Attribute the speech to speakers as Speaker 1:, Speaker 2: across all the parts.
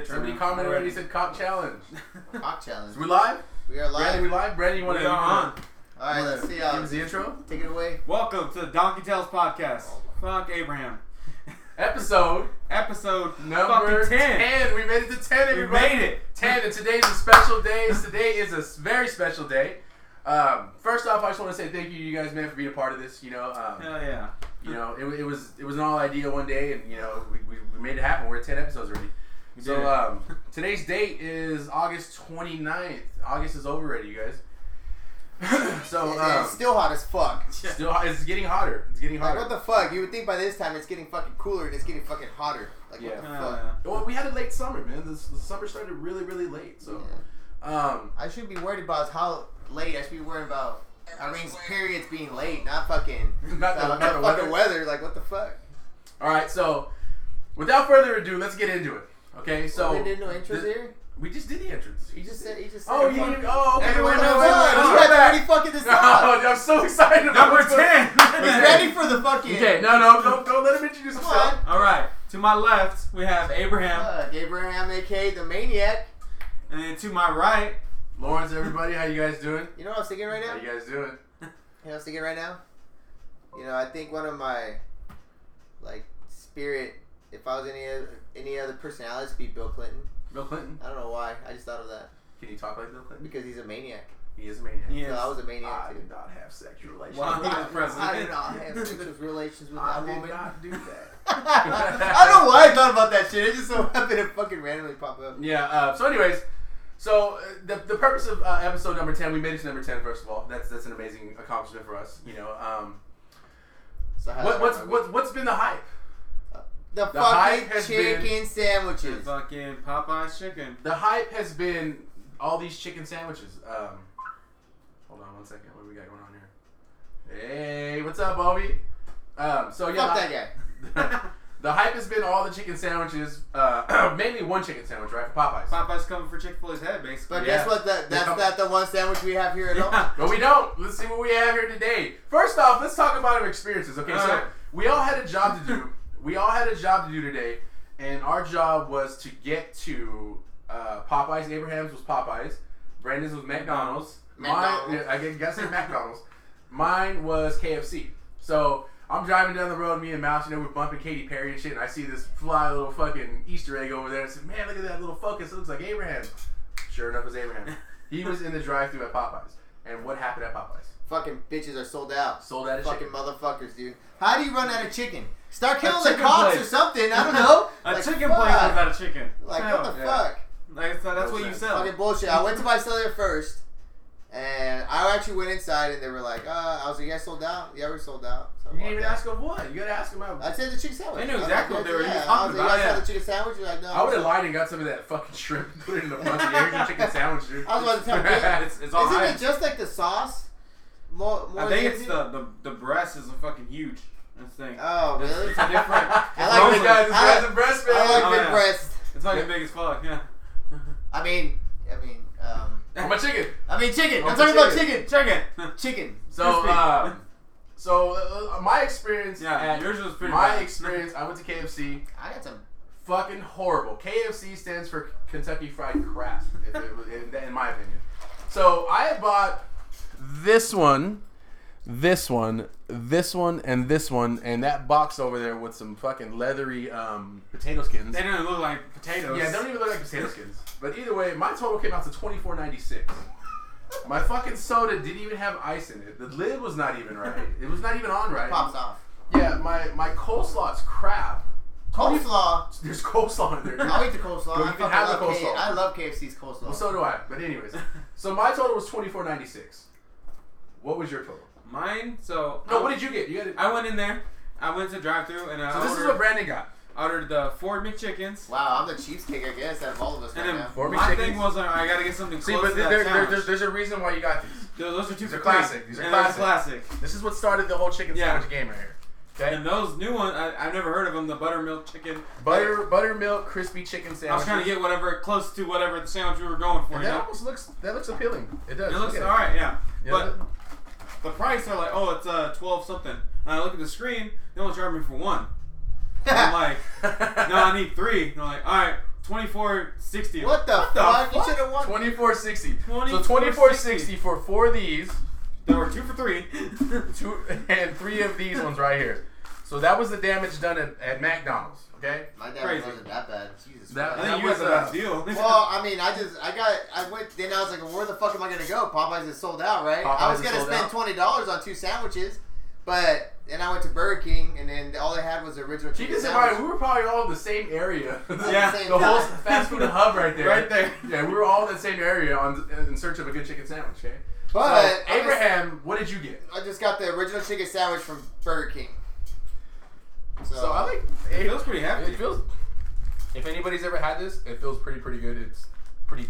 Speaker 1: Everybody commented already said cop challenge.
Speaker 2: Cock challenge.
Speaker 1: So we live?
Speaker 2: We are live.
Speaker 1: Brandon, we live? Brandon, you want
Speaker 3: We
Speaker 1: to
Speaker 3: are on.
Speaker 2: All right, let's see
Speaker 1: Give
Speaker 2: how.
Speaker 1: us the intro.
Speaker 2: Take it away.
Speaker 3: Welcome to the Donkey Tales podcast. Fuck Abraham.
Speaker 1: Episode
Speaker 3: Episode
Speaker 1: number
Speaker 3: fucking
Speaker 1: 10.
Speaker 3: 10.
Speaker 1: We made it to 10,
Speaker 3: We
Speaker 1: everybody.
Speaker 3: made it.
Speaker 1: 10, and today's a special day. Today is a s- very special day. Um, first off, I just want to say thank you, you guys, man, for being a part of this. You know, um,
Speaker 3: Hell yeah.
Speaker 1: you know, it, wa- it was it was an all idea one day, and you know, we, we, we made it happen. We're at ten episodes already.
Speaker 3: We did
Speaker 1: So
Speaker 3: it.
Speaker 1: um, today's date is August 29th. August is over already, you guys. so
Speaker 2: It-
Speaker 1: um,
Speaker 2: it's still hot as fuck.
Speaker 1: Still, hot- it's getting hotter. It's getting
Speaker 2: Like
Speaker 1: hotter.
Speaker 2: what the fuck? You would think by this time it's getting fucking cooler and it's getting fucking hotter. Like
Speaker 1: Yeah.
Speaker 2: what the
Speaker 3: Hell
Speaker 2: fuck?
Speaker 3: yeah.
Speaker 1: well, we had a late summer, man. This, the summer started really, really late. So,
Speaker 2: Yeah.
Speaker 1: um,
Speaker 2: I should be worried about how late. I should be worried about Irene's periods being late, not fucking uh,
Speaker 1: Not the-
Speaker 2: not,
Speaker 1: not the
Speaker 2: fucking weather. Like what the fuck?
Speaker 1: all right. So, without further ado, let's get into it. Okay. So
Speaker 2: we did no
Speaker 1: the-
Speaker 2: intros here.
Speaker 1: we just did the entrance.
Speaker 2: He just said. He just said.
Speaker 1: Oh, you didn't. Oh, okay.
Speaker 2: Everyone
Speaker 1: wait,
Speaker 2: knows.
Speaker 1: wait, wait, wait,
Speaker 2: You guys
Speaker 1: wait.
Speaker 2: already fucking this up.
Speaker 1: No, I'm so excited about
Speaker 3: Number
Speaker 1: what's
Speaker 3: 10.
Speaker 1: going-
Speaker 2: He's ready for the fucking.
Speaker 1: Okay. No, no, don't, don't let him introduce
Speaker 2: Come
Speaker 1: himself.
Speaker 2: on. Uh,
Speaker 3: All right. To my left, we have Abraham.
Speaker 2: Fuck, Abraham, aka the maniac.
Speaker 3: And then to my right,
Speaker 1: Lawrence, everybody, how you guys doing?
Speaker 2: You know what I was thinking right now?
Speaker 1: How you guys doing?
Speaker 2: You know what I was thinking right now? You know, I think one of my like spirit if I was any other any other personality it'd be Bill Clinton.
Speaker 1: Bill Clinton.
Speaker 2: I don't know why. I just thought of that.
Speaker 1: Can you talk like Bill Clinton?
Speaker 2: Because he's a maniac.
Speaker 1: He is a maniac.
Speaker 3: Yes.
Speaker 2: So I was a maniac
Speaker 1: I
Speaker 2: too.
Speaker 1: did not have sexual relations.
Speaker 3: Wow. He
Speaker 1: with
Speaker 3: was
Speaker 1: that woman.
Speaker 3: president.
Speaker 2: I did not have sexual relations with
Speaker 1: I
Speaker 2: that
Speaker 1: did
Speaker 2: woman.
Speaker 1: not do that.
Speaker 2: I don't know why I thought about that shit. It just so happened to fucking randomly pop up.
Speaker 1: Yeah. Uh, so, anyways, so uh, the, the purpose of uh, episode number ten, we made it to number ten. First of all, that's that's an amazing accomplishment for us. You know, um,
Speaker 2: So how
Speaker 1: what, what's what's what's been the hype?
Speaker 2: the,
Speaker 1: hype
Speaker 2: fucking
Speaker 1: has been-
Speaker 2: chicken
Speaker 3: the
Speaker 2: sandwiches?
Speaker 3: fucking Popeye's chicken.
Speaker 1: The hype has been all these chicken sandwiches. Um, hold on one second. What do we got going on here? Hey, what's up, Obi? Um, so yeah,
Speaker 2: Fuck
Speaker 1: the-
Speaker 2: that guy.
Speaker 1: the hype has been all the chicken sandwiches, uh, mainly one chicken sandwich, right? For Popeyes.
Speaker 3: Popeye's coming for Chick fil A's head, basically.
Speaker 2: But
Speaker 1: Yeah.
Speaker 2: guess what? The, that's
Speaker 1: come-
Speaker 2: not the one sandwich we have here at all.
Speaker 1: But we don't. Let's see what we have here today. First off, let's talk about our experiences. Okay, so
Speaker 3: Alright.
Speaker 1: we all had a job to do. we all had a job to do today, and our job was to get to uh, Popeyes. Abraham's was Popeyes. Brandon's was McDonald's. Mine,
Speaker 2: McDonald's.
Speaker 1: yeah, I guess- guess it's McDonald's. Mine was KFC. So I'm driving down the road, me and Mouse, you know, we're bumping Katy Perry and shit, and I see this fly little fucking Easter egg over there. I said, man, look at that little focus. It looks like Abraham. Sure enough, it was Abraham. He was in the drive-thru at Popeyes. And what happened at Popeyes?
Speaker 2: Fucking bitches are sold out.
Speaker 1: Sold out of
Speaker 2: Fucking
Speaker 1: chicken.
Speaker 2: motherfuckers, dude. How do you run out of chicken? Start killing the
Speaker 3: chicken
Speaker 2: cops
Speaker 3: place.
Speaker 2: or something. I don't know.
Speaker 3: a
Speaker 2: Like,
Speaker 3: chicken place
Speaker 2: fuck.
Speaker 3: without a chicken.
Speaker 2: Like
Speaker 3: Hell.
Speaker 2: what the
Speaker 1: Yeah.
Speaker 2: fuck?
Speaker 3: Like, so that's
Speaker 1: No
Speaker 3: what you
Speaker 1: sense.
Speaker 3: sell.
Speaker 2: Fucking bullshit. I went to my cellar first, and I actually went inside, and they were like, "Uh," I was like, "You guys sold out? Yeah, we're sold out." So I
Speaker 1: You didn't even
Speaker 2: walked out.
Speaker 1: ask him what. You gotta ask him about.
Speaker 2: I said the chicken sandwich.
Speaker 3: They knew
Speaker 2: I was
Speaker 3: exactly
Speaker 2: like,
Speaker 3: what they were
Speaker 2: yeah.
Speaker 3: even
Speaker 2: I
Speaker 3: talking
Speaker 2: was like,
Speaker 3: about,
Speaker 2: "You guys
Speaker 3: yeah.
Speaker 2: had the chicken sandwich?" You're like, "No."
Speaker 1: I would have lied and got some of that fucking shrimp and put it in the fucking here's your chicken sandwich, dude.
Speaker 2: I was about to tell you.
Speaker 3: it's, it's all
Speaker 2: Isn't
Speaker 3: hype.
Speaker 2: it just like the sauce? More, more
Speaker 3: I think
Speaker 2: than
Speaker 3: it's
Speaker 2: it-
Speaker 3: the, the the breast is a fucking huge. That's the thing.
Speaker 2: Oh really?
Speaker 3: It's a different.
Speaker 2: I
Speaker 1: I
Speaker 2: like
Speaker 1: like
Speaker 2: the
Speaker 1: this guy. This
Speaker 2: I
Speaker 1: guy's
Speaker 2: like-
Speaker 1: a breast man.
Speaker 2: I
Speaker 3: Oh,
Speaker 2: like big
Speaker 3: yeah.
Speaker 2: breasts.
Speaker 3: It's fucking big as fuck. Yeah.
Speaker 2: I mean, I mean, um,
Speaker 1: For my chicken.
Speaker 2: I mean chicken.
Speaker 1: Oh,
Speaker 2: I'm talking about
Speaker 1: chicken.
Speaker 2: chicken.
Speaker 3: Chicken.
Speaker 2: Chicken.
Speaker 1: So,
Speaker 3: Crispy.
Speaker 1: um, so uh, uh, my experience.
Speaker 3: yeah,
Speaker 1: at-
Speaker 3: yours was pretty.
Speaker 1: my
Speaker 3: bad.
Speaker 1: experience. I went to KFC.
Speaker 2: I got some.
Speaker 1: Fucking horrible. KFC stands for Kentucky Fried Crap, if it was- in, in my opinion. So I had bought this one, this one, this one, and this one, and that box over there with some fucking leathery um, potato skins.
Speaker 3: They didn't look like potatoes.
Speaker 1: Yeah, they don't even look like potato skins. But either way, my total came out to twenty four ninety six. My fucking soda didn't even have ice in it. The lid was not even right. It was not even on right.
Speaker 2: Pops off.
Speaker 1: Yeah, my my coleslaw's crap.
Speaker 2: Coleslaw.
Speaker 1: There's coleslaw in there. dude.
Speaker 2: I eat the coleslaw.
Speaker 1: Don't
Speaker 2: I
Speaker 1: even
Speaker 2: fucking
Speaker 1: have
Speaker 2: love
Speaker 1: the
Speaker 2: K-
Speaker 1: coleslaw.
Speaker 2: I love KFC's coleslaw.
Speaker 1: Well, so do I. But anyways, so my total was twenty four ninety six. What was your total?
Speaker 3: Mine. So
Speaker 1: No,
Speaker 3: I,
Speaker 1: what did you get? You got it.
Speaker 3: I went in there. I went to drive through and I
Speaker 1: So this is what
Speaker 3: ordered,
Speaker 1: Brandon got.
Speaker 3: ordered the Ford McChickens.
Speaker 2: wow, I'm the cheesecake, I guess, out of all of us
Speaker 3: And
Speaker 2: right
Speaker 3: then
Speaker 2: now.
Speaker 1: Ford
Speaker 3: my
Speaker 1: McChickens?
Speaker 3: thing was like, I gotta get something
Speaker 1: See,
Speaker 3: close
Speaker 1: but
Speaker 3: to that
Speaker 1: there, there,
Speaker 3: sandwich.
Speaker 1: there's, there's a reason why you got these.
Speaker 3: those, those are two
Speaker 1: These are
Speaker 3: for three.
Speaker 1: classic. These are
Speaker 3: And they're
Speaker 1: classic. This is what started the whole chicken
Speaker 3: Yeah.
Speaker 1: sandwich game right here. Okay.
Speaker 3: And those new ones, I, I've never heard of them. The buttermilk chicken.
Speaker 1: Butter, buttermilk, crispy chicken sandwich.
Speaker 3: I was trying to get whatever close to whatever the sandwich we were going for.
Speaker 1: And
Speaker 3: you
Speaker 1: that
Speaker 3: know?
Speaker 1: almost looks that looks appealing. It does.
Speaker 3: It looks
Speaker 1: Look at
Speaker 3: all right, yeah.
Speaker 1: Yeah,
Speaker 3: But the price, they're like, oh, it's uh, twelve something. And I look at the screen, they only charge me for one. And I'm like, no, I need three. And they're like, all right, Twenty four sixty.
Speaker 2: What the,
Speaker 3: what the
Speaker 2: fuck? You
Speaker 3: fuck?
Speaker 2: should have won.
Speaker 1: Twenty four sixty. So
Speaker 3: 24.60.
Speaker 1: twenty four sixty for four of these,
Speaker 3: There were two for three.
Speaker 1: two and three of these ones right here. So that was the damage done at, at McDonald's. Okay.
Speaker 2: My dad
Speaker 3: Crazy.
Speaker 2: wasn't that bad. Jesus.
Speaker 1: That-
Speaker 3: I
Speaker 2: Christ.
Speaker 3: think you
Speaker 1: was uh,
Speaker 3: was the best
Speaker 1: a-
Speaker 3: deal.
Speaker 2: well, I mean, I just, I got, I went, then I was like, where the fuck am I gonna go? Popeyes is sold out, right? I
Speaker 1: Popeyes
Speaker 2: was
Speaker 1: is
Speaker 2: gonna
Speaker 1: sold
Speaker 2: spend
Speaker 1: out.
Speaker 2: twenty dollars on two sandwiches, but then I went to Burger King, and then all they had was the original
Speaker 1: Keep
Speaker 2: chicken
Speaker 1: this in
Speaker 2: sandwich.
Speaker 1: mind. We were probably all in the same area.
Speaker 3: Yeah,
Speaker 2: Same
Speaker 1: the whole
Speaker 2: time.
Speaker 1: fast food hub right there.
Speaker 3: right there.
Speaker 1: Yeah, we were all in that same area on in search of a good chicken sandwich. Okay.
Speaker 2: But
Speaker 1: so,
Speaker 2: I, just,
Speaker 1: Abraham, what did you get?
Speaker 2: I just got the original chicken sandwich from Burger King. So,
Speaker 1: So I like.
Speaker 3: It feels pretty hefty.
Speaker 1: It feels. If anybody's ever had this, it feels pretty pretty good. It's pretty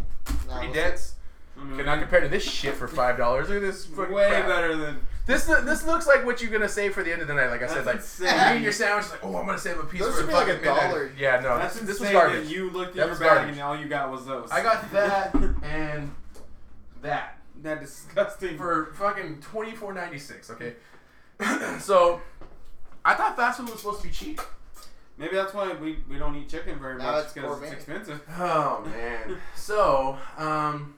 Speaker 2: Nah,
Speaker 1: pretty
Speaker 2: we'll see.
Speaker 1: dense.
Speaker 3: Mhm.
Speaker 1: Cannot compare to this shit for five dollars. Look at this. fucking
Speaker 3: Way
Speaker 1: crap.
Speaker 3: better than.
Speaker 1: This loo- this looks like what you're gonna save for the end of the night. Like I said, like
Speaker 3: That's
Speaker 1: you
Speaker 2: insane.
Speaker 1: eat your sandwich, like oh I'm gonna save a piece
Speaker 2: Those
Speaker 1: for
Speaker 2: should be like
Speaker 1: fucking
Speaker 2: a
Speaker 1: midnight.
Speaker 2: dollar.
Speaker 1: Yeah, no,
Speaker 3: That's
Speaker 1: this, this was
Speaker 3: insane
Speaker 1: garbage.
Speaker 3: that you looked
Speaker 1: That
Speaker 3: at your
Speaker 1: was
Speaker 3: bag
Speaker 1: garbage.
Speaker 3: and all you got was those.
Speaker 1: I got that and that
Speaker 3: that disgusting.
Speaker 1: for fucking twenty four ninety six. Okay, so I thought fast food was supposed to be cheap.
Speaker 3: Maybe that's why we, we don't eat chicken very
Speaker 2: Now
Speaker 3: much
Speaker 2: it's
Speaker 3: because it's
Speaker 2: gourmet.
Speaker 3: expensive.
Speaker 1: Oh man. so um,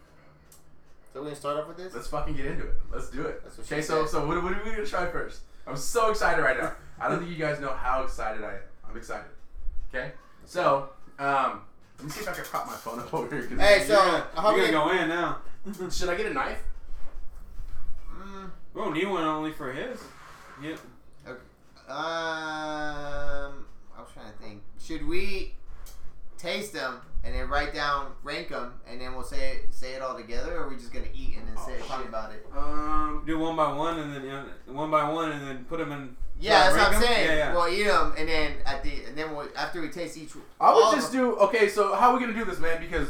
Speaker 2: So we gonna start off with this?
Speaker 1: let's fucking get into it. Let's do it.
Speaker 2: That's what she
Speaker 1: okay, so
Speaker 2: said.
Speaker 1: so what, what are we gonna try first? I'm so excited right now. I don't think you guys know how excited I am. I'm excited. Okay, so um, let me see if I can prop my phone up over here. 'cause-
Speaker 2: Hey,
Speaker 3: You're
Speaker 2: So,
Speaker 3: gonna,
Speaker 2: how
Speaker 3: you're
Speaker 2: many-
Speaker 3: gonna go in now.
Speaker 1: Should I get a knife?
Speaker 2: Mm,
Speaker 3: We don't need one only for his. Yeah.
Speaker 2: okay. Um, I was trying to think. Should we taste them and then write down, rank them, and then we'll say say it all together, or are we just gonna eat and then
Speaker 1: Oh,
Speaker 2: say talk
Speaker 1: shit.
Speaker 2: about it?
Speaker 1: Um,
Speaker 3: Do one by one and then uh, one by one and then put them in.
Speaker 2: Yeah, that's
Speaker 3: rank
Speaker 2: what I'm
Speaker 3: 'em?
Speaker 2: saying.
Speaker 3: Yeah, yeah.
Speaker 2: We'll eat them, and then at the and then we'll, after we taste each.
Speaker 1: I
Speaker 2: all
Speaker 1: would
Speaker 2: of
Speaker 1: just
Speaker 2: them-
Speaker 1: do okay. So how are we gonna do this, man? Because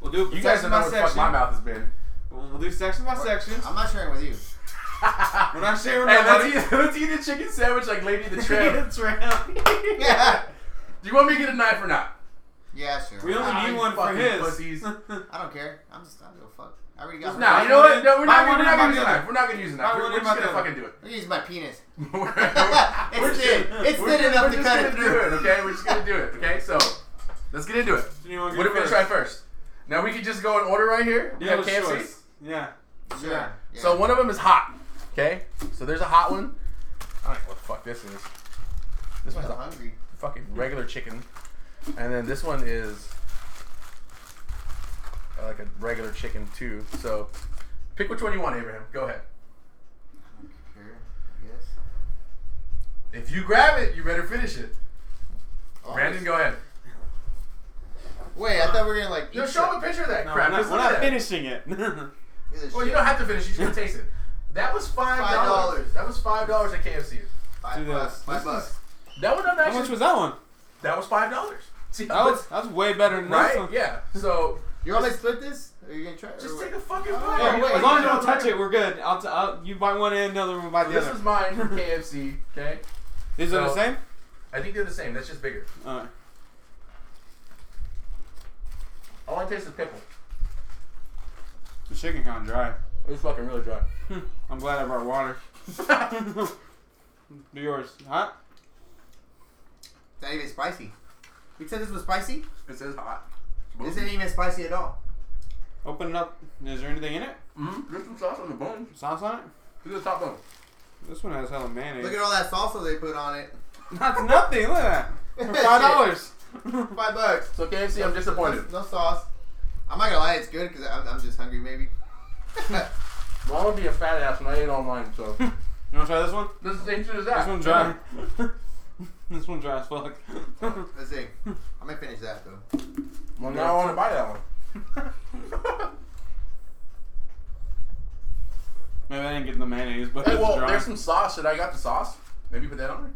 Speaker 3: We'll do.
Speaker 1: you guys
Speaker 3: section
Speaker 1: don't
Speaker 3: by
Speaker 1: know what the fuck
Speaker 3: section.
Speaker 1: my mouth has been.
Speaker 3: We'll we'll do section by section.
Speaker 2: I'm not sharing with you.
Speaker 3: We're not sharing
Speaker 1: Hey, let's
Speaker 3: nobody.
Speaker 1: eat, let's eat a chicken sandwich like Lady the Tramp.
Speaker 3: That's right.
Speaker 2: Yeah.
Speaker 1: Do you want me to get a knife or not?
Speaker 2: Yeah, sure.
Speaker 3: We
Speaker 1: Ah,
Speaker 3: only
Speaker 1: you
Speaker 3: need one for
Speaker 1: fucking
Speaker 3: his.
Speaker 1: pussies.
Speaker 2: I don't care. I'm just I don't give a fuck. I already got.
Speaker 3: Just
Speaker 2: my-
Speaker 1: Nah,
Speaker 3: Why
Speaker 1: you know
Speaker 3: wouldn't
Speaker 1: what?
Speaker 3: it-
Speaker 1: No,
Speaker 3: why
Speaker 1: we're not, we're
Speaker 3: wouldn't
Speaker 1: not
Speaker 3: it
Speaker 1: gonna
Speaker 3: be
Speaker 1: use a
Speaker 3: done?
Speaker 1: knife. We're not gonna use a
Speaker 3: Why
Speaker 1: knife. We're, we're
Speaker 3: wouldn't it
Speaker 1: just gonna
Speaker 3: be done?
Speaker 1: fucking do it.
Speaker 2: I'm gonna use my penis.
Speaker 1: We're-
Speaker 2: it's thin. It's
Speaker 1: we're
Speaker 2: thin
Speaker 1: just-
Speaker 2: enough
Speaker 1: we're
Speaker 2: to
Speaker 1: just
Speaker 2: cut
Speaker 1: gonna
Speaker 2: it
Speaker 1: do
Speaker 2: through.
Speaker 1: it, okay, we're just gonna do it. Okay, so let's get into it.
Speaker 3: Do you wanna
Speaker 1: What
Speaker 3: go
Speaker 1: are we
Speaker 3: first?
Speaker 1: gonna try first? Now we can just go in order right here. We
Speaker 3: Yeah,
Speaker 1: have
Speaker 3: let's
Speaker 1: KFC.
Speaker 3: choice. Yeah.
Speaker 2: Sure.
Speaker 3: Yeah.
Speaker 2: Yeah.
Speaker 1: So one of them is hot. Okay, so there's a hot one. I don't know what the fuck this is. This one's
Speaker 2: I'm
Speaker 1: a
Speaker 2: hungry.
Speaker 1: fucking regular chicken, and then this one is uh, like a regular chicken too. So pick which one you want, Abraham. Go ahead.
Speaker 2: I don't care. I guess.
Speaker 1: If you grab it, you better finish it.
Speaker 2: Oh,
Speaker 1: Brandon, go ahead.
Speaker 2: Wait, I thought we were gonna like.
Speaker 1: Yo,
Speaker 2: eat
Speaker 1: show
Speaker 2: some.
Speaker 1: him a picture of that
Speaker 3: No,
Speaker 1: crap.
Speaker 3: we're
Speaker 1: Just
Speaker 3: not, we're
Speaker 1: look at
Speaker 3: not
Speaker 1: that.
Speaker 3: finishing it.
Speaker 2: Look at this
Speaker 1: Well, you
Speaker 2: shit.
Speaker 1: don't have to finish. You just gonna taste it. That was five dollars.
Speaker 2: $5.
Speaker 1: That was five dollars at KFC.
Speaker 2: Five
Speaker 3: do
Speaker 2: bucks.
Speaker 3: this.
Speaker 2: Five
Speaker 3: This
Speaker 2: bucks.
Speaker 1: That one
Speaker 3: How
Speaker 1: actually.
Speaker 3: much was that one?
Speaker 1: that was five dollars. See
Speaker 3: That
Speaker 1: how
Speaker 3: was that was way better
Speaker 1: much-
Speaker 3: than this
Speaker 1: right?
Speaker 3: one.
Speaker 1: Yeah. So
Speaker 2: You want me to split this? Or are you gonna try? it, or
Speaker 1: just
Speaker 2: what?
Speaker 1: take a fucking
Speaker 2: Oh,
Speaker 1: bite.
Speaker 3: Yeah,
Speaker 2: Yeah,
Speaker 1: You
Speaker 2: wait,
Speaker 1: know,
Speaker 3: as long
Speaker 1: like,
Speaker 3: as you don't
Speaker 1: know,
Speaker 3: touch
Speaker 1: like-
Speaker 3: it, we're good. I'll t- I'll, you buy one end, another one by
Speaker 1: So
Speaker 3: the
Speaker 1: This
Speaker 3: other.
Speaker 1: is mine from KFC. Okay.
Speaker 3: These are the
Speaker 1: so-
Speaker 3: same.
Speaker 1: I think they're the same. That's just bigger.
Speaker 3: All right.
Speaker 1: All I taste is pickle.
Speaker 3: The chicken kind of dry.
Speaker 1: It's fucking really dry.
Speaker 3: I'm glad I brought water. Do yours. Hot?
Speaker 2: It's not even spicy. We said this was spicy.
Speaker 1: It says hot.
Speaker 2: This isn't even spicy at all.
Speaker 3: Open it up. Is there anything in it?
Speaker 1: Mm-hmm. There's some sauce on the bone.
Speaker 3: Sauce on it?
Speaker 1: Look at the top bone.
Speaker 3: This one has hella mayonnaise.
Speaker 2: Look at all that salsa they put on it.
Speaker 3: That's nothing. Look at that. For Five dollars.
Speaker 2: Five bucks.
Speaker 1: So KFC, I'm
Speaker 2: No-
Speaker 1: disappointed.
Speaker 2: No, no sauce. I'm not gonna lie, it's good because I'm, I'm just hungry, maybe.
Speaker 1: Well, I would be a fat ass when I ate online. So
Speaker 3: you want to try this one?
Speaker 1: this is the same shit as that.
Speaker 3: This one's dry. this one's dry as fuck.
Speaker 2: Let's see. I'm gonna finish that though.
Speaker 1: Well, now I want to buy that one.
Speaker 3: Maybe I didn't get the mayonnaise, but
Speaker 1: Hey,
Speaker 3: it's
Speaker 1: well,
Speaker 3: dry.
Speaker 1: there's some sauce. Should I got the sauce? Maybe put that on there.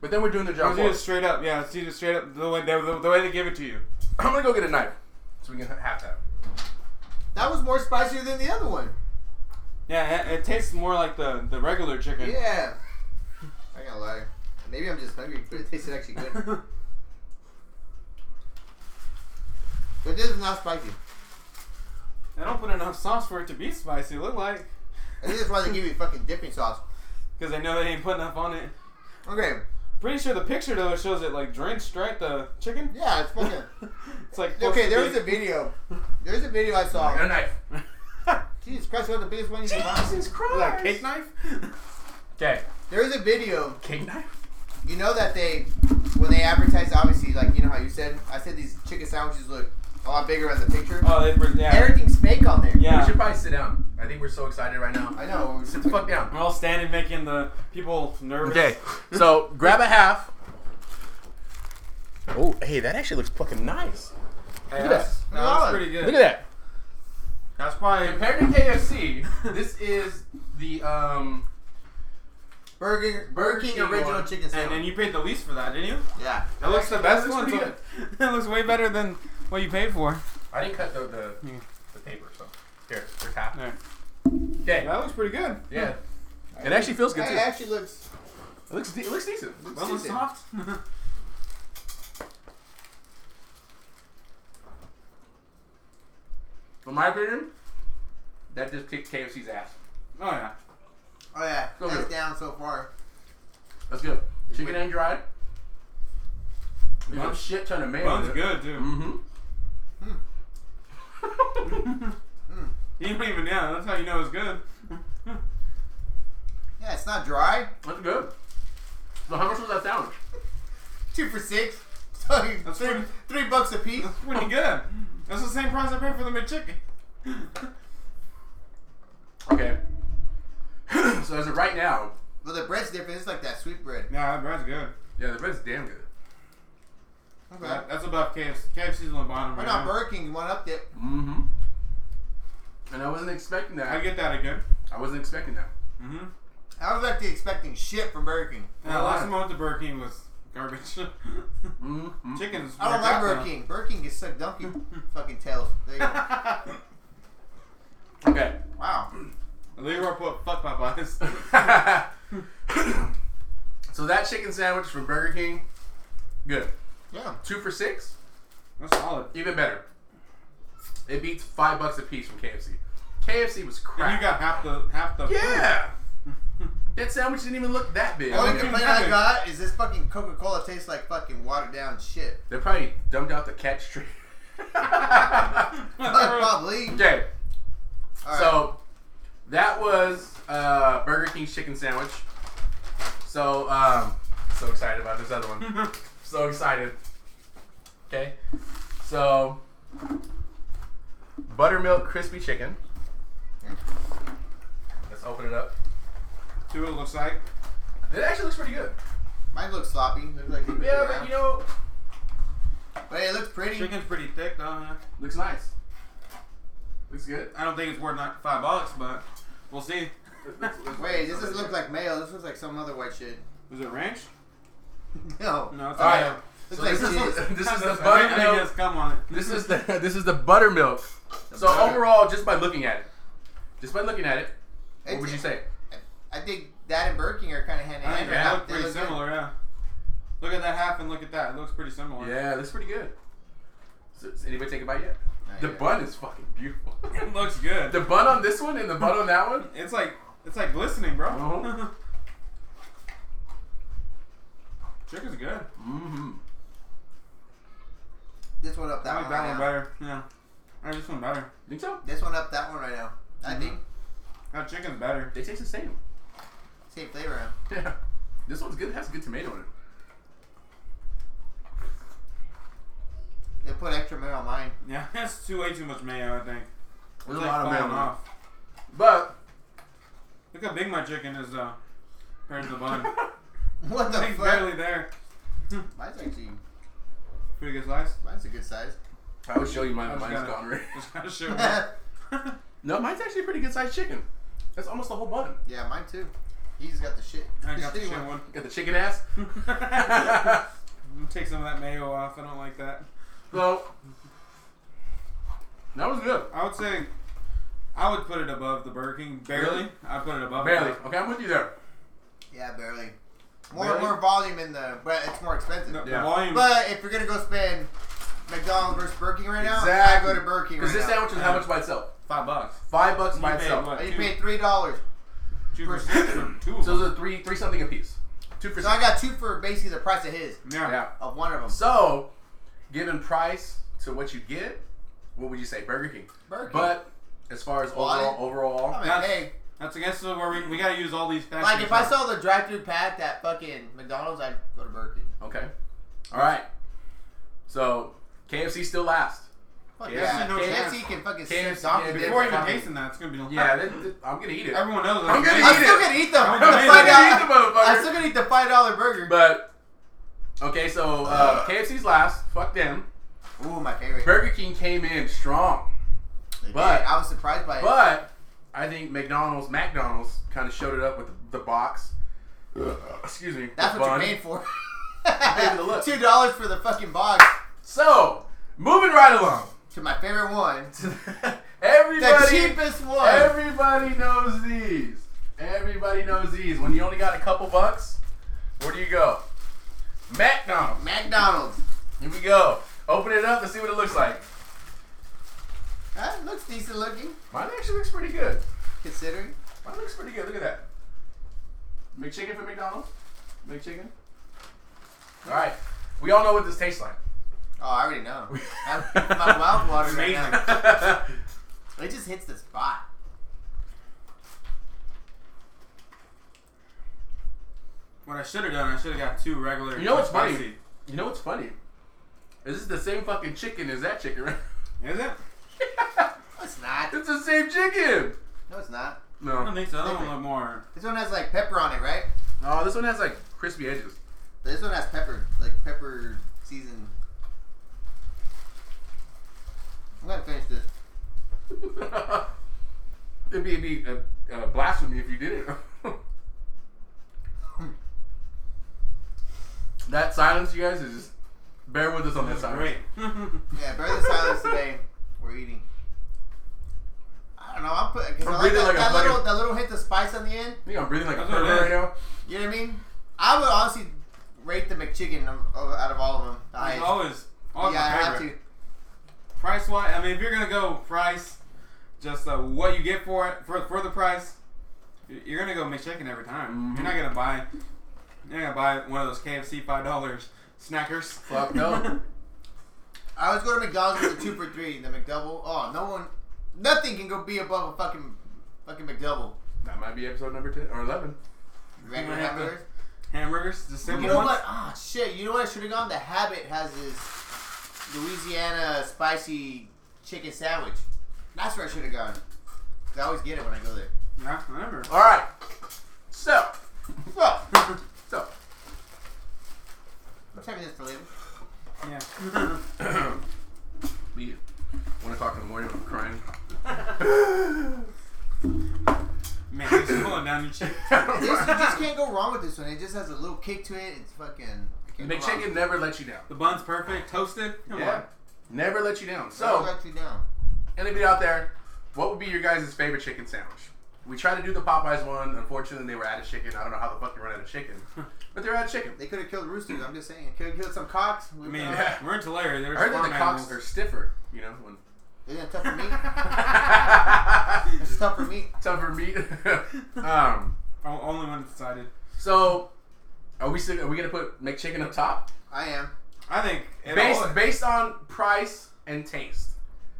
Speaker 1: But then we're doing the
Speaker 3: Let's
Speaker 1: job. for
Speaker 3: eat it
Speaker 1: us.
Speaker 3: straight up. Yeah, let's eat it straight up the way the, the way they give it to you.
Speaker 1: I'm gonna go get a knife, so we can have that.
Speaker 2: That was more spicier than the other one.
Speaker 3: Yeah, it, it tastes more like the, the regular chicken.
Speaker 2: Yeah. I gotta lie. Maybe I'm just hungry, but it tasted actually good. But this is not spicy.
Speaker 3: I don't put enough sauce for it to be spicy. Look like
Speaker 2: And this is why they give you fucking dipping sauce.
Speaker 3: because they know they ain't put enough on it.
Speaker 2: Okay,
Speaker 4: Pretty sure the picture though it shows it like drenched, right? The chicken.
Speaker 2: Yeah, it's fucking.
Speaker 4: It's like supposed
Speaker 2: Okay,
Speaker 4: to
Speaker 2: there
Speaker 4: be-
Speaker 2: was a video. There was a video I
Speaker 1: I got a
Speaker 2: saw.
Speaker 1: knife.
Speaker 2: Jesus Christ, what the biggest one you can buy?
Speaker 1: Jesus Christ.
Speaker 3: Like cake knife?
Speaker 4: Okay.
Speaker 2: There was a video.
Speaker 1: Cake knife?
Speaker 2: You know that they, when they advertise, obviously, like you know how you said, I said these chicken sandwiches look a lot bigger as a picture.
Speaker 4: Oh, they bring yeah.
Speaker 2: Everything's fake on there.
Speaker 4: Yeah.
Speaker 1: We should probably sit down. I think we're so excited right now.
Speaker 2: I know.
Speaker 1: Sit the fuck down.
Speaker 4: We're all standing, making the people nervous.
Speaker 1: Okay, so grab a half. Oh, hey, that actually looks fucking nice.
Speaker 3: Hey,
Speaker 1: at
Speaker 3: that's,
Speaker 1: that.
Speaker 3: no, that's pretty good.
Speaker 1: Look at that.
Speaker 3: That's probably.
Speaker 1: Compared to KFC, this is the um,
Speaker 2: Burger, Burger King original
Speaker 1: one.
Speaker 2: chicken
Speaker 3: And
Speaker 2: sandwich.
Speaker 3: then you paid the least for that, didn't you?
Speaker 2: yeah.
Speaker 3: That looks the best
Speaker 1: looks
Speaker 3: one.
Speaker 1: pretty
Speaker 3: so- That looks way better than what you paid for.
Speaker 1: I didn't cut the the,
Speaker 4: Yeah.
Speaker 1: the paper, so here, there's half.
Speaker 4: Alright.
Speaker 1: Okay,
Speaker 3: That looks pretty good.
Speaker 1: yeah, it actually feels good
Speaker 2: It
Speaker 1: too.
Speaker 2: actually looks.
Speaker 1: It looks de- it looks decent.
Speaker 2: looks
Speaker 3: Well, it's
Speaker 2: decent.
Speaker 3: soft. Oh,
Speaker 1: In my opinion, that just kicked KFC's ass.
Speaker 3: Oh yeah.
Speaker 2: Oh yeah,
Speaker 1: So
Speaker 2: that's
Speaker 1: good.
Speaker 2: down so far.
Speaker 1: That's good. Chicken ain't dried. There's a
Speaker 3: Bun-
Speaker 1: shit ton of mayo.
Speaker 3: Bun's good too.
Speaker 1: Mm-hmm.
Speaker 2: Hmm.
Speaker 3: You don't even yeah. That's how you know it's good.
Speaker 2: Yeah, it's not dry.
Speaker 1: That's good. So how much was that sandwich?
Speaker 2: Two for six. So you-
Speaker 3: That's
Speaker 2: three,
Speaker 3: pretty-
Speaker 2: three bucks a piece.
Speaker 3: pretty good. That's the same price I paid for the McChicken.
Speaker 1: Okay. so as of right now,
Speaker 2: But the bread's different. It's like that sweet bread.
Speaker 3: Yeah, that bread's good.
Speaker 1: yeah, the bread's damn good.
Speaker 2: Okay.
Speaker 3: That, that's above KFC. KFC's on the bottom
Speaker 2: Why
Speaker 3: right
Speaker 2: not
Speaker 3: now.
Speaker 2: Burger King? One up there.
Speaker 1: Mm-hmm. And I wasn't expecting that.
Speaker 3: I get that again.
Speaker 1: I wasn't expecting that.
Speaker 3: Mm-hmm.
Speaker 2: I was actually expecting shit from Burger King.
Speaker 3: Yeah,
Speaker 1: Oh,
Speaker 3: last
Speaker 1: wow.
Speaker 3: time I went to Burger King was garbage.
Speaker 1: Mm-hmm.
Speaker 3: Chicken's.
Speaker 2: I
Speaker 3: where
Speaker 2: don't
Speaker 3: it's
Speaker 2: like
Speaker 3: at,
Speaker 2: Burger
Speaker 3: though.
Speaker 2: King. Burger King gets suck donkey fucking tails. There you go.
Speaker 1: Okay.
Speaker 2: Wow.
Speaker 3: Leroy put fuck Popeyes.
Speaker 1: so that chicken sandwich from Burger King, good.
Speaker 2: Yeah.
Speaker 1: Two for six,
Speaker 3: That's solid.
Speaker 1: even better. It beats five bucks a piece from KFC. KFC was
Speaker 3: And
Speaker 1: crap.
Speaker 3: you got half the half the.
Speaker 1: yeah. that sandwich didn't even look that big.
Speaker 2: The only
Speaker 3: Burger King
Speaker 2: complaint I
Speaker 3: nothing.
Speaker 2: got is this fucking Coca Cola tastes like fucking watered down shit.
Speaker 1: They probably dumped out the catch tree.
Speaker 2: Probably.
Speaker 1: okay.
Speaker 2: All right.
Speaker 1: So that was uh, Burger King's chicken sandwich. So um, so excited about this other one. so excited. Okay. So buttermilk crispy chicken. Let's open it up.
Speaker 3: Two it looks like.
Speaker 1: It actually looks pretty good.
Speaker 2: mine looks sloppy. Looks like they moved it
Speaker 1: Yeah, but
Speaker 2: around.
Speaker 1: you know,
Speaker 2: But it looks pretty.
Speaker 3: Chicken's pretty thick though. Yeah.
Speaker 1: looks nice. Looks good.
Speaker 3: I don't think it's worth not five bucks, but we'll see.
Speaker 2: Wait, this doesn't look like mayo. This looks like some other white shit.
Speaker 3: Was it ranch?
Speaker 2: No.
Speaker 3: No, it's
Speaker 1: All right.
Speaker 3: not.
Speaker 1: So
Speaker 2: Looks
Speaker 1: this
Speaker 2: like
Speaker 1: is
Speaker 2: cheese.
Speaker 1: this is
Speaker 3: I think-
Speaker 1: the
Speaker 3: I think
Speaker 1: buttermilk.
Speaker 3: it's come on it.
Speaker 1: This is the this is the buttermilk. So
Speaker 2: butter.
Speaker 1: overall, just by looking at it, just by looking at it, what
Speaker 2: It's-
Speaker 1: would you say?
Speaker 2: I think that and Burger King are kind of hand in
Speaker 3: I
Speaker 2: hand.
Speaker 3: think
Speaker 2: right
Speaker 3: they
Speaker 2: now.
Speaker 3: look
Speaker 2: They
Speaker 3: pretty
Speaker 2: look good.
Speaker 3: similar. Yeah. Look at that half and look at that. It looks pretty similar.
Speaker 1: Yeah, that's pretty good. So, does anybody take a bite yet?
Speaker 2: Not
Speaker 1: The
Speaker 2: yet.
Speaker 1: bun is fucking beautiful.
Speaker 3: It looks good.
Speaker 1: the bun on this one and the bun on that one.
Speaker 3: It's like it's like glistening, bro.
Speaker 1: Uh-huh.
Speaker 3: Chicken's good.
Speaker 1: Mm-hmm.
Speaker 2: This one up that
Speaker 3: I like
Speaker 2: one.
Speaker 3: that
Speaker 2: right
Speaker 3: one
Speaker 2: now.
Speaker 3: better. Yeah. I like this one better.
Speaker 1: Think so?
Speaker 2: This one up that one right now. I think
Speaker 3: Mm-hmm. That chicken's better.
Speaker 1: They taste the same.
Speaker 2: same flavor.
Speaker 1: Yeah. This one's good. It has good tomato in it.
Speaker 2: They put extra mayo on mine.
Speaker 3: Yeah, that's too way too much mayo. I think. It's
Speaker 1: There's a
Speaker 3: like
Speaker 1: lot of
Speaker 3: falling
Speaker 1: mayo. in it.
Speaker 3: off.
Speaker 1: But
Speaker 3: Look how big my chicken is though. Compared to the bun.
Speaker 2: What the
Speaker 3: It's
Speaker 2: fuck?
Speaker 3: barely there.
Speaker 2: Mine's actually
Speaker 3: Pretty good slice.
Speaker 2: mine's a good size.
Speaker 1: I would show you mine.
Speaker 3: I just
Speaker 1: but Mine's
Speaker 3: gotta-
Speaker 1: gone already.
Speaker 3: Just gotta show you.
Speaker 2: yeah,
Speaker 1: No, mine's actually a pretty good sized chicken. That's almost the whole bun.
Speaker 2: mine too. He's got the shit.
Speaker 3: I got the
Speaker 2: shitty
Speaker 3: shit one.
Speaker 1: Got the chicken ass.
Speaker 3: Take some of that mayo off. I don't like that.
Speaker 1: so that was good.
Speaker 3: I would say I would put it above the Burger King. Barely.
Speaker 1: Really?
Speaker 3: I put it above. it.
Speaker 1: Barely. Okay, I'm with you there.
Speaker 2: Yeah, barely. More
Speaker 1: Barely?
Speaker 2: more volume in the, but it's more expensive.
Speaker 3: The, the
Speaker 1: Yeah.
Speaker 3: volume.
Speaker 2: But if you're gonna go spend McDonald's versus Burger King right now,
Speaker 1: Exactly.
Speaker 2: I go to Burger King right
Speaker 1: Because this
Speaker 2: now.
Speaker 1: sandwich was how much by itself?
Speaker 3: five bucks.
Speaker 1: Five bucks
Speaker 3: You
Speaker 1: by
Speaker 3: paid
Speaker 1: itself.
Speaker 3: what,
Speaker 2: Oh, you
Speaker 3: two-
Speaker 2: paid three dollars.
Speaker 3: two for six for two of
Speaker 1: So
Speaker 3: them.
Speaker 1: those are three three something a piece. Two for
Speaker 2: So
Speaker 1: six.
Speaker 2: I got two for basically the price of his
Speaker 3: Yeah.
Speaker 1: Yeah.
Speaker 2: of one of them.
Speaker 1: So, given price to what you get, what would you say, Burger King?
Speaker 2: Burger King.
Speaker 1: But as far as
Speaker 2: Well, I
Speaker 1: overall, overall,
Speaker 2: I mean,
Speaker 3: That's-
Speaker 2: hey,
Speaker 3: That's against the- where we, we gotta use all these factors.
Speaker 2: like if I saw the drive-through path at fucking McDonald's, I'd go to Burger King.
Speaker 1: okay, all right. So KFC still last.
Speaker 2: Fuck
Speaker 1: Yeah.
Speaker 2: yeah,
Speaker 3: No
Speaker 2: KFC
Speaker 3: chance.
Speaker 2: can fucking
Speaker 1: KFC,
Speaker 2: sit off
Speaker 1: yeah,
Speaker 2: the dick.
Speaker 3: Before even
Speaker 1: Yeah.
Speaker 3: tasting that, it's gonna be like,
Speaker 1: Yeah, that, that- I'm gonna eat it.
Speaker 3: everyone knows.
Speaker 1: I'm gonna
Speaker 2: I'm
Speaker 1: eat
Speaker 2: still
Speaker 1: it.
Speaker 2: gonna eat them.
Speaker 3: I'm
Speaker 2: I'm
Speaker 3: gonna
Speaker 2: gonna
Speaker 3: eat
Speaker 2: find
Speaker 3: it.
Speaker 1: I'm gonna eat
Speaker 2: out.
Speaker 1: the motherfucker.
Speaker 2: I'm still gonna eat the five dollar burger.
Speaker 1: But okay, so uh, KFC's last. Fuck them.
Speaker 2: Ooh, my favorite.
Speaker 1: Burger King came in strong,
Speaker 2: They
Speaker 1: but-
Speaker 2: did. I was surprised by it.
Speaker 1: but I think McDonald's, McDonald's, kind of showed it up with the, the box. Excuse me.
Speaker 2: That's
Speaker 1: the
Speaker 2: what
Speaker 1: bun.
Speaker 2: you paid for.
Speaker 1: paid the look.
Speaker 2: Two dollars for the fucking box
Speaker 1: So moving right along.
Speaker 2: to my favorite one, the
Speaker 1: everybody,
Speaker 2: cheapest one.
Speaker 1: everybody knows these. Everybody knows these. When you only got a couple bucks, where do you go? McDonald's.
Speaker 2: McDonald's.
Speaker 1: Here we go. Open it up and see what it looks like.
Speaker 2: Huh? looks decent looking,
Speaker 1: Mine actually looks pretty good.
Speaker 2: considering.
Speaker 1: Mine looks pretty good. Look at that. McChicken for McDonald's. McChicken. All right. We all know what this tastes like.
Speaker 2: Oh, I already know. I'm- my mouth watering right now. It just hits the spot.
Speaker 3: What I should have done, I should have got two regular.
Speaker 1: You know what's funny?
Speaker 3: spicy.
Speaker 1: you know what's funny? Is this the same fucking chicken as that chicken? Right?
Speaker 3: Is it?
Speaker 2: No, it's not.
Speaker 1: It's the same chicken.
Speaker 2: No, it's not.
Speaker 3: I don't
Speaker 1: No.
Speaker 3: think so. That one looked more.
Speaker 2: This one has like pepper on it, right?
Speaker 1: No, this one has like crispy edges.
Speaker 2: This one has pepper, like pepper season. I'm gonna finish this.
Speaker 1: It'd be, it'd be a, a blasphemy if you didn't. that silence, you guys, is just bear with us on that silence.
Speaker 3: Great.
Speaker 2: Yeah, bear the silence today. We're eating. I don't know. I'm putting.
Speaker 1: I'm
Speaker 2: I like
Speaker 1: breathing
Speaker 2: that,
Speaker 1: like a
Speaker 2: that
Speaker 1: fucking-
Speaker 2: little, that little hit the spice on the end.
Speaker 1: I think I'm breathing like a
Speaker 3: That's what it
Speaker 1: pervert right
Speaker 3: is.
Speaker 1: now.
Speaker 2: You know what I mean? I would honestly rate the McChicken um, o- out of all of them. The
Speaker 3: It's
Speaker 2: highest.
Speaker 3: always, always
Speaker 2: yeah, I
Speaker 3: my favorite.
Speaker 2: have to.
Speaker 3: Price wise, I mean, if you're gonna go price, just uh, what you get for it for for the price, y- you're gonna go McChicken every time.
Speaker 1: Mm-hmm.
Speaker 3: You're not gonna buy, you're not gonna buy one of those KFC five dollars snackers.
Speaker 1: Fuck no.
Speaker 2: I always go to McDonald's with a two for three. The McDouble. Oh, no one, nothing can go be above a fucking, fucking McDouble.
Speaker 1: That might be episode number 10 or 11.
Speaker 2: Regular
Speaker 3: have to-
Speaker 2: hamburgers.
Speaker 3: Hamburgers, the simple
Speaker 2: You know
Speaker 3: ones.
Speaker 2: what? Ah, shit. You know what I should have gone? The Habit has this Louisiana spicy chicken sandwich. That's where I should have gone. 'Cause I always get it when I go there.
Speaker 3: Yeah, whatever.
Speaker 1: All right. So,
Speaker 2: So,
Speaker 1: so.
Speaker 2: I'm checking this for later.
Speaker 3: Yeah.
Speaker 1: we 1 o'clock in the morning, I'm crying.
Speaker 3: Man, you're pulling down your cheek.
Speaker 2: This you just can't go wrong with this one. It just has a little kick to it. It's fucking. it can't go wrong.
Speaker 1: McChicken never let you down.
Speaker 3: The bun's perfect, toasted. Come
Speaker 1: Yeah. Never let you down.
Speaker 2: Don't
Speaker 1: So,
Speaker 2: let you down.
Speaker 1: anybody out there, what would be your guys' favorite chicken sandwich? We tried to do the Popeyes one. Unfortunately, they were out of chicken. I don't know how the fuck they run out of chicken, but they're out of chicken.
Speaker 2: They could have killed roosters. I'm just saying. Could have killed some cocks. We
Speaker 3: on. I mean,
Speaker 2: would've-
Speaker 1: Yeah.
Speaker 3: we're in Tulare. There's
Speaker 1: I heard that the
Speaker 3: farm
Speaker 1: cocks
Speaker 3: animals.
Speaker 1: are stiffer, you know, when
Speaker 2: Isn't it tough for me? it's tough for me.
Speaker 1: tougher meat. um,
Speaker 3: O- only one decided.
Speaker 1: so, are we still, are we gonna put McChicken up top?
Speaker 2: I am
Speaker 3: I think it all-
Speaker 1: Based based on price and taste.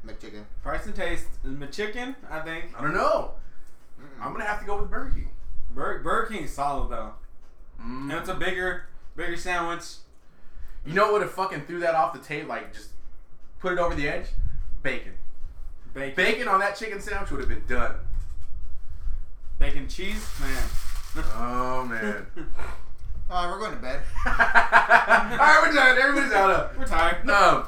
Speaker 2: McChicken.
Speaker 3: price and taste, the chicken. I think
Speaker 1: I don't know. I'm gonna have to go with Burger King.
Speaker 3: Bur- Burger King's solid though.
Speaker 1: Mm.
Speaker 3: And it's a bigger, bigger sandwich.
Speaker 1: You know what would have fucking threw that off the table? Like just put it over the edge. Bacon.
Speaker 3: Bacon,
Speaker 1: Bacon on that chicken sandwich would have been done.
Speaker 3: bacon cheese, man.
Speaker 1: Oh man.
Speaker 2: All right, Uh, we're going to bed.
Speaker 1: All right, we're done. Everybody's out of.
Speaker 3: We're tired.
Speaker 1: Um,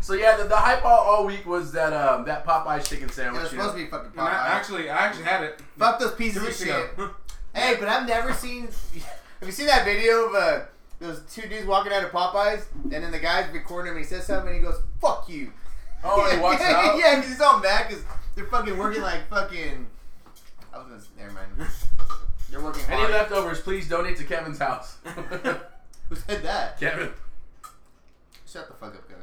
Speaker 1: so yeah, the, the hype all, all week was that um that Popeye's chicken
Speaker 2: It was
Speaker 1: sandwich. you know.
Speaker 2: supposed to be fucking
Speaker 3: And I,
Speaker 2: Popeye.
Speaker 3: actually, I actually had it
Speaker 2: Fuck those pieces
Speaker 3: two
Speaker 2: of
Speaker 3: weeks
Speaker 2: shit.
Speaker 3: ago.
Speaker 2: Hey, but I've never seen. Have you seen that video of uh, those two dudes walking out of Popeyes, and then the guy's recording him, and he says something, and he goes, "Fuck you."
Speaker 1: Oh, and he walks out.
Speaker 2: yeah, 'cause he's all mad because they're fucking working like fucking. I was gonna. Never mind. They're working hard.
Speaker 1: Any leftovers, please donate to Kevin's house.
Speaker 2: Who said that?
Speaker 1: Kevin.
Speaker 2: Shut the fuck up, Kevin.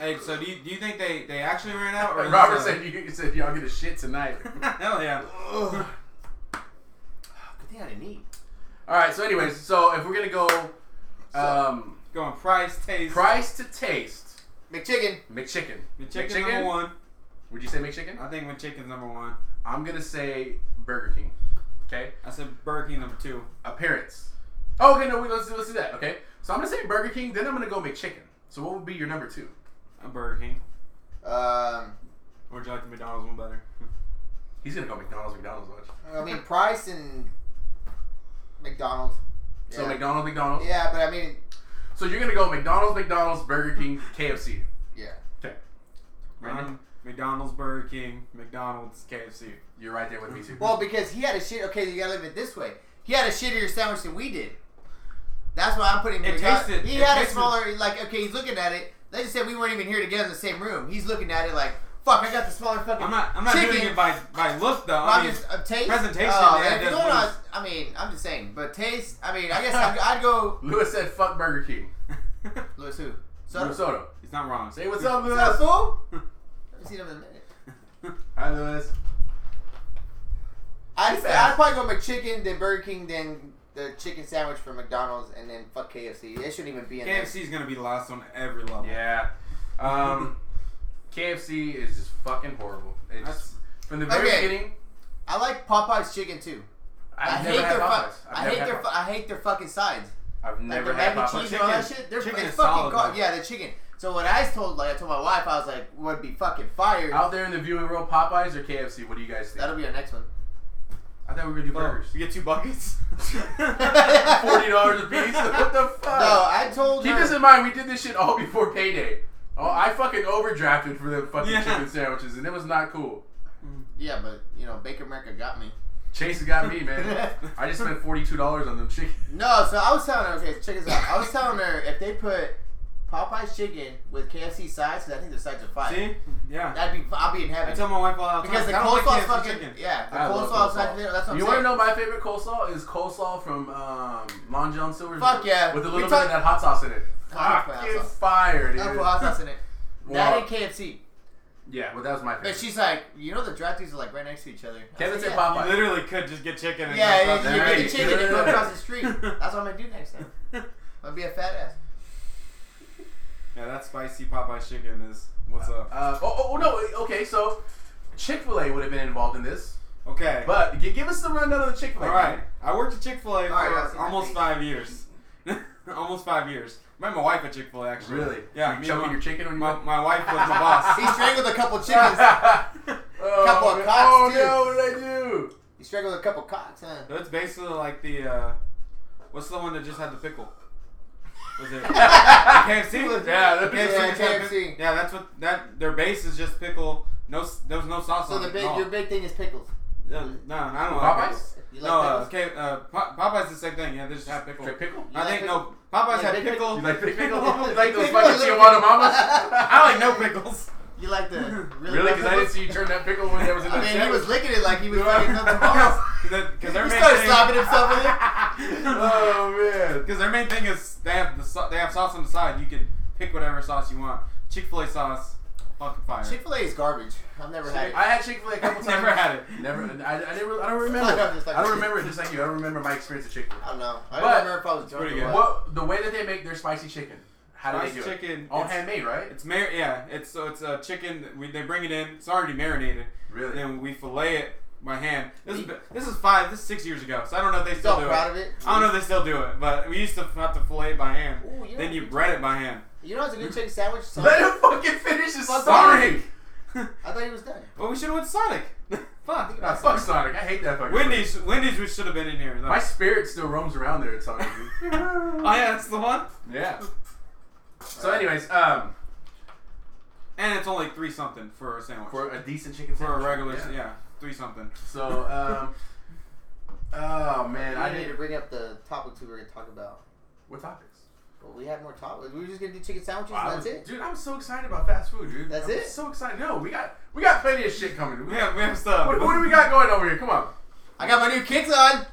Speaker 3: hey, so do you, do you think they, they actually ran out? Or
Speaker 1: Robert
Speaker 3: is uh, it-
Speaker 1: said you you said y'all get a shit tonight.
Speaker 3: Hell yeah.
Speaker 2: Good thing I didn't eat.
Speaker 1: All right. So, anyways, so if we're gonna go um,
Speaker 3: Going price, taste.
Speaker 1: price to taste,
Speaker 2: McChicken.
Speaker 1: McChicken.
Speaker 3: McChicken, number one.
Speaker 1: Would you say McChicken?
Speaker 3: I think McChicken's number one.
Speaker 1: Uh, I'm gonna say Burger King. Okay.
Speaker 3: I said Burger King number two.
Speaker 1: Appearance. Oh, okay. No, wait, let's let's do that. Okay. So I'm gonna say Burger King. Then I'm gonna go McChicken. So what would be your number two?
Speaker 3: A Burger King.
Speaker 2: Um,
Speaker 3: Or would you like the McDonald's one better?
Speaker 1: He's gonna go McDonald's. McDonald's lunch.
Speaker 2: I mean Price and McDonald's.
Speaker 1: So
Speaker 2: yeah.
Speaker 1: McDonald's, McDonald's.
Speaker 2: Yeah, but I mean,
Speaker 1: So you're gonna go McDonald's, McDonald's, Burger King, KFC.
Speaker 2: yeah.
Speaker 1: Brandon?
Speaker 3: Um, McDonald's, Burger King, McDonald's, KFC.
Speaker 1: You're right there with me too.
Speaker 2: Well, because he had a shit. Okay, you gotta look at it this way. He had a shittier sandwich than we did. That's why I'm putting.
Speaker 3: It
Speaker 2: McDonald's-
Speaker 3: tasted-
Speaker 2: He
Speaker 3: it
Speaker 2: had
Speaker 3: tasted-
Speaker 2: a smaller. Like, okay, he's looking at it. They just said we weren't even here together in the same room. He's looking at it like, fuck, I got the smaller fucking.
Speaker 3: I'm not. I'm not
Speaker 2: chicken.
Speaker 3: doing it by by look though.
Speaker 2: Well,
Speaker 3: I
Speaker 2: I'm
Speaker 3: mean,
Speaker 2: just uh, taste
Speaker 3: presentation,
Speaker 2: Oh,
Speaker 3: yeah,
Speaker 2: man, if you're
Speaker 3: that's
Speaker 2: going
Speaker 3: what
Speaker 2: on, I mean, I'm just saying, but taste. I mean, I guess I'd, I'd go.
Speaker 1: Lewis said, "Fuck Burger King."
Speaker 2: Louis who?
Speaker 1: Soto.
Speaker 2: Soto.
Speaker 1: Soto.
Speaker 3: he's not wrong.
Speaker 1: Say what's up,
Speaker 2: Soto,
Speaker 1: Lewis.
Speaker 2: fool. Let me see them in a minute.
Speaker 1: Hi, Lewis.
Speaker 2: I'd,
Speaker 1: Too
Speaker 2: say,
Speaker 1: bad.
Speaker 2: I'd probably go McChicken, then Burger King, then the chicken sandwich from McDonald's, and then fuck KFC. It shouldn't even be in there.
Speaker 3: KFC's gonna be lost on every level.
Speaker 1: Yeah. Um, KFC is just fucking horrible. It just,
Speaker 3: That's-
Speaker 1: from the very
Speaker 2: Okay.
Speaker 1: beginning,
Speaker 2: I like Popeye's chicken too.
Speaker 1: I've
Speaker 2: I
Speaker 1: never
Speaker 2: hate
Speaker 1: had
Speaker 2: their
Speaker 1: Popeyes.
Speaker 2: fu-
Speaker 1: I've
Speaker 2: I
Speaker 1: never
Speaker 2: hate
Speaker 1: had
Speaker 2: their fu-
Speaker 1: Popeyes.
Speaker 2: I hate their fucking sides.
Speaker 1: I've
Speaker 2: Like
Speaker 1: never
Speaker 2: the
Speaker 1: had
Speaker 2: mac and
Speaker 1: Popeyes.
Speaker 2: cheese and all that
Speaker 3: Chicken-
Speaker 2: shit. They're
Speaker 3: chicken
Speaker 2: it's
Speaker 3: is
Speaker 2: fucking
Speaker 3: solid,
Speaker 2: god.
Speaker 3: though.
Speaker 2: Yeah, the chicken. So when I told like I told my wife, I was like, would be fucking fire.
Speaker 1: Out there in the viewing world, Popeyes or KFC? What do you guys think?
Speaker 2: That'll be our next one.
Speaker 1: I thought we were gonna do
Speaker 3: Oh,
Speaker 1: burgers.
Speaker 3: you get two buckets.
Speaker 1: Forty dollars a piece. What the fuck?
Speaker 2: No, I told
Speaker 1: Keep
Speaker 2: her.
Speaker 1: this in mind. We did this shit all before payday. Oh, I fucking overdrafted for the fucking
Speaker 3: Yeah.
Speaker 1: chicken sandwiches, and it was not cool.
Speaker 2: Yeah, but you know, Baker America got me.
Speaker 1: Chase got me, man. I just spent forty two dollars on them chicken.
Speaker 2: No, so I was telling her. Okay, check this out. I was telling her if they put Popeye's chicken with KFC sides, because I think the sides are fire.
Speaker 3: See? Yeah.
Speaker 2: That'd be. I'll be in
Speaker 3: I
Speaker 2: heaven.
Speaker 3: tell my wife all the time.
Speaker 2: because the
Speaker 3: I don't like
Speaker 2: coleslaw's
Speaker 3: KFC
Speaker 2: fucking.
Speaker 3: chicken.
Speaker 2: Yeah, the
Speaker 1: I love
Speaker 2: coleslaw's
Speaker 1: coleslaw.
Speaker 2: fucking. That's what I'm
Speaker 1: You want to
Speaker 2: saying.
Speaker 1: know my favorite coleslaw is coleslaw from um, Long John Silver's.
Speaker 2: Fuck yeah.
Speaker 1: With a
Speaker 2: We
Speaker 1: little bit
Speaker 2: talk-
Speaker 1: of that hot sauce in it.
Speaker 2: I don't
Speaker 1: Fuck,
Speaker 2: put hot
Speaker 1: it's
Speaker 2: sauce.
Speaker 1: fire, dude.
Speaker 2: I put hot sauce in it. That
Speaker 1: Wow.
Speaker 2: ain't KFC.
Speaker 1: Yeah, well, that was my favorite.
Speaker 2: But she's like, you know, the drive-throughs are like right next to each other. I
Speaker 1: Kevin
Speaker 2: was
Speaker 1: said
Speaker 2: like, yeah.
Speaker 3: You
Speaker 1: Popeye.
Speaker 3: literally could just get chicken. And
Speaker 2: Yeah,
Speaker 3: go from
Speaker 2: yeah, you
Speaker 1: There
Speaker 2: get
Speaker 1: you
Speaker 2: the chicken and
Speaker 1: go.
Speaker 2: go across the street. That's what I'm gonna do next time.
Speaker 3: there.
Speaker 2: I'm gonna be a fat ass.
Speaker 3: yeah, that spicy Popeye's chicken is what's up.
Speaker 1: Uh, oh, oh, oh, no. Okay, so Chick Fil A would have been involved in this,
Speaker 3: Okay.
Speaker 1: but gi- give us the rundown of the Chick Fil A.
Speaker 3: All right. I worked at Chick Fil A for
Speaker 2: right, I've seen that
Speaker 3: almost
Speaker 2: thing.
Speaker 3: five years. almost five years. Met my wife at Chick Fil A actually.
Speaker 1: Really?
Speaker 3: Yeah. me
Speaker 1: You
Speaker 3: and
Speaker 1: choking
Speaker 3: my,
Speaker 1: your chicken when you
Speaker 3: my, my wife was my boss.
Speaker 2: He strangled a couple chickens.
Speaker 1: oh,
Speaker 2: Couple of
Speaker 1: man.
Speaker 2: cocks,
Speaker 1: oh
Speaker 2: too.
Speaker 1: no! What did I do?
Speaker 2: He strangled a couple cocks, huh?
Speaker 3: So it's basically like the uh, what's the one that just had the pickle? Was it the KFC?
Speaker 1: Yeah, the
Speaker 2: pickle.
Speaker 3: just had
Speaker 2: Yeah,
Speaker 3: pic-
Speaker 2: KFC.
Speaker 3: Yeah, that's what that their base is just pickle. No, s- there was no sauce
Speaker 2: So
Speaker 3: on
Speaker 2: the
Speaker 3: it.
Speaker 2: big,
Speaker 3: at all.
Speaker 2: your big thing is pickles.
Speaker 3: Yeah, no, I don't
Speaker 1: Popeyes?
Speaker 3: like pickles.
Speaker 2: You like
Speaker 3: No, uh,
Speaker 2: pickles?
Speaker 3: K, uh, Pop- Popeyes the same thing. Yeah, they just have pickle.
Speaker 1: Straight pickle.
Speaker 2: You
Speaker 3: I
Speaker 2: like
Speaker 3: think
Speaker 2: pickle?
Speaker 3: no. Popeyes
Speaker 2: You
Speaker 3: had
Speaker 2: like pickle?
Speaker 3: pickle.
Speaker 1: You like big pickle?
Speaker 3: Pickle.
Speaker 1: you like those
Speaker 2: Pickle.
Speaker 1: fucking Tijuana mamas?
Speaker 3: I like no pickles.
Speaker 2: You like the really?
Speaker 1: really?
Speaker 2: like
Speaker 1: Because I didn't
Speaker 2: pickles?
Speaker 1: see you turn that pickle when there was in
Speaker 2: I
Speaker 1: that
Speaker 2: mean, he
Speaker 1: check.
Speaker 2: was licking it like he was fucking something else.
Speaker 3: Because their
Speaker 2: He
Speaker 3: main
Speaker 2: started
Speaker 3: thing-
Speaker 2: slapping himself with it.
Speaker 1: Oh man.
Speaker 3: Because their main thing is they have the sau- they have sauce on the side. You can pick whatever sauce you want. Chick Fil A sauce, fucking fire.
Speaker 2: Chick Fil A is garbage. I've never had it.
Speaker 1: I had Chick Fil A a couple times.
Speaker 3: Never had it.
Speaker 1: Never. I, I, didn't, really- I don't remember.
Speaker 2: Fuck, I'm just like-
Speaker 1: I don't remember it just like you. I don't remember my experience at Chick Fil
Speaker 2: I don't know.
Speaker 1: But-
Speaker 2: I don't remember if I was drunk
Speaker 3: Pretty
Speaker 2: or
Speaker 3: good.
Speaker 2: what.
Speaker 1: What the way that they make their spicy chicken? How do they
Speaker 3: Spicy
Speaker 1: do it?
Speaker 3: chicken,
Speaker 1: All
Speaker 3: it's-
Speaker 1: handmade, right?
Speaker 3: It's mar- yeah. It's so it's a chicken. that We, they bring it in. It's already marinated.
Speaker 1: Really?
Speaker 3: Then we fillet it by hand. This is this is five. This is six years ago. So I don't know if they still
Speaker 2: So
Speaker 3: do
Speaker 2: proud
Speaker 3: it.
Speaker 2: of it.
Speaker 3: I don't know if they still do it, but we used to have to fillet it by hand.
Speaker 2: Ooh, you know
Speaker 3: then
Speaker 2: what
Speaker 3: you
Speaker 2: we
Speaker 3: bread it by hand.
Speaker 2: You know, it's a good chicken sandwich. So
Speaker 1: Let
Speaker 2: I
Speaker 1: him fucking finish his
Speaker 3: Sonic.
Speaker 1: Sonic.
Speaker 2: thought he was done.
Speaker 3: well, we should have went Sonic. Fuck.
Speaker 1: Nah, fuck Sonic. I hate that fucking. place.
Speaker 3: Wendy's. Wendy's. We should have been in here.
Speaker 1: My spirit still roams around there at Sonic. dude.
Speaker 3: oh yeah, that's the one.
Speaker 1: yeah. So, anyways, um,
Speaker 3: And it's only three something for a sandwich.
Speaker 1: for a decent chicken
Speaker 3: For
Speaker 1: sandwich.
Speaker 3: a regular, yeah, three something.
Speaker 1: So, um, oh man, I
Speaker 2: I need
Speaker 1: did.
Speaker 2: to bring up the topics we were gonna talk about.
Speaker 1: What topics?
Speaker 2: Well, we had more topics. We were just gonna do chicken sandwiches.
Speaker 1: Wow, I
Speaker 2: and
Speaker 1: was-
Speaker 2: that's it.
Speaker 1: Dude, I'm so excited about fast food, dude.
Speaker 2: That's
Speaker 1: I'm
Speaker 2: it?
Speaker 1: So excited. No, we got we got plenty of shit coming.
Speaker 3: We
Speaker 1: We
Speaker 3: have, we have stuff.
Speaker 1: what, what do we got going over here? Come on.
Speaker 2: I got my new kicks on.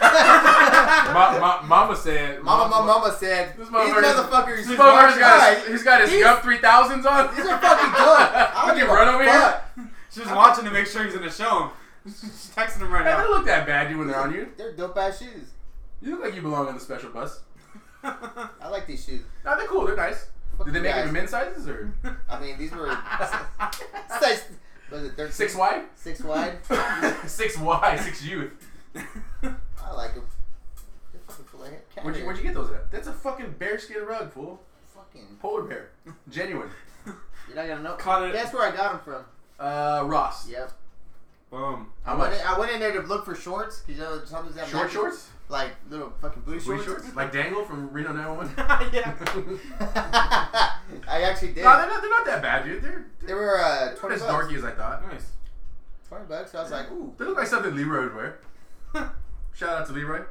Speaker 4: Ma- ma- mama said.
Speaker 2: Mama, my mama said
Speaker 1: This
Speaker 2: these
Speaker 1: motherfucker-
Speaker 2: motherfuckers.
Speaker 1: This motherfucker's got his,
Speaker 2: Right.
Speaker 1: he's got his
Speaker 2: These-
Speaker 1: Gump 3000s on.
Speaker 2: These are fucking good. I don't
Speaker 1: Fucking
Speaker 2: give a
Speaker 1: run over
Speaker 2: fuck.
Speaker 1: here.
Speaker 3: She's watching to make sure he's in the show. She's texting him right
Speaker 1: Hey, they
Speaker 3: now.
Speaker 1: don't look that bad, you when they're on you.
Speaker 2: They're dope ass shoes.
Speaker 1: You look like you belong on the special bus.
Speaker 2: I like these shoes.
Speaker 1: No, they're cool. They're nice.
Speaker 2: Fuck
Speaker 1: Did they
Speaker 2: you
Speaker 1: make them
Speaker 2: guys.
Speaker 1: in men's sizes or
Speaker 2: I mean, these were size. Was it 13?
Speaker 1: six wide?
Speaker 2: Six wide.
Speaker 1: six wide, six youth.
Speaker 2: I like them. They're fucking full of hair. Cat
Speaker 1: Where'd you,
Speaker 2: hair.
Speaker 1: where'd you get those at? That's a fucking bearskin rug, fool.
Speaker 2: Fucking.
Speaker 1: Polar bear. Genuine.
Speaker 2: You're not gonna know.
Speaker 3: Caught it.
Speaker 2: Guess where I got them from.
Speaker 1: Uh, Ross.
Speaker 2: Yep.
Speaker 3: Boom.
Speaker 1: How
Speaker 2: I
Speaker 1: much?
Speaker 2: went, in, I went in there to look for shorts because you know sometimes that
Speaker 1: Short shorts?
Speaker 2: like little fucking blue
Speaker 1: Blue
Speaker 2: shorts.
Speaker 1: shorts? Like Dangle from Reno 911?
Speaker 3: yeah.
Speaker 2: I actually did.
Speaker 1: No, they're not, they're not that bad, dude. They're,
Speaker 2: they
Speaker 1: they're,
Speaker 2: were uh,
Speaker 1: they're not
Speaker 2: twenty
Speaker 1: as
Speaker 2: bucks.
Speaker 1: dorky as I thought.
Speaker 3: Nice.
Speaker 2: Twenty bucks. So I was like, ooh,
Speaker 1: They look like something Leroy would wear. Shout out to Leroy.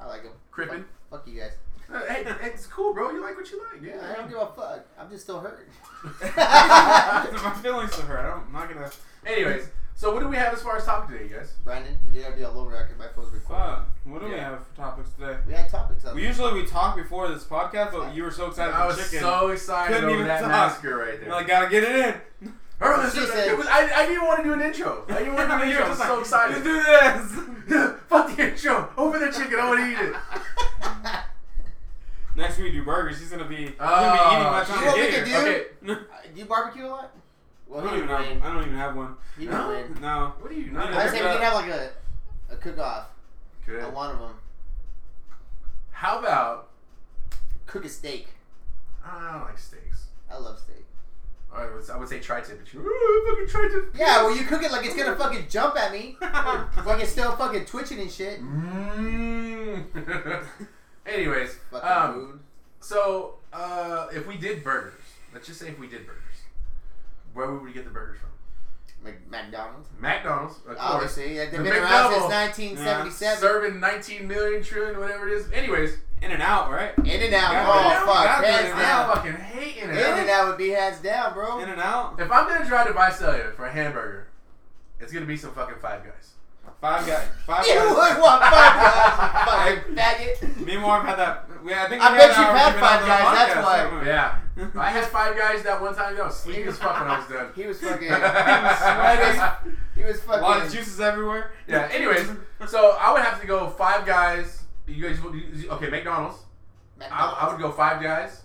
Speaker 2: I like them.
Speaker 1: Crippen.
Speaker 2: Fuck you guys.
Speaker 1: Uh, hey, it's cool, bro. You like what you like.
Speaker 2: Yeah, I don't
Speaker 1: Yeah.
Speaker 2: give a fuck. I'm just still hurt.
Speaker 3: My feelings to her. I don't, I'm not gonna.
Speaker 1: Anyways, so what do we have as far as topic today, you guys?
Speaker 2: Brandon, you gotta be all over because my phone's recording.
Speaker 3: Uh, what do we
Speaker 1: Yeah.
Speaker 3: have for topics today?
Speaker 2: We had topics on
Speaker 3: We usually we talk before this podcast, but you were so excited
Speaker 1: I
Speaker 3: for
Speaker 1: was
Speaker 3: chicken.
Speaker 1: so excited
Speaker 3: Couldn't
Speaker 1: over
Speaker 3: even
Speaker 1: that
Speaker 3: talk.
Speaker 1: massacre right there.
Speaker 3: You're like, gotta get it in.
Speaker 1: Bro, this
Speaker 2: She
Speaker 1: is-
Speaker 2: said-
Speaker 1: it was, I, I didn't want to do an intro. I didn't want to do an
Speaker 3: You're
Speaker 1: intro. I was
Speaker 3: just
Speaker 1: so
Speaker 3: like,
Speaker 1: excited.
Speaker 3: Let's do this.
Speaker 1: Fuck the intro. Open the chicken. I want to eat it.
Speaker 3: Next week we do burgers. He's gonna be. He's
Speaker 1: Oh,
Speaker 3: gonna be
Speaker 1: you
Speaker 3: eating
Speaker 1: know
Speaker 3: by
Speaker 2: what
Speaker 3: the
Speaker 2: we
Speaker 3: time
Speaker 2: could
Speaker 3: we
Speaker 2: do?
Speaker 3: get here.
Speaker 1: Okay.
Speaker 3: No,
Speaker 2: Do you barbecue a lot?
Speaker 3: I
Speaker 2: Well,
Speaker 3: don't
Speaker 2: he
Speaker 3: even
Speaker 2: would
Speaker 3: have.
Speaker 2: win.
Speaker 3: I don't even have one.
Speaker 2: He would
Speaker 1: No?
Speaker 2: win.
Speaker 3: No.
Speaker 1: What are you
Speaker 3: not-
Speaker 2: I was saying we
Speaker 3: Uh,
Speaker 2: could have like a, a cook off.
Speaker 1: Good.
Speaker 2: I want of them.
Speaker 1: How about
Speaker 2: Cook a steak.
Speaker 1: I don't like steaks.
Speaker 2: I love steak.
Speaker 1: I would, I would say tri-tip, but you Ooh, fucking tri-tip.
Speaker 2: Yeah, well, you cook it like it's gonna fucking jump at me. fucking still fucking twitching and shit.
Speaker 1: Mm. Anyways,
Speaker 2: Fucking
Speaker 1: um,
Speaker 2: mood.
Speaker 1: so uh, if we did burgers, let's just say if we did burgers, where would we get the burgers from?
Speaker 2: Mc- McDonald's.
Speaker 1: McDonald's, of course.
Speaker 2: Obviously, like, they've
Speaker 1: The
Speaker 2: been around
Speaker 1: McDouble.
Speaker 2: since 1977.
Speaker 1: Serving 19 million trillion, whatever it is. Anyways,
Speaker 3: In and out, right?
Speaker 2: In and out.
Speaker 3: Yeah,
Speaker 2: Oh,
Speaker 3: man.
Speaker 2: fuck.
Speaker 3: God,
Speaker 2: Hands
Speaker 3: man.
Speaker 1: I
Speaker 2: down.
Speaker 1: fucking hate In
Speaker 2: In and
Speaker 1: and Out.
Speaker 2: out would be hands down, bro.
Speaker 3: In and out.
Speaker 1: If I'm gonna try to buy cellular for a hamburger, it's gonna be some fucking Five Guys.
Speaker 3: Five guys. Five
Speaker 2: You would
Speaker 3: guys.
Speaker 2: want five guys, you fucking faggot.
Speaker 3: Me and Marv had that. We, I think
Speaker 2: I
Speaker 3: we
Speaker 2: bet
Speaker 3: had
Speaker 2: you've
Speaker 3: our
Speaker 2: had
Speaker 3: argument on
Speaker 2: Five
Speaker 3: the
Speaker 2: Guys, that's
Speaker 3: podcast,
Speaker 2: why.
Speaker 3: haven't we?
Speaker 1: Yeah, I had Five Guys that one time. I was sleepy as fuck when I was done.
Speaker 2: He was fucking.
Speaker 3: sweating.
Speaker 2: He was
Speaker 3: A lot of
Speaker 2: fucking.
Speaker 3: juices everywhere.
Speaker 1: Yeah. Anyways, so I would have to go Five Guys. You guys, you- okay? McDonald's. I, I would go Five Guys.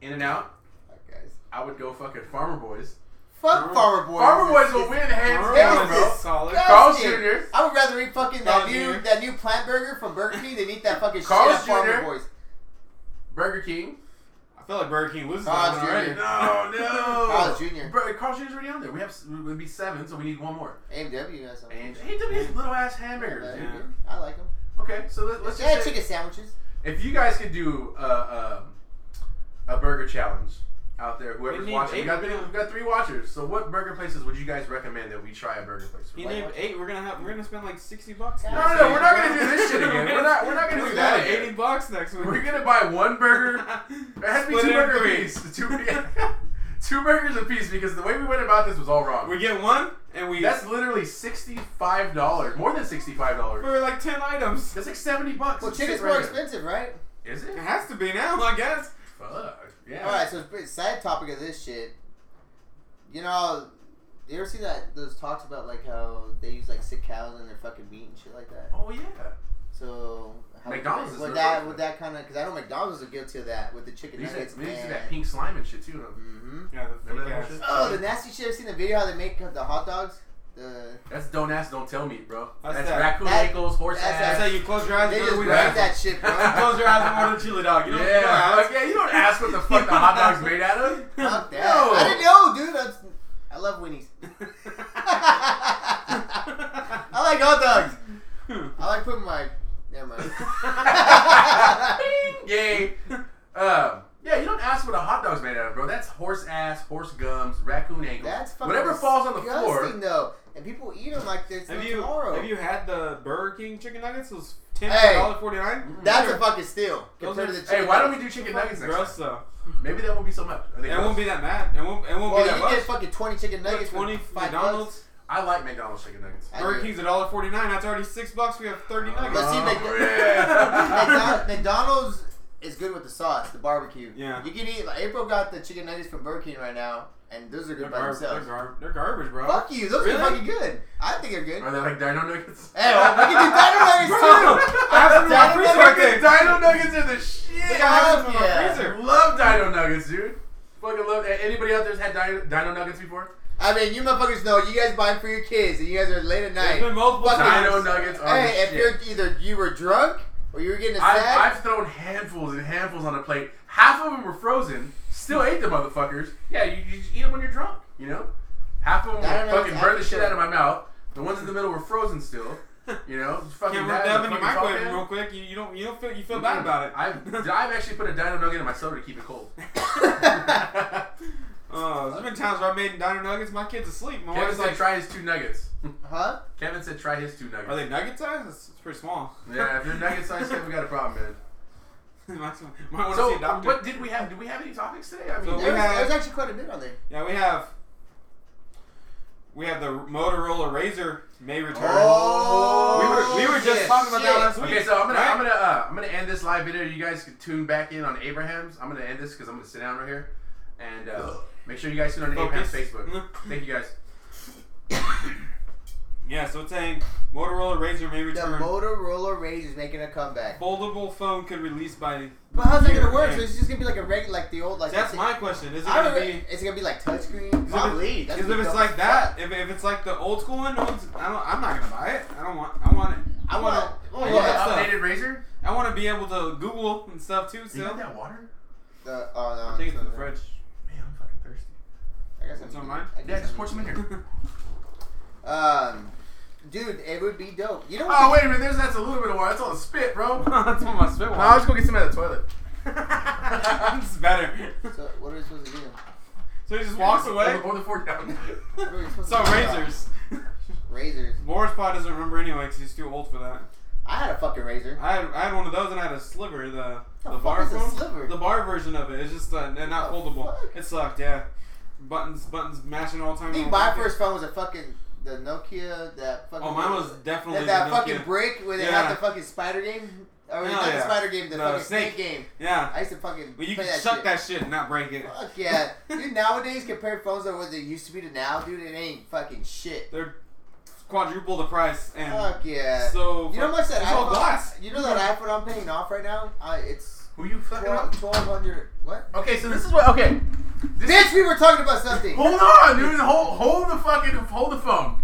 Speaker 1: In and Out.
Speaker 2: Fuck guys.
Speaker 1: I would go fucking Farmer Boys.
Speaker 2: Fuck Farmer Boys.
Speaker 1: Farmer Boys will
Speaker 2: It's-
Speaker 1: win hands
Speaker 3: Marv
Speaker 1: down,
Speaker 2: Yes,
Speaker 1: bro.
Speaker 3: is solid.
Speaker 2: Yes.
Speaker 1: Carl's
Speaker 2: Yes.
Speaker 1: Jr.
Speaker 2: I would rather eat fucking that
Speaker 3: Carl's
Speaker 2: new
Speaker 3: Jr.
Speaker 2: that new plant burger from Burger King than eat that fucking shit
Speaker 1: Carl's
Speaker 2: at Farmer
Speaker 1: Jr.
Speaker 2: Boys.
Speaker 1: Burger King.
Speaker 3: I feel like Burger King loses
Speaker 2: Carl's
Speaker 1: Ah,
Speaker 3: that one already.
Speaker 2: Jr.
Speaker 1: No, no.
Speaker 2: Carl's Jr.
Speaker 1: Bro, Carl's Jr.'s already on there. We have it would be seven, so we need one more.
Speaker 2: AMW has something.
Speaker 1: And hey, dude, these little ass hamburgers.
Speaker 3: Yeah.
Speaker 1: dude.
Speaker 2: I like them.
Speaker 1: Okay, so let, let's
Speaker 2: They had
Speaker 1: just say,
Speaker 2: chicken sandwiches.
Speaker 1: if you guys could do uh, um a burger challenge out there, whoever's
Speaker 3: need
Speaker 1: watching, we
Speaker 3: eight
Speaker 1: got,
Speaker 3: right
Speaker 1: three,
Speaker 3: now.
Speaker 1: we got three watchers. So, what burger places would you guys recommend that we try a burger place?
Speaker 3: He
Speaker 1: Like-
Speaker 3: named eight. We're gonna have. We're gonna spend like sixty bucks.
Speaker 2: No,
Speaker 3: next
Speaker 2: no, no,
Speaker 3: week.
Speaker 2: we're
Speaker 1: not gonna do this shit again. We're not- we're not gonna
Speaker 3: We're
Speaker 1: do that
Speaker 3: spend
Speaker 1: again.
Speaker 3: Eighty bucks next week.
Speaker 1: We're gonna buy one burger. It has to be
Speaker 3: Split it
Speaker 1: two
Speaker 3: in
Speaker 1: burger
Speaker 3: three.
Speaker 1: apiece. Two, two burgers a piece because the way we went about this was all wrong.
Speaker 3: We get one and we
Speaker 1: That's literally sixty-five dollars, more than sixty-five dollars.
Speaker 3: for like ten items.
Speaker 1: That's like seventy bucks.
Speaker 2: Well,
Speaker 1: Shit
Speaker 2: chicken's
Speaker 1: right
Speaker 2: more
Speaker 1: there.
Speaker 2: expensive, right?
Speaker 1: Is it?
Speaker 3: It has to be now, I guess.
Speaker 1: Fuck. Yeah.
Speaker 2: All right, so it's pretty side topic of this shit. You know, you ever see that those talks about like how they use like sick cows in their fucking meat and shit like that?
Speaker 1: Oh yeah.
Speaker 2: So how
Speaker 1: McDonald's is
Speaker 2: would
Speaker 1: their
Speaker 2: that
Speaker 1: version.
Speaker 2: would that kind of because I know McDonald's are guilty of that with the
Speaker 1: They
Speaker 2: chicken
Speaker 1: used
Speaker 2: nuggets.
Speaker 1: that, they used
Speaker 2: man.
Speaker 1: that pink slime and shit too.
Speaker 2: hmm
Speaker 3: Yeah, the
Speaker 1: Remember
Speaker 3: fake
Speaker 1: that
Speaker 3: ass.
Speaker 1: bullshit?
Speaker 2: Oh, the nasty shit! I've seen the video how they make uh, the hot dogs. The
Speaker 1: That's don't ask, don't tell me, bro. That's,
Speaker 3: That's that.
Speaker 1: raccoon
Speaker 2: That-
Speaker 1: ankles, horse
Speaker 2: that's
Speaker 3: That's how
Speaker 1: ass.
Speaker 3: you close your eyes.
Speaker 2: they
Speaker 3: and go
Speaker 2: just
Speaker 3: to
Speaker 2: break
Speaker 3: the
Speaker 1: that.
Speaker 2: that shit, bro.
Speaker 3: Close your eyes and order chili dog. You don't, you don't
Speaker 1: yeah.
Speaker 3: ask.
Speaker 1: Like, yeah. You don't ask what the fuck the hot dog's made out of.
Speaker 2: Fuck that!
Speaker 1: No.
Speaker 2: I didn't know, dude. That's, I love Winnie's. I like hot dogs. I like putting my. Never mind.
Speaker 1: Bing, Yay. Um, yeah, you don't ask what a hot dog's made out of, bro. That's horse ass, horse gums, raccoon ankles.
Speaker 2: That's fucking
Speaker 1: Whatever falls on the floor.
Speaker 2: disgusting, though, and people eat them like there's no
Speaker 3: Have you
Speaker 2: tomorrow.
Speaker 3: have you had the Burger King chicken nuggets? Those ten
Speaker 2: Hey. Mm-hmm.
Speaker 3: dollar forty nine.
Speaker 2: That's a fucking steal compared to the
Speaker 1: Hey, why don't we do chicken nuggets next time?
Speaker 3: gross though.
Speaker 1: Maybe that won't be so much. I think
Speaker 3: It won't be that bad. It won't. It won't
Speaker 2: Well,
Speaker 3: be
Speaker 2: you
Speaker 3: that
Speaker 2: get
Speaker 3: much.
Speaker 2: fucking twenty chicken
Speaker 3: Look,
Speaker 2: nuggets. for
Speaker 3: Twenty for
Speaker 2: five
Speaker 3: McDonald's.
Speaker 1: I like McDonald's chicken nuggets.
Speaker 2: I
Speaker 3: Burger
Speaker 2: do.
Speaker 3: King's a dollar forty
Speaker 1: Uh,
Speaker 3: Oh, nine. That's already six bucks. We have thirty nuggets.
Speaker 2: Let's see,
Speaker 1: Oh,
Speaker 2: Mc-
Speaker 1: yeah.
Speaker 2: bucks. McDonald's is good with the sauce, the barbecue.
Speaker 3: Yeah.
Speaker 2: You can eat. Like, April got the chicken nuggets from Burger King right now, and those are
Speaker 3: They're,
Speaker 2: good by
Speaker 3: garb- they're,
Speaker 2: themselves.
Speaker 3: garb- they're garbage, bro.
Speaker 2: Fuck you. Those
Speaker 3: Really?
Speaker 2: are fucking good. I think they're good.
Speaker 1: Are they like dino nuggets?
Speaker 2: Hey, well, we can do dino nuggets
Speaker 3: Bro,
Speaker 2: too.
Speaker 3: I have some in my
Speaker 2: Dino
Speaker 3: freezer right
Speaker 1: Fucking
Speaker 3: there.
Speaker 1: dino nuggets are the shit.
Speaker 3: I have some in my
Speaker 2: Yeah.
Speaker 3: freezer.
Speaker 1: Love dino nuggets, dude. Fucking love. Anybody out there's had dino, dino nuggets before?
Speaker 2: I mean, you motherfuckers know you guys buy for your kids, and you guys are late at
Speaker 3: There's
Speaker 2: night.
Speaker 3: been multiple
Speaker 2: Fucking
Speaker 3: times.
Speaker 1: Dino nuggets are the
Speaker 2: Hey, if
Speaker 1: shit.
Speaker 2: you're either you were drunk or you were getting a
Speaker 1: I've,
Speaker 2: snack,
Speaker 1: I've thrown handfuls and handfuls on a plate. Half of them were frozen. Still ate the motherfuckers. Yeah, you, you just eat them when you're drunk. You know, half of them
Speaker 2: I
Speaker 1: were
Speaker 2: don't know,
Speaker 1: fucking
Speaker 2: it's
Speaker 1: burned the shit
Speaker 2: actually-
Speaker 1: out of my mouth. The ones in the middle were frozen still. You know, fucking
Speaker 3: Can't
Speaker 1: that
Speaker 3: rub that in
Speaker 1: and
Speaker 3: your
Speaker 1: fucking
Speaker 3: microwave
Speaker 1: Top Hat.
Speaker 3: real quick. You, you don't you don't feel you feel bad about it.
Speaker 1: I've I've actually put a dino nugget in my soda to keep it cold.
Speaker 3: Uh, there's been times where I made diner nuggets. My kids asleep. My
Speaker 1: Kevin
Speaker 3: wife's
Speaker 1: said
Speaker 3: like,
Speaker 1: try his two nuggets.
Speaker 2: huh?
Speaker 1: Kevin said try his two nuggets.
Speaker 3: "Are they nugget size? It's, it's pretty small."
Speaker 1: yeah, if they're nugget sized, Kevin, we got a problem, man.
Speaker 3: might want to see
Speaker 1: So,
Speaker 3: a doctor.
Speaker 1: what did we have? Did we have any topics today? I mean,
Speaker 3: So
Speaker 2: There was,
Speaker 3: had-
Speaker 2: there was actually quite a bit on there.
Speaker 3: Yeah, we have we have the Motorola Razor may return.
Speaker 2: Oh,
Speaker 3: we were we were just
Speaker 2: shit,
Speaker 3: talking about
Speaker 2: Oh, shit.
Speaker 3: that last week.
Speaker 1: Okay, so I'm gonna
Speaker 3: right?
Speaker 1: I'm gonna uh, I'm gonna end this live video. You guys can tune back in on Abraham's. I'm gonna end this because I'm gonna sit down right here, and uh, make sure you guys tune on Abraham's
Speaker 3: Focus.
Speaker 1: Facebook.
Speaker 3: Mm.
Speaker 1: Thank you guys.
Speaker 3: Yeah, so it's saying Motorola Razor may
Speaker 2: The
Speaker 3: return.
Speaker 2: Motorola Razr is making a comeback.
Speaker 3: Foldable phone could release by.
Speaker 2: But how's that
Speaker 3: year
Speaker 2: gonna work?
Speaker 3: end.
Speaker 2: So it's just gonna be like a regular, like the old, like
Speaker 3: That's
Speaker 2: the-
Speaker 3: my question. Is it
Speaker 2: I
Speaker 3: gonna
Speaker 2: don't
Speaker 3: be?
Speaker 2: know, Is it gonna be like touchscreen? Probably.
Speaker 3: Because
Speaker 2: That's
Speaker 3: if
Speaker 2: gonna be
Speaker 3: it's
Speaker 2: dope
Speaker 3: like
Speaker 2: as
Speaker 3: that,
Speaker 2: fuck.
Speaker 3: if, if it's like the old school one, no one's, I don't, I'm not gonna buy it. I don't want. I want it. I
Speaker 2: I
Speaker 3: want.
Speaker 2: want-
Speaker 3: to- I
Speaker 2: I want
Speaker 3: want
Speaker 1: You got
Speaker 2: that
Speaker 3: that
Speaker 1: the
Speaker 3: stuff.
Speaker 1: updated razor.
Speaker 3: I want to be able to Google and stuff too.
Speaker 1: You got
Speaker 3: Still,
Speaker 1: that water?
Speaker 2: The, oh no.
Speaker 3: I think it's in the
Speaker 2: not there.
Speaker 3: fridge.
Speaker 1: Man, I'm fucking thirsty.
Speaker 2: I guess
Speaker 3: It's
Speaker 2: I'm-
Speaker 3: on mine?
Speaker 2: I guess
Speaker 1: Yeah, just
Speaker 2: I'm-
Speaker 1: pour some in here.
Speaker 2: Um, dude, it would be dope. You know.
Speaker 1: Oh wait a minute, there's that's a little bit of water. That's all the spit, bro.
Speaker 3: That's on my spit.
Speaker 1: I'll just go get some out of the toilet.
Speaker 3: it's better.
Speaker 2: So what are we supposed to do?
Speaker 3: So he just walks away.
Speaker 1: Pour the fork down.
Speaker 2: What are we supposed
Speaker 3: So
Speaker 2: to do about
Speaker 3: razors.
Speaker 2: Razors.
Speaker 3: Laura's probably doesn't remember anyway because he's too old for that.
Speaker 2: I had a fucking razor.
Speaker 3: I had, I had one of those and I had a sliver, the the,
Speaker 2: The fuck
Speaker 3: bar
Speaker 2: is a
Speaker 3: phone,
Speaker 2: sliver?
Speaker 3: the bar version of it. It's just uh, and not
Speaker 2: The
Speaker 3: foldable.
Speaker 2: fuck?
Speaker 3: It sucked, yeah. Buttons, buttons mashing all the time.
Speaker 2: I think
Speaker 3: on
Speaker 2: my
Speaker 3: the-
Speaker 2: first phone was a fucking the Nokia that fucking.
Speaker 3: Oh, mine was definitely
Speaker 2: that, that
Speaker 3: the
Speaker 2: fucking
Speaker 3: Nokia.
Speaker 2: brick where they
Speaker 3: Yeah.
Speaker 2: had the fucking spider game. Or
Speaker 3: Hell
Speaker 2: not the
Speaker 3: yeah.
Speaker 2: spider game, the
Speaker 3: No,
Speaker 2: fucking snake.
Speaker 3: snake.
Speaker 2: game.
Speaker 3: Yeah,
Speaker 2: I used to fucking.
Speaker 3: but you
Speaker 2: play
Speaker 3: can
Speaker 2: that
Speaker 3: chuck
Speaker 2: shit.
Speaker 3: that shit and not break it.
Speaker 2: Fuck yeah, dude. Nowadays, compare phones to what they used to be to now, dude. It ain't fucking shit.
Speaker 3: They're quadruple the price and
Speaker 2: Fuck yeah.
Speaker 3: so.
Speaker 2: you know how much that
Speaker 3: It's all
Speaker 2: iPhone?
Speaker 3: glass.
Speaker 2: You know that iPhone I'm paying off right now? I it's
Speaker 1: Who you fucking up?
Speaker 2: twelve hundred. What?
Speaker 3: Oh.
Speaker 1: Okay, so this is what. Okay,
Speaker 2: Bitch, we were talking about something.
Speaker 1: Hold on, dude. Hold, hold the fucking, hold the phone.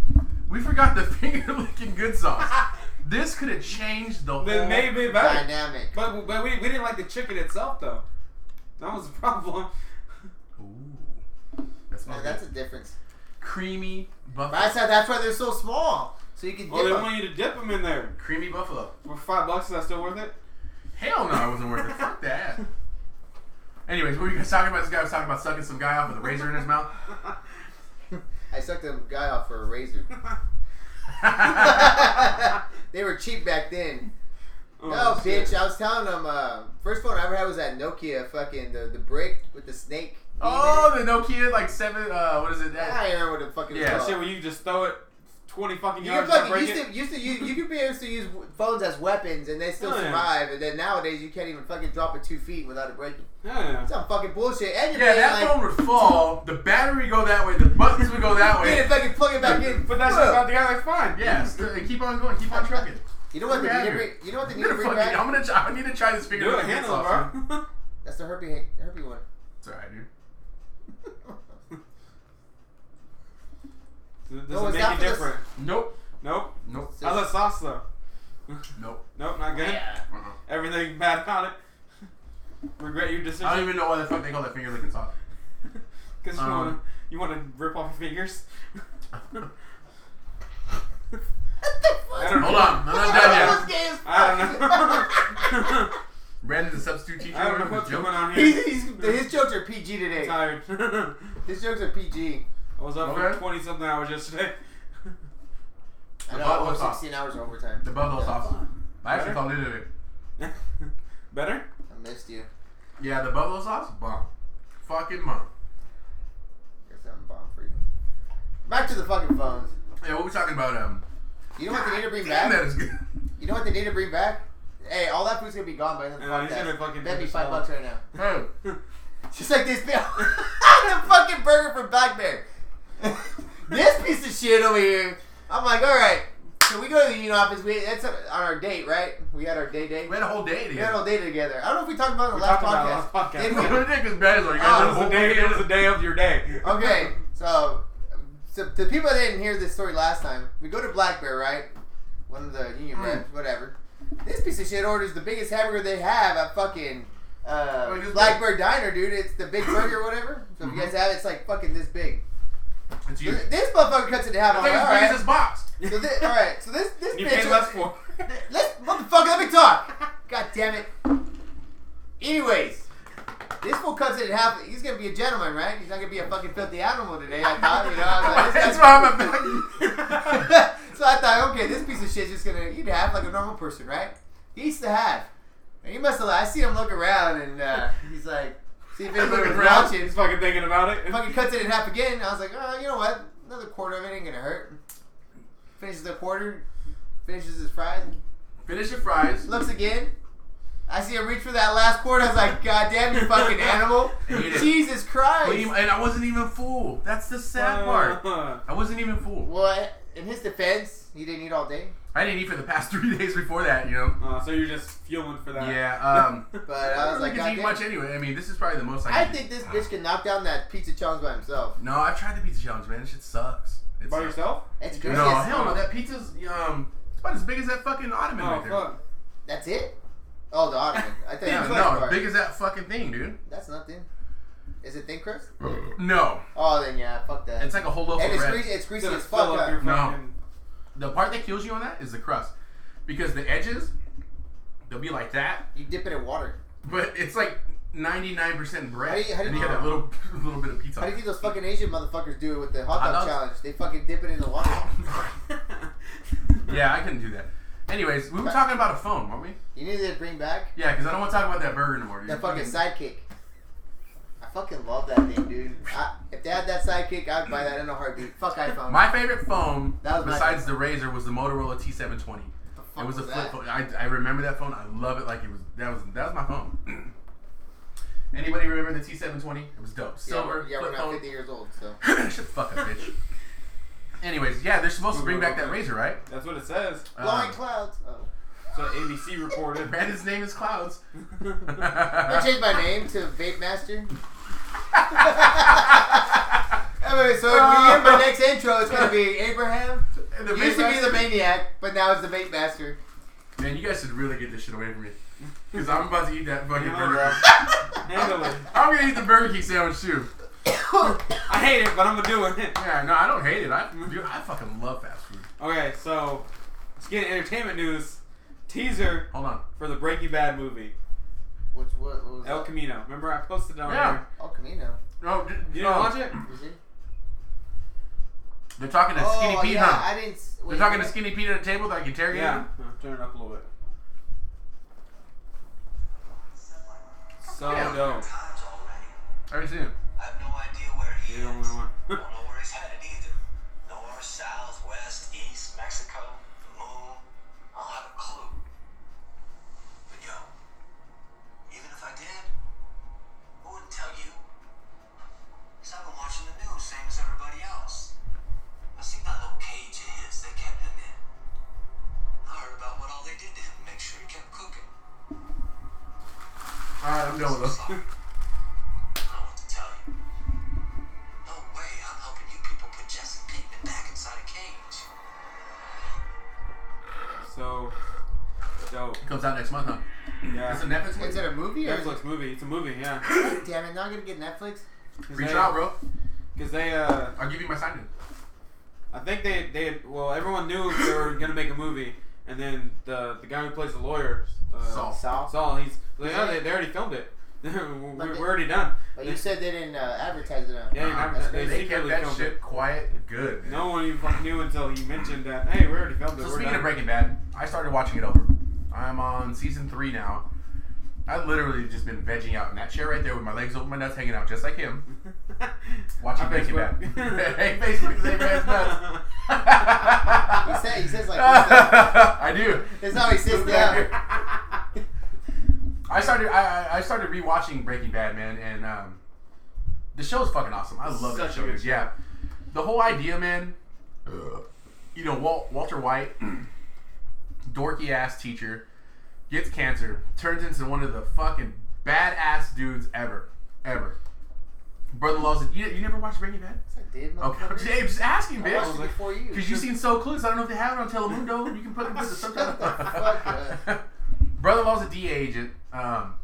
Speaker 1: We forgot the finger licking good sauce. This could have changed the whole.
Speaker 3: Then maybe better.
Speaker 2: Dynamic.
Speaker 3: But but we, we didn't like the chicken itself though. That was the problem.
Speaker 1: Ooh, that smells
Speaker 2: Oh, that's
Speaker 1: good.
Speaker 2: a difference.
Speaker 1: creamy buffalo.
Speaker 2: But I said that's why they're so small, so you can dip
Speaker 3: Oh, they
Speaker 2: them.
Speaker 3: want you to dip them in there
Speaker 1: creamy buffalo.
Speaker 3: for five bucks. Is that still worth it?
Speaker 1: Hell no, I wasn't worth it. Fuck that. Anyways, what were you guys talking about? This guy was talking about sucking some guy off with a razor in his mouth.
Speaker 2: I sucked a guy off for a razor. they were cheap back then. No,
Speaker 3: Oh, shit.
Speaker 2: bitch. I was telling them. Uh, first phone I ever had was that Nokia fucking the, the brick with the snake.
Speaker 1: oh, the Nokia like seven. Uh, what is it? That,
Speaker 2: I don't remember what the fuck it was
Speaker 1: Yeah.
Speaker 3: That shit
Speaker 2: called.
Speaker 3: where you just throw it twenty fucking
Speaker 2: You could
Speaker 3: yards and
Speaker 2: fucking
Speaker 3: break
Speaker 2: used
Speaker 3: it.
Speaker 2: to, used to you, you could be able to use phones as weapons and they still
Speaker 3: Oh, yeah.
Speaker 2: survive. And then nowadays you can't even fucking drop it two feet without it breaking.
Speaker 3: Yeah.
Speaker 2: That's some fucking bullshit. And you're
Speaker 1: yeah,
Speaker 2: paying,
Speaker 1: that
Speaker 2: like,
Speaker 1: phone would fall. The battery would go that way. The buttons would go that
Speaker 2: You need
Speaker 1: way.
Speaker 2: to fucking plug it back in.
Speaker 3: But that shit's
Speaker 1: Look.
Speaker 3: out the guy like fine.
Speaker 1: Yeah, st- keep on going. Keep on trucking.
Speaker 2: You know what they
Speaker 1: Look
Speaker 2: need to
Speaker 1: at
Speaker 2: bring? You know what they
Speaker 1: I'm
Speaker 2: need to
Speaker 1: gonna
Speaker 2: bring
Speaker 1: fucking.
Speaker 2: back?
Speaker 1: I'm gonna. Try, I need to try this finger.
Speaker 3: Do it
Speaker 1: licking good
Speaker 3: handle,
Speaker 1: sauce, man.
Speaker 3: bro.
Speaker 2: That's the herpy herpy one.
Speaker 1: It's alright, dude.
Speaker 3: Does
Speaker 2: No,
Speaker 3: it
Speaker 2: it's
Speaker 3: make
Speaker 2: not
Speaker 3: it
Speaker 2: for this-
Speaker 3: different?
Speaker 1: Nope.
Speaker 3: Nope.
Speaker 1: Nope.
Speaker 2: So-
Speaker 3: How's that sauce though?
Speaker 1: Nope.
Speaker 3: Nope, not good.
Speaker 2: Yeah.
Speaker 1: Uh-uh.
Speaker 3: Everything bad about it. Regret your
Speaker 1: I don't
Speaker 3: decision
Speaker 1: even know why the fuck they call that finger licking sauce.
Speaker 3: because you
Speaker 1: Um.
Speaker 3: want to you want to rip off your fingers.
Speaker 2: What the fuck?
Speaker 3: I don't
Speaker 1: Hold
Speaker 3: know.
Speaker 1: on, I'm not done
Speaker 2: That was gay as
Speaker 3: I don't know.
Speaker 1: yet. Brandon's a substitute teacher.
Speaker 3: I don't know
Speaker 1: remember
Speaker 3: what's
Speaker 1: the joke?
Speaker 3: going on here.
Speaker 2: He's, he's, his jokes are PG
Speaker 3: I'm
Speaker 2: today.
Speaker 3: tired. I
Speaker 2: His jokes are PG.
Speaker 3: was up
Speaker 1: Okay.
Speaker 3: for 20 something hours yesterday.
Speaker 2: I know,
Speaker 1: buffalo
Speaker 2: over
Speaker 1: sauce.
Speaker 2: 16 hours of overtime.
Speaker 1: The buffalo
Speaker 2: Yeah.
Speaker 1: sauce. I
Speaker 3: Better?
Speaker 1: actually called it it.
Speaker 3: Better?
Speaker 2: I missed you.
Speaker 1: Yeah, the buffalo sauce. Bomb. Fucking bomb.
Speaker 2: There's something bomb for you. Back to the fucking phones.
Speaker 1: Yeah, what we talking about? Um,
Speaker 2: You know what they need to bring
Speaker 1: damn,
Speaker 2: back?
Speaker 1: that is good.
Speaker 2: You know what they need to bring back? Hey, all that food's gonna be gone by the end of the
Speaker 3: Yeah, uh, he's
Speaker 2: podcast.
Speaker 3: gonna fucking
Speaker 2: That'd be
Speaker 3: finish
Speaker 2: five
Speaker 3: it
Speaker 2: bucks
Speaker 3: off.
Speaker 2: right now.
Speaker 1: Hey,
Speaker 2: Just like this, the fucking burger from Black Bear. this piece of shit over here. I'm like, all right. So we go to the union office. We that's on our date, right? We had our day day.
Speaker 1: we had a whole day
Speaker 2: We had
Speaker 1: together.
Speaker 2: all day together. I don't know if we talked about it on
Speaker 3: We
Speaker 2: the last
Speaker 3: talked about it
Speaker 2: podcast.
Speaker 3: last podcast.
Speaker 2: Did
Speaker 1: We
Speaker 2: we?
Speaker 1: did because Ben's like,
Speaker 2: Oh,
Speaker 3: It
Speaker 1: "Yeah, the
Speaker 3: was
Speaker 1: whole
Speaker 3: the day. It was the day of your day.
Speaker 2: Okay, so, so the people that didn't hear this story last time, we go to Black Bear, right? One of the union reps, whatever. This piece of shit orders the biggest hamburger they have at fucking uh,
Speaker 1: Wait, this
Speaker 2: Black
Speaker 1: big?
Speaker 2: Bear Diner, dude. It's the big burger, whatever. So
Speaker 3: Mm-hmm.
Speaker 2: if you guys have it, it's like fucking this big.
Speaker 1: It's you.
Speaker 2: This,
Speaker 1: It's
Speaker 2: this motherfucker cuts it in half. I'm
Speaker 1: like
Speaker 2: like,
Speaker 1: as
Speaker 2: all
Speaker 1: big as
Speaker 2: right.
Speaker 1: this box.
Speaker 2: So thi- all right, so this this
Speaker 3: You
Speaker 2: bitch
Speaker 3: paid less for.
Speaker 2: Let's motherfucker, let me talk. God damn it. Anyways, this fool cuts it in half. He's gonna be a gentleman, right? He's not gonna be a fucking filthy animal today. I thought, you know. I was like, this
Speaker 1: That's
Speaker 2: guy's-
Speaker 1: why I'm a
Speaker 2: so I thought, okay, this piece of shit's just gonna eat half like a normal person, right? He eats the half. And he must have. I see him look around, and uh, he's like, see if anybody
Speaker 1: Looking
Speaker 2: was
Speaker 1: around.
Speaker 2: watching.
Speaker 3: Just fucking thinking about it.
Speaker 2: Fucking cuts it in half again. I was like, oh, you know what? Another quarter of it ain't gonna hurt. Finishes the quarter. Finishes his fries.
Speaker 1: Finish your fries.
Speaker 2: Looks again. I see him reach for that last quarter. I was like, God damn, you fucking animal.
Speaker 1: Eat it.
Speaker 2: Jesus Christ.
Speaker 1: Clean- And I wasn't even full. That's the
Speaker 3: Uh,
Speaker 2: Uh.
Speaker 1: sad part. I wasn't even full.
Speaker 2: Well, in his defense, he didn't eat all day.
Speaker 1: I didn't eat for the past three days before that, you know.
Speaker 3: Uh, so you're just fueling for that.
Speaker 1: Yeah. Um.
Speaker 2: But I was
Speaker 1: I don't
Speaker 2: like,
Speaker 1: think
Speaker 2: God
Speaker 1: it's eat much
Speaker 2: damn.
Speaker 1: anyway. I mean, this is probably the most I
Speaker 2: I
Speaker 1: can
Speaker 2: think this
Speaker 1: eat.
Speaker 2: bitch can knock down that pizza challenge by himself.
Speaker 1: No, I've tried the pizza challenge, man. This shit sucks. It's
Speaker 3: By yourself?
Speaker 2: That's
Speaker 1: No,
Speaker 2: crazy.
Speaker 1: hell no. That pizza's um, it's about as big as that fucking ottoman
Speaker 3: Oh
Speaker 1: right there.
Speaker 3: fuck.
Speaker 2: That's it? Oh, the ottoman. I thought
Speaker 1: Yeah,
Speaker 2: you
Speaker 1: no,
Speaker 2: no,
Speaker 1: big as that fucking thing, dude.
Speaker 2: That's nothing. Is it thin crust?
Speaker 1: No,
Speaker 2: Oh, then yeah, fuck that.
Speaker 1: it's like a whole loaf
Speaker 2: and
Speaker 1: of
Speaker 2: it's
Speaker 1: bread.
Speaker 2: greasy, it's greasy
Speaker 3: Gonna
Speaker 2: as fuck.
Speaker 3: fill up
Speaker 2: huh?
Speaker 3: your
Speaker 1: No.
Speaker 3: fucking-
Speaker 1: The part that kills you on that is the crust, because the edges, they'll be like that,
Speaker 2: You dip it in water.
Speaker 1: but it's like ninety nine percent bread,
Speaker 2: How do you- how do
Speaker 1: and
Speaker 2: you-
Speaker 1: you got that little little bit of pizza.
Speaker 2: How do you think those fucking Asian motherfuckers do it with the hot
Speaker 1: Hot
Speaker 2: dog
Speaker 1: dogs?
Speaker 2: challenge? They fucking dip it in the water.
Speaker 1: yeah, I couldn't do that. Anyways, we were talking about a phone, weren't we?
Speaker 2: You need to bring back
Speaker 1: Yeah, because I don't want to talk about that burger anymore. Dude.
Speaker 2: That fucking sidekick. I fucking love that thing, dude. I, if they had that sidekick, I'd buy that in a heartbeat. Fuck iPhone.
Speaker 1: My favorite phone,
Speaker 2: That was my
Speaker 1: besides the
Speaker 2: favorite.
Speaker 1: Razor, was the Motorola T720.
Speaker 2: The fuck
Speaker 1: It was a flip
Speaker 2: that?
Speaker 1: phone. I, I remember that phone. I love it like it was that was that was my phone. Anybody remember the T720? It was dope.
Speaker 2: Yeah, we're,
Speaker 1: Silver
Speaker 2: yeah, we're
Speaker 1: flip
Speaker 2: not
Speaker 1: phone.
Speaker 2: 50 years old, so.
Speaker 1: Shut the fuck up, bitch. Anyways, yeah, they're supposed to bring back that Razor, right?
Speaker 3: That's what it says.
Speaker 2: Blowing
Speaker 1: Um,
Speaker 2: clouds. Oh.
Speaker 3: So ABC reported.
Speaker 1: Brandon's name is Clouds. uh,
Speaker 2: I changed my name to Vape Master. anyway, so if we get my next intro, it's gonna be Abraham.
Speaker 1: And the
Speaker 2: It used to be
Speaker 1: Vape
Speaker 2: the
Speaker 1: Master-
Speaker 2: maniac, but now it's the Vape Master.
Speaker 1: Man, you guys should really get this shit away from me. Because I'm about to eat that fucking
Speaker 3: Yeah,
Speaker 1: burger.
Speaker 3: Handle it.
Speaker 1: I'm gonna eat the Burger King sandwich too.
Speaker 3: I hate it, but I'm gonna do it.
Speaker 1: Yeah, no, I don't hate it. I, dude, I fucking love fast food.
Speaker 3: Okay, so let's get entertainment news. Teaser
Speaker 1: Hold on.
Speaker 3: for the Breaking Bad movie.
Speaker 2: What's what? What was
Speaker 3: El
Speaker 2: that?
Speaker 3: Camino. Remember I posted it on
Speaker 1: Yeah.
Speaker 3: there.
Speaker 2: El Camino.
Speaker 1: No, d-
Speaker 3: Oh, You
Speaker 1: no.
Speaker 3: didn't watch it?
Speaker 2: Was it?
Speaker 1: They're talking to Skinny
Speaker 2: Oh
Speaker 1: Pete,
Speaker 2: yeah,
Speaker 1: huh?
Speaker 2: I didn't. s-
Speaker 1: They're
Speaker 2: wait,
Speaker 1: talking
Speaker 2: what?
Speaker 1: to Skinny Pete at a table that I can tear you.
Speaker 3: Yeah. No, turn it up a little bit. So
Speaker 1: Yeah.
Speaker 3: dope.
Speaker 5: times already.
Speaker 1: I haven't seen him.
Speaker 5: I have no idea where he
Speaker 3: You're the only
Speaker 5: is.
Speaker 3: one.
Speaker 5: Don't know where he's headed either. North, south, west, east, Mexico, the moon. I don't have a clue. But yo, even if I did, I wouldn't tell you. Because I've been watching the news, same as everybody else. I seen that little cage of his they kept him in. I heard about what all they did to him to make sure he kept cooking.
Speaker 1: All right, I'm done with
Speaker 5: Sorry.
Speaker 1: this.
Speaker 5: I don't know what to tell you. No way I'm helping you people put Jesse Pinkman back inside a cage.
Speaker 3: So dope.
Speaker 1: Comes out next month, huh? It's a
Speaker 3: Yeah.
Speaker 1: Netflix
Speaker 2: Is it
Speaker 1: movie.
Speaker 2: a movie or?
Speaker 3: Netflix movie. It's a movie, yeah.
Speaker 2: Damn it! Now I'm gonna get Netflix.
Speaker 1: Free trial, bro.
Speaker 3: Because they, uh,
Speaker 1: I'll give you my sign
Speaker 3: I think they, they, well, everyone knew they were gonna make a movie, and then the the guy who plays the lawyer, uh,
Speaker 1: Saul.
Speaker 2: South.
Speaker 3: Saul, he's like, oh, they, they already filmed it. we're,
Speaker 2: But
Speaker 3: we're
Speaker 2: they-
Speaker 3: already done.
Speaker 2: But Oh, you said they didn't uh, advertise it on.
Speaker 3: Yeah, you
Speaker 1: Nah,
Speaker 3: never-
Speaker 2: that's
Speaker 3: they
Speaker 1: in.
Speaker 2: crazy.
Speaker 1: They kept
Speaker 3: secretly
Speaker 1: that
Speaker 3: filmed
Speaker 1: shit
Speaker 3: it.
Speaker 1: quiet good. man.
Speaker 3: No one even fucking knew until he mentioned that. Hey, we already filmed it.
Speaker 1: So
Speaker 3: we're
Speaker 1: speaking
Speaker 3: done.
Speaker 1: of Breaking Bad, I started watching it over. I'm on season three now. I've literally just been vegging out in that chair right there with my legs open, my nuts hanging out, just like him, watching
Speaker 3: On
Speaker 1: Breaking
Speaker 3: Facebook.
Speaker 1: Bad. hey, Facebook, same man's nuts.
Speaker 2: He said- he says like this,
Speaker 1: I do.
Speaker 2: That's how he sits down.
Speaker 1: I started I, I- I started rewatching Breaking Bad, man, and um, the show is fucking awesome. I love that
Speaker 3: Such a
Speaker 1: show.
Speaker 3: good
Speaker 1: dude. Yeah, the whole idea, man. You know, Walt, Walter White, dorky ass teacher, gets cancer, turns into one of the fucking badass dudes ever, ever. Brother Law said, you, "You never watched Breaking Bad?"
Speaker 2: Yes, I did,
Speaker 1: Okay,
Speaker 2: motherfucker.
Speaker 1: I'm just asking,
Speaker 2: I watched it
Speaker 1: Oh, bitch.
Speaker 2: before you.
Speaker 1: Because you've seen So Clueless. I don't know if they have it on Telemundo. You can put it with the subtitles.
Speaker 2: Shut the fuck up.
Speaker 1: Brother in law's a DA agent. Um,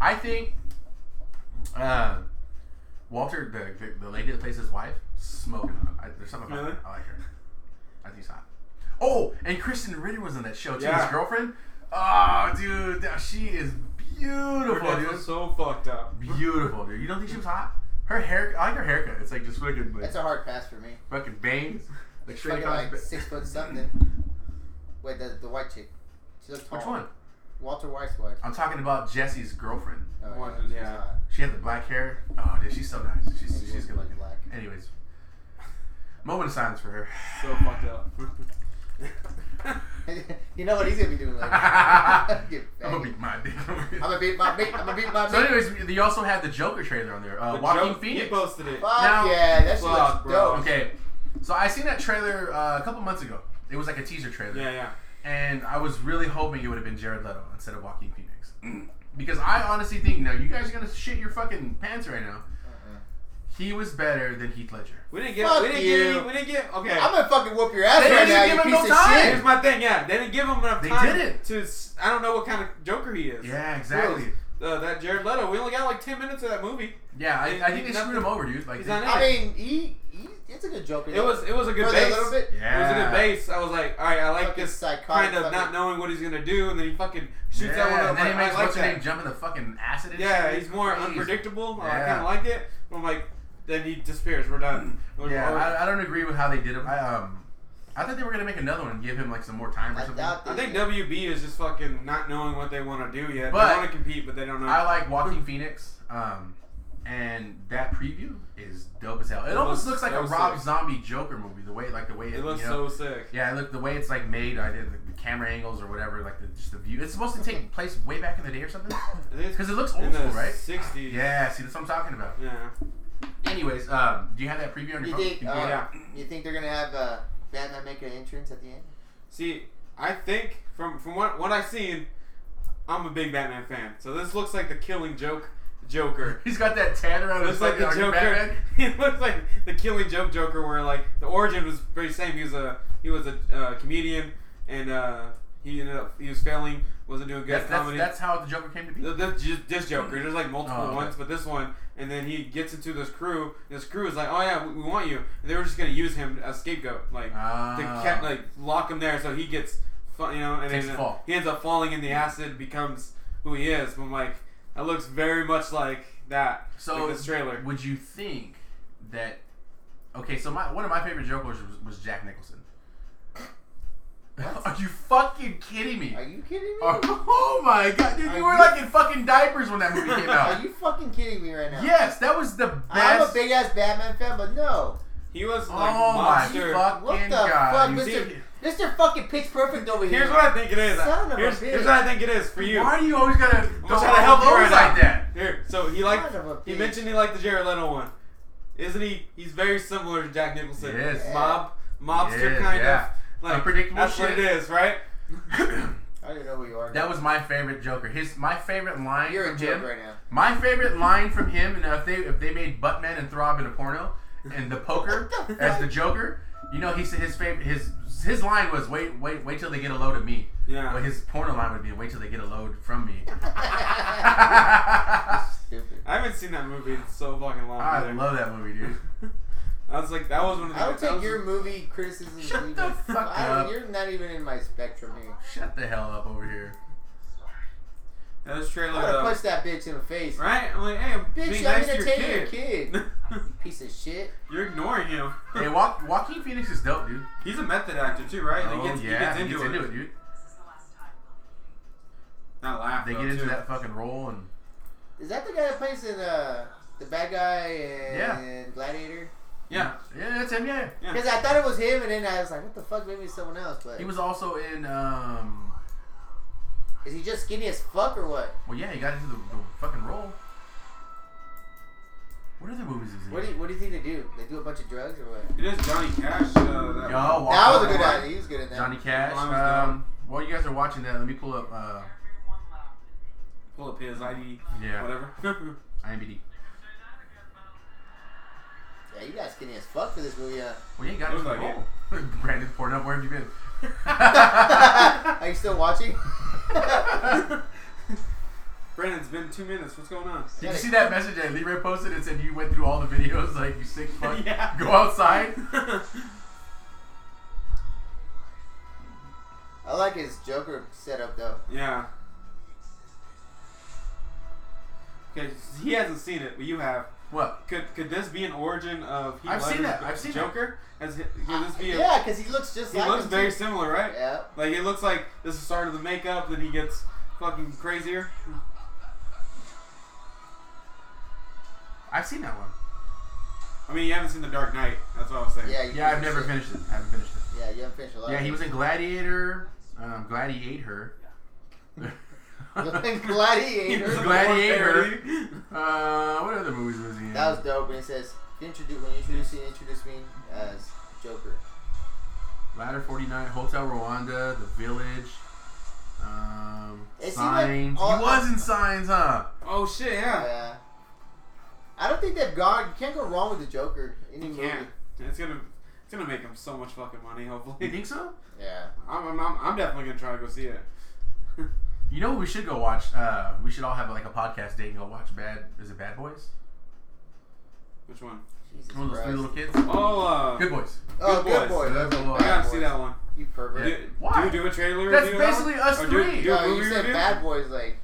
Speaker 1: I think uh, Walter, the, the, the lady that plays his wife, smoking hot. I, there's something about
Speaker 3: Really?
Speaker 1: her. I like her. I think she's hot. Oh, and Kristen Ritter was on that show too.
Speaker 3: Yeah.
Speaker 1: His girlfriend. Oh, dude, that- she is
Speaker 3: Her
Speaker 1: beautiful,
Speaker 3: dad
Speaker 1: dude.
Speaker 3: was so fucked up.
Speaker 1: beautiful, dude. You don't think she was hot? Her hair. I like her haircut. It's like just fucking like,
Speaker 2: That's a hard pass for me.
Speaker 1: fucking bangs. Like
Speaker 2: She's
Speaker 1: straight
Speaker 2: fucking
Speaker 1: across.
Speaker 2: like
Speaker 1: ba-
Speaker 2: six foot something. Wait, the, the white chick. She looked tall.
Speaker 1: Which one?
Speaker 2: Walter White's wife.
Speaker 1: I'm talking about Jesse's girlfriend.
Speaker 2: Oh,
Speaker 3: One,
Speaker 2: she's
Speaker 3: yeah.
Speaker 2: hot.
Speaker 1: She had the black hair. Oh, dude, she's so nice. She's,
Speaker 2: Maybe
Speaker 1: she's
Speaker 2: we'll
Speaker 1: good
Speaker 2: do
Speaker 1: looking.
Speaker 2: black.
Speaker 1: Anyways, moment of silence for her.
Speaker 3: So fucked up.
Speaker 2: you know what he's gonna be doing later. Get
Speaker 1: I'm gonna
Speaker 2: faggot.
Speaker 1: beat my dick.
Speaker 2: I'm gonna beat my meat. I'm gonna beat my meat.
Speaker 1: So, anyways, they also had the Joker trailer on there. Uh,
Speaker 3: The
Speaker 1: Joaquin
Speaker 3: joke-
Speaker 1: Phoenix.
Speaker 3: He posted it.
Speaker 2: Fuck
Speaker 1: Now-
Speaker 2: yeah, that shit
Speaker 3: Fuck,
Speaker 2: looks
Speaker 3: bro.
Speaker 2: dope.
Speaker 1: Okay, so I seen that trailer uh, a couple months ago. It was like a teaser trailer,
Speaker 3: Yeah, yeah.
Speaker 1: and I was really hoping it would have been Jared Leto instead of Joaquin Phoenix, because I honestly think now you guys are gonna shit your fucking pants right now. He was better than Heath Ledger.
Speaker 3: We didn't get.
Speaker 2: Fuck
Speaker 3: we didn't
Speaker 2: you.
Speaker 3: get. Any, we didn't get. Okay.
Speaker 2: Uh-uh. I'm gonna fucking whoop your ass
Speaker 1: They
Speaker 2: right
Speaker 1: didn't
Speaker 2: now,
Speaker 1: give
Speaker 2: you
Speaker 1: him no
Speaker 2: piece of
Speaker 1: time.
Speaker 2: shit.
Speaker 3: Here's my thing. Yeah, they didn't give him enough
Speaker 1: They
Speaker 3: time
Speaker 1: didn't.
Speaker 3: to. s- I don't know what kind of Joker he is.
Speaker 1: Yeah, exactly.
Speaker 3: Uh, that Jared Leto. We only got like ten minutes of that movie.
Speaker 1: Yeah, I, I think they screwed him over, dude. Like,
Speaker 3: He's
Speaker 1: they-
Speaker 3: not in
Speaker 2: I
Speaker 3: it.
Speaker 2: mean, he, he it's a good joke.
Speaker 3: It was. It was a good
Speaker 2: Mm-hmm. for
Speaker 3: base.
Speaker 2: that little bit.
Speaker 3: It was a
Speaker 1: Yeah.
Speaker 3: good base. I was like, all right, I like
Speaker 2: Fucking
Speaker 3: this
Speaker 2: psychotic
Speaker 3: kind of
Speaker 2: fucking-
Speaker 3: not knowing what he's gonna do, and then he fucking shoots that one
Speaker 1: Yeah,
Speaker 3: up.
Speaker 1: and then
Speaker 3: like,
Speaker 1: he makes
Speaker 3: I like
Speaker 1: what's her
Speaker 3: that.
Speaker 1: name jump in the fucking acid. and
Speaker 3: Yeah,
Speaker 1: shit.
Speaker 3: he's more
Speaker 1: Crazy.
Speaker 3: unpredictable. I
Speaker 1: Yeah.
Speaker 3: kind of like it. But I'm like, then he disappears. We're done. We're-
Speaker 1: Yeah,
Speaker 3: we're-
Speaker 1: I, I don't agree with how they did him. I um, I thought they were gonna make another one and give him like some more time or
Speaker 2: I
Speaker 1: something.
Speaker 2: doubt
Speaker 1: I
Speaker 2: that.
Speaker 3: I think WB is just fucking not knowing what they want to do yet.
Speaker 1: But-
Speaker 3: they want to compete, but they don't know.
Speaker 1: like Walking Phoenix. Um, and that preview is dope as hell. It,
Speaker 3: It
Speaker 1: almost
Speaker 3: looks-
Speaker 1: looks like
Speaker 3: that
Speaker 1: a
Speaker 3: was
Speaker 1: Rob
Speaker 3: sick.
Speaker 1: Zombie Joker movie. The way, like the way
Speaker 3: it looks
Speaker 1: you know,
Speaker 3: so sick.
Speaker 1: Yeah, look the way it's like made. I did the, the camera angles or whatever, like the, just the view. It's supposed to take place way back in the day or something.
Speaker 3: I think it's
Speaker 1: 'Cause it looks old
Speaker 3: in the
Speaker 1: school, right?
Speaker 3: 60s.
Speaker 1: yeah, see, that's what I'm talking about.
Speaker 3: Yeah.
Speaker 1: Anyways, um, do you have that preview on your
Speaker 2: You
Speaker 1: phone?
Speaker 2: think?
Speaker 1: Can
Speaker 2: Uh,
Speaker 1: pull it out?
Speaker 3: yeah.
Speaker 2: You think they're gonna have uh, Batman make an entrance at the end?
Speaker 3: See, I think from from what what I've seen, I'm a big Batman fan. So this looks like the Killing Joke Joker.
Speaker 1: He's got that tan around his
Speaker 3: Looks like
Speaker 1: fucking
Speaker 3: the
Speaker 1: like
Speaker 3: Joker.
Speaker 1: Batman.
Speaker 3: He looks like the Killing Joke Joker, where like the origin was very same. He was a he was a uh, comedian, and uh, he ended up he was failing, wasn't doing good
Speaker 1: That's,
Speaker 3: at
Speaker 1: that's,
Speaker 3: comedy.
Speaker 1: that's how the Joker came to be.
Speaker 3: Th- That's just this Joker. There's like multiple
Speaker 1: Oh, okay.
Speaker 3: ones, but this one, and then he gets into this crew. And this crew is like, "Oh yeah, we, we want you." And they were just gonna use him as scapegoat, like to
Speaker 1: Ah.
Speaker 3: ca- like lock him there, so he gets, fu- you know, and
Speaker 1: Takes
Speaker 3: then
Speaker 1: the fall.
Speaker 3: he ends up falling in the acid, becomes who he is. But I'm like, that looks very much like that.
Speaker 1: so
Speaker 3: like this trailer.
Speaker 1: Would you think that? Okay, so my one of my favorite Jokers was, was Jack Nicholson.
Speaker 2: What?
Speaker 1: Are you fucking kidding me?
Speaker 2: Are you kidding me?
Speaker 1: Are- oh my god, dude!
Speaker 2: Are
Speaker 1: You were
Speaker 2: you-
Speaker 1: like in fucking diapers when that movie came
Speaker 2: Are
Speaker 1: out.
Speaker 2: you fucking kidding me right now?
Speaker 1: Yes, that was the
Speaker 2: I'm
Speaker 1: best.
Speaker 2: a big ass Batman fan, but no.
Speaker 3: He was
Speaker 1: oh
Speaker 3: like
Speaker 1: my
Speaker 3: monster.
Speaker 1: fucking
Speaker 2: What the
Speaker 1: god!
Speaker 2: fuck,
Speaker 1: You
Speaker 2: Mister?
Speaker 1: see-
Speaker 2: Mister fucking Pitch Perfect over here.
Speaker 3: Here's what I think it is.
Speaker 2: Son of a
Speaker 3: here's,
Speaker 2: bitch.
Speaker 3: here's what I think it is for you.
Speaker 1: Why are you always gonna
Speaker 3: I'm
Speaker 1: go
Speaker 3: just trying to help you right
Speaker 1: like
Speaker 3: now.
Speaker 1: that?
Speaker 3: Here, so he liked.
Speaker 2: Son of a
Speaker 3: He
Speaker 2: bitch.
Speaker 3: mentioned he liked the Jared Leto one, isn't he? He's very similar to Jack Nicholson.
Speaker 1: Yes.
Speaker 2: Yeah.
Speaker 3: Mob, mobster
Speaker 1: Yes,
Speaker 3: kind
Speaker 1: yeah.
Speaker 3: of. Like
Speaker 1: Unpredictable
Speaker 3: That's what
Speaker 1: shit.
Speaker 3: it is, right?
Speaker 2: I don't know who you are.
Speaker 1: That was my favorite Joker. His my favorite line
Speaker 2: You're
Speaker 1: from
Speaker 2: a joke
Speaker 1: him.
Speaker 2: right now.
Speaker 1: My favorite line from him, and if they if they made Buttman and Throb in a porno, and the poker
Speaker 2: What the
Speaker 1: as the
Speaker 2: fuck?
Speaker 1: Joker, you know he said his favorite his his line was wait wait wait till they get a load of me.
Speaker 3: Yeah.
Speaker 1: But his porno line would be wait till they get a load from me.
Speaker 2: Stupid.
Speaker 3: I haven't seen that movie in so fucking long.
Speaker 1: I
Speaker 3: either.
Speaker 1: love that movie, dude.
Speaker 3: I was like, that was one of the.
Speaker 2: I would
Speaker 3: that
Speaker 2: take
Speaker 3: was-
Speaker 2: your movie criticism.
Speaker 1: Shut
Speaker 2: even-
Speaker 1: the fuck
Speaker 2: I don't-
Speaker 1: up.
Speaker 2: You're not even in my spectrum here.
Speaker 1: Shut the hell up over here.
Speaker 3: That was trailer
Speaker 2: I'm gonna
Speaker 3: though.
Speaker 2: punch that bitch in the face.
Speaker 3: Right? I'm like, hey, I'm
Speaker 2: Bitch,
Speaker 3: being
Speaker 2: I'm
Speaker 3: nice
Speaker 2: gonna
Speaker 3: to your
Speaker 2: tell your
Speaker 3: kid.
Speaker 2: kid. Piece of shit.
Speaker 3: You're ignoring him.
Speaker 1: Hey, Wa- Joaquin Phoenix is dope, dude.
Speaker 3: He's a method actor too, right?
Speaker 1: oh
Speaker 3: he gets,
Speaker 1: yeah,
Speaker 3: he gets into, it.
Speaker 1: dude.
Speaker 3: Not laugh.
Speaker 1: They
Speaker 3: though,
Speaker 1: get into
Speaker 3: too.
Speaker 1: that fucking role and
Speaker 2: Is that the guy that plays in uh, the bad guy and
Speaker 1: Yeah.
Speaker 2: Gladiator?
Speaker 3: Yeah.
Speaker 1: yeah, that's him. Yeah,
Speaker 3: Yeah.
Speaker 2: Because I thought it was him, and then I was like, what the fuck? Maybe it's someone else. But
Speaker 1: he was also in um.
Speaker 2: Is he just skinny as fuck or what?
Speaker 1: Well, yeah, he got into the, the fucking role. What other movies is he?
Speaker 2: What do you, what do you think they do? They do a bunch of drugs or what?
Speaker 3: It is Johnny Cash. Uh, that
Speaker 1: Y'all watch
Speaker 2: That was a good
Speaker 1: Walmart.
Speaker 2: idea. He was good at that.
Speaker 1: Johnny Cash.
Speaker 3: Mine was dumb.
Speaker 1: Um, while you guys are watching that, let me pull up uh,
Speaker 3: Pull up his ID.
Speaker 1: Yeah.
Speaker 3: Whatever.
Speaker 1: IMDb.
Speaker 2: Yeah, you got skinny as fuck for this movie. Huh?
Speaker 1: Well, yeah, you got into the
Speaker 3: Looks like
Speaker 1: role. Brandon, pouring up. Where have you been?
Speaker 2: Are you still watching?
Speaker 3: Brandon, it's been two minutes. What's going on?
Speaker 1: Did you see that message that Leroy posted? It said you went through all the videos, like you sick fuck.
Speaker 3: Yeah.
Speaker 1: Go outside.
Speaker 2: I like his Joker setup though.
Speaker 3: yeah. Okay, he hasn't seen it, but you have.
Speaker 1: What?
Speaker 3: Could could this be an origin of Heath
Speaker 1: I've seen
Speaker 3: Ledger's
Speaker 1: that. I've seen that.
Speaker 3: Joker? As could this be a,
Speaker 2: Yeah, because he looks just
Speaker 3: He
Speaker 2: like
Speaker 3: looks
Speaker 2: him,
Speaker 3: very
Speaker 2: too.
Speaker 3: similar, right?
Speaker 2: Yeah.
Speaker 3: Like it looks like this is the start of the makeup, then he gets fucking crazier.
Speaker 1: I've seen that one.
Speaker 3: I mean, you haven't seen The Dark Knight. That's what I was saying.
Speaker 2: Yeah. you
Speaker 1: Yeah, I've
Speaker 2: finished
Speaker 1: never
Speaker 2: it.
Speaker 1: finished it. I haven't finished it.
Speaker 2: Yeah, you haven't finished a lot.
Speaker 1: Yeah, he was in Gladiator. Um, Uh, Gladiator.
Speaker 2: in
Speaker 3: He was
Speaker 2: Gladiator.
Speaker 3: in
Speaker 1: Gladiator.
Speaker 3: the one parody.
Speaker 1: Uh, what other movies was he in?
Speaker 2: That was dope. And it says, "Introduce when you introduce me, introduce me as Joker."
Speaker 1: Ladder 49, Hotel Rwanda, The Village, um,
Speaker 2: It seemed like
Speaker 1: Signs.
Speaker 2: all-
Speaker 1: he was in Signs, huh?
Speaker 3: oh shit! Yeah.
Speaker 2: Yeah. I don't think they've gone. You can't go wrong with the Joker. Any
Speaker 3: You
Speaker 2: movie.
Speaker 3: can't. It's gonna it's gonna make him so much fucking money.
Speaker 1: You
Speaker 2: Mm-hmm.
Speaker 3: Hopefully,
Speaker 1: think so?
Speaker 2: Yeah.
Speaker 3: I'm, I'm, I'm, I'm definitely gonna try to go see it.
Speaker 1: You know what we should go watch? Uh, we should all have like a podcast date and go watch Bad. Is it Bad Boys?
Speaker 3: Which one?
Speaker 2: Jesus
Speaker 1: One of those
Speaker 2: Christ.
Speaker 1: three little kids.
Speaker 3: Oh, uh,
Speaker 1: Good Boys.
Speaker 2: oh,
Speaker 3: Good
Speaker 2: good
Speaker 3: Boys.
Speaker 2: boy.
Speaker 1: Good Boys.
Speaker 3: I gotta see that one.
Speaker 2: You pervert.
Speaker 3: Do,
Speaker 1: Why?
Speaker 3: do do a trailer
Speaker 1: That's
Speaker 3: review at all?
Speaker 1: basically us
Speaker 3: Or do-
Speaker 1: three.
Speaker 3: do a
Speaker 2: No, you
Speaker 3: movie
Speaker 2: said
Speaker 3: review?
Speaker 2: Bad Boys like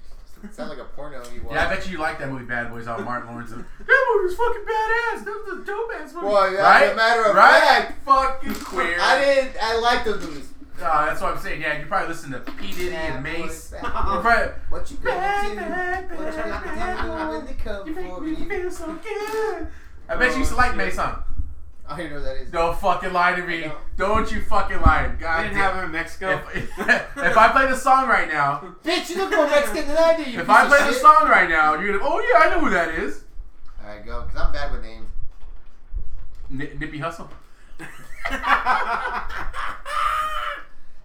Speaker 2: sound like a porno you watch.
Speaker 1: Yeah, I bet you like that movie, Bad Boys, on Martin Lawrence. that movie was fucking badass. That was a dope ass movie.
Speaker 2: Well, yeah,
Speaker 1: right?
Speaker 2: as a matter of
Speaker 1: right? Fucking queer.
Speaker 2: I didn't. I like those movies.
Speaker 1: Aw, that's what I'm saying. Yeah, you probably listen to P Diddy
Speaker 2: Bad
Speaker 1: and Mace.
Speaker 2: boys,
Speaker 1: You
Speaker 2: bad boys.
Speaker 1: probably.
Speaker 2: What you gonna do?
Speaker 1: Bad, bad,
Speaker 2: What you
Speaker 1: bad.
Speaker 2: gonna do when they come
Speaker 1: You
Speaker 2: for
Speaker 1: make me
Speaker 2: you?
Speaker 1: feel so good. I bet you used to like Mace, huh?
Speaker 2: I don't know what that is.
Speaker 1: Don't fucking lie to me.
Speaker 2: I know.
Speaker 1: Don't you fucking lie.
Speaker 3: I
Speaker 1: God
Speaker 3: didn't
Speaker 1: damn.
Speaker 3: have him in Mexico.
Speaker 1: If, if I played a song right now,
Speaker 2: Bitch, you look more Mexican than I do. You
Speaker 1: if I
Speaker 2: piece
Speaker 1: played
Speaker 2: of
Speaker 1: a
Speaker 2: shit.
Speaker 1: song right now, you're gonna, oh yeah, I know who that is.
Speaker 2: All right, go. Cause I'm bad with names.
Speaker 1: N- Nippy Hustle.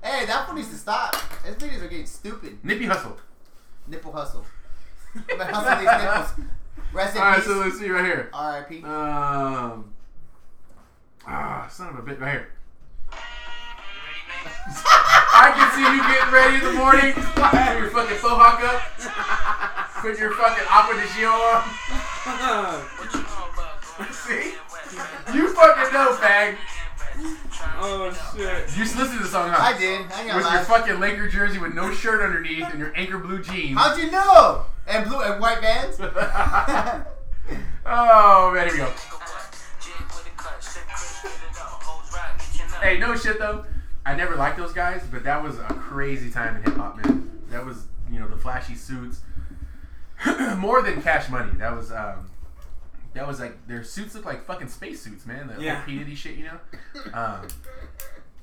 Speaker 2: Hey, that one needs to stop. These videos are getting stupid.
Speaker 1: Nippy Hustle.
Speaker 2: Nipple hustle. I'm gonna hustle these nipples. Rest in
Speaker 1: All right,
Speaker 2: peace.
Speaker 1: so let's see right here.
Speaker 2: R.I.P.
Speaker 1: Um, ah, son of a bitch, right here.
Speaker 5: ready, man?
Speaker 1: I can see you getting ready in the morning. Put your fucking faux up. Put your fucking aqua de Gio on.
Speaker 5: What you know about going
Speaker 1: See?
Speaker 5: to
Speaker 1: You fucking know, fag.
Speaker 3: oh shit!
Speaker 1: You just listened to the song, huh?
Speaker 2: I did. I ain't
Speaker 1: With
Speaker 2: gonna
Speaker 1: your
Speaker 2: lie.
Speaker 1: fucking Laker jersey with no shirt underneath and your anchor blue jeans.
Speaker 2: How'd you know? And blue and white bands.
Speaker 1: oh man, here we go. Hey, no shit though. I never liked those guys, but that was a crazy time in hip hop, man. That was, you know, the flashy suits. More than cash money. That was um that was like their suits look like fucking spacesuits, man. The
Speaker 3: Yeah.
Speaker 1: yeah. P Diddy shit, you know? Um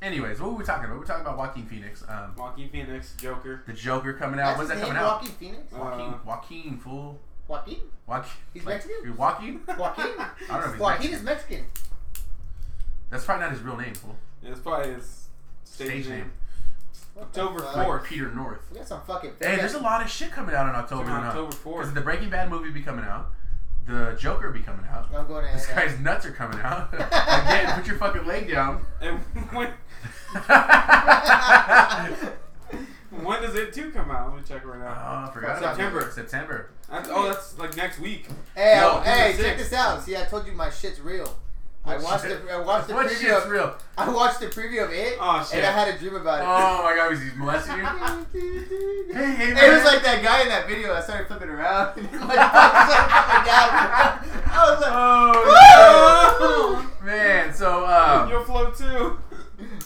Speaker 1: anyways, what were we talking about? We were talking about Joaquin Phoenix. Um
Speaker 3: Joaquin Phoenix, Joker.
Speaker 1: the Joker coming out.
Speaker 2: That's
Speaker 1: When's
Speaker 2: his
Speaker 1: that
Speaker 2: name,
Speaker 1: coming out?
Speaker 2: Joaquin Phoenix.
Speaker 1: Joaquin,
Speaker 3: Uh,
Speaker 1: Joaquin, fool.
Speaker 2: Joaquin.
Speaker 1: Joaquin.
Speaker 2: He's Mexican?
Speaker 1: Joaquin?
Speaker 2: Joaquin.
Speaker 1: I don't know if he's
Speaker 2: Joaquin
Speaker 1: Mexican.
Speaker 2: is Mexican.
Speaker 1: That's probably not his real name, fool.
Speaker 3: Yeah, it's probably his stage,
Speaker 1: Stage
Speaker 3: name.
Speaker 1: name.
Speaker 2: What the
Speaker 3: October
Speaker 2: fuck?
Speaker 1: Like
Speaker 3: North.
Speaker 1: Peter North.
Speaker 2: We got some fucking.
Speaker 1: Hey, there's a lot of shit coming out in October.
Speaker 3: It's on
Speaker 1: huh?
Speaker 3: October 4th.
Speaker 1: 'Cause The Breaking Bad movie be coming out. The Joker be coming out.
Speaker 2: I'm going to.
Speaker 1: This guy's nuts are coming out. Again, put your fucking leg down. Oh,
Speaker 3: And when when does it two come out? Let me check right
Speaker 1: Oh,
Speaker 3: now.
Speaker 1: I forgot
Speaker 3: September.
Speaker 1: About that. September.
Speaker 3: That's, oh, that's like next week.
Speaker 2: Hey,
Speaker 1: Yo,
Speaker 2: oh, hey,
Speaker 3: he's a
Speaker 2: check
Speaker 3: six.
Speaker 2: this out. See, I told you my shit's real. I watched the I watched the
Speaker 1: What
Speaker 2: preview.
Speaker 1: shit's
Speaker 2: Of,
Speaker 1: real?
Speaker 2: I watched the preview of it,
Speaker 3: Oh, shit.
Speaker 2: and I had a dream about it.
Speaker 1: Oh my god, was he molesting you? Hey, hey,
Speaker 2: It
Speaker 1: man.
Speaker 2: was like that guy in that video. I started flipping around. My fucking down. I was like,
Speaker 1: Oh, shit. man. So, um,
Speaker 3: You'll flow too.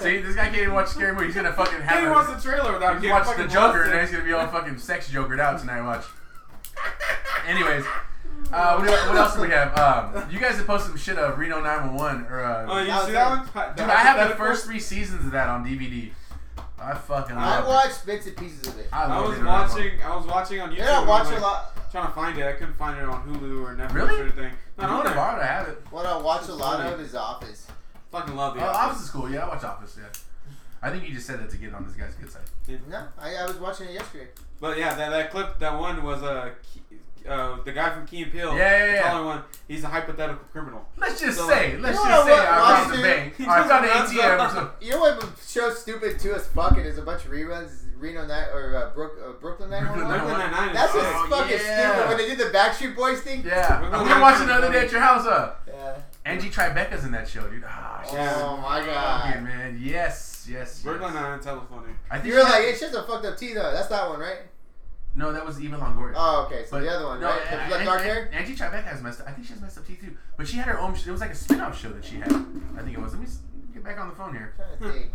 Speaker 1: see, this guy can't even watch scary movies. He's gonna fucking have.
Speaker 3: He
Speaker 1: a-
Speaker 3: wants the trailer without
Speaker 1: You
Speaker 3: getting
Speaker 1: watch
Speaker 3: fucking
Speaker 1: the Joker, and
Speaker 3: molested.
Speaker 1: then he's gonna be all fucking sex jokered out tonight. Watch. Anyways, uh, what, what else do we have? Um, you guys have posted some shit of Reno 911, or uh,
Speaker 3: Oh, you
Speaker 2: That was
Speaker 3: see
Speaker 2: it.
Speaker 3: that one?
Speaker 1: dude, I have the first three seasons of that on DVD. Uh, I fucking love
Speaker 2: I
Speaker 1: it.
Speaker 2: watched bits and pieces of it.
Speaker 3: I
Speaker 1: love
Speaker 3: was
Speaker 1: it. love it.
Speaker 3: watching. I was watching on YouTube.
Speaker 2: Yeah, I
Speaker 3: and
Speaker 2: watch
Speaker 3: I'm
Speaker 2: a
Speaker 3: like,
Speaker 2: lot.
Speaker 3: Trying to find it. I couldn't find it on Hulu or Netflix
Speaker 1: Really?
Speaker 3: or anything.
Speaker 1: If
Speaker 3: Not
Speaker 1: you
Speaker 3: on
Speaker 1: want to
Speaker 3: there.
Speaker 1: borrow it, I have it.
Speaker 2: What I watch a lot
Speaker 3: Funny.
Speaker 2: of is Office.
Speaker 3: Fucking love the.
Speaker 1: Oh,
Speaker 3: Office.
Speaker 1: Office is cool. Yeah, I watch Office. Yeah. I think you just said that to get on this guy's good side.
Speaker 2: No, I, I was watching it yesterday.
Speaker 3: But yeah, that, that clip, that one was uh, Ke- uh, the guy from Key and Peele.
Speaker 1: Yeah, yeah,
Speaker 3: the
Speaker 1: yeah.
Speaker 3: taller one. He's a hypothetical criminal.
Speaker 1: Let's just
Speaker 3: So,
Speaker 1: say, let's
Speaker 2: you know
Speaker 1: just say,
Speaker 2: what I
Speaker 1: I robbed
Speaker 2: watched,
Speaker 1: the
Speaker 2: dude?
Speaker 1: bank.
Speaker 3: He
Speaker 1: Or I
Speaker 3: just
Speaker 1: found an
Speaker 3: runs
Speaker 1: ATM.
Speaker 3: up.
Speaker 1: or something.
Speaker 2: You know what show stupid to us fucking is a bunch of reruns. Reno Night or uh, Brook, uh, Brooklyn Nine One
Speaker 1: Brooklyn
Speaker 2: One.
Speaker 1: Nine-One-One.
Speaker 3: Brooklyn Nine-Nine is
Speaker 2: That's
Speaker 3: sick.
Speaker 2: just
Speaker 1: Oh,
Speaker 2: fucking
Speaker 1: yeah.
Speaker 2: stupid when they did the Backstreet Boys thing.
Speaker 1: Yeah,
Speaker 3: We're
Speaker 1: we
Speaker 3: going
Speaker 1: watched
Speaker 3: to-
Speaker 1: another day at your house. Uh,
Speaker 2: Yeah.
Speaker 1: Angie Tribeca's in that show, dude. Ah, she's
Speaker 3: Yeah.
Speaker 2: Oh my
Speaker 1: fucking
Speaker 2: god.
Speaker 1: man. Yes, yes.
Speaker 3: Brooklyn
Speaker 1: yes.
Speaker 3: Nine-Nine telephony.
Speaker 1: I think
Speaker 2: You were
Speaker 1: she-
Speaker 2: like, it's just a fucked up T though. That's that one, right?
Speaker 1: no, that was Eva Longoria.
Speaker 2: Oh, okay. So
Speaker 1: But-
Speaker 2: the other one,
Speaker 1: no,
Speaker 2: right?
Speaker 1: and-
Speaker 2: If you got
Speaker 1: and-
Speaker 2: dark
Speaker 1: and-
Speaker 2: hair.
Speaker 1: Angie Tribeca has messed. I think she has messed up teeth too. But she had her own. sh- It was like a spin-off show that she had. I think it was. Let me s- get back on the phone here.
Speaker 2: I'm trying to think.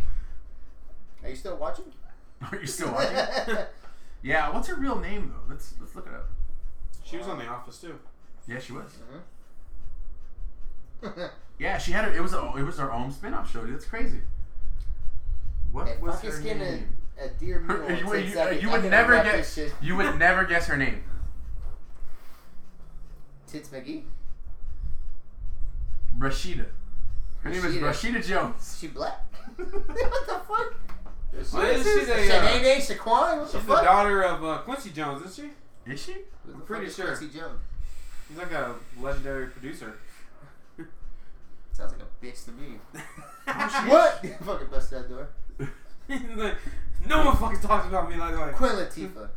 Speaker 2: Are you still watching?
Speaker 1: Are you still watching? yeah. What's her real name though? Let's let's look it up.
Speaker 3: She was on The Office too.
Speaker 1: Yeah, she was.
Speaker 2: Mhm.
Speaker 1: Yeah, she had her. It was a. It was her own spin-off show. Dude, that's crazy. What
Speaker 2: If
Speaker 1: was
Speaker 2: I could
Speaker 1: her
Speaker 2: skin
Speaker 1: name?
Speaker 2: a, a deer mule,
Speaker 1: Her-
Speaker 2: in
Speaker 1: you,
Speaker 2: 10
Speaker 1: you- uh,
Speaker 2: seconds,
Speaker 1: you
Speaker 2: I
Speaker 1: would
Speaker 2: can
Speaker 1: never
Speaker 2: rap this
Speaker 1: guess.
Speaker 2: shit.
Speaker 1: You would never guess her name.
Speaker 2: Tits McGee.
Speaker 1: Rashida. Her name is
Speaker 2: Rashida.
Speaker 1: Rashida Jones.
Speaker 2: She black. what the fuck?
Speaker 3: Well, she's a, uh,
Speaker 2: Shanae Shaquan. What the
Speaker 3: She's the
Speaker 2: fuck?
Speaker 3: daughter of uh, Quincy Jones, isn't she?
Speaker 1: Is she?
Speaker 2: Who the
Speaker 3: I'm
Speaker 2: fuck
Speaker 3: pretty
Speaker 2: is
Speaker 3: sure.
Speaker 2: Quincy Jones.
Speaker 3: He's like a legendary producer.
Speaker 2: Sounds like a bitch to me.
Speaker 3: She's
Speaker 2: What? fucking bust that door.
Speaker 3: like, no one fucking talks about me like like.
Speaker 2: Queen Latifah.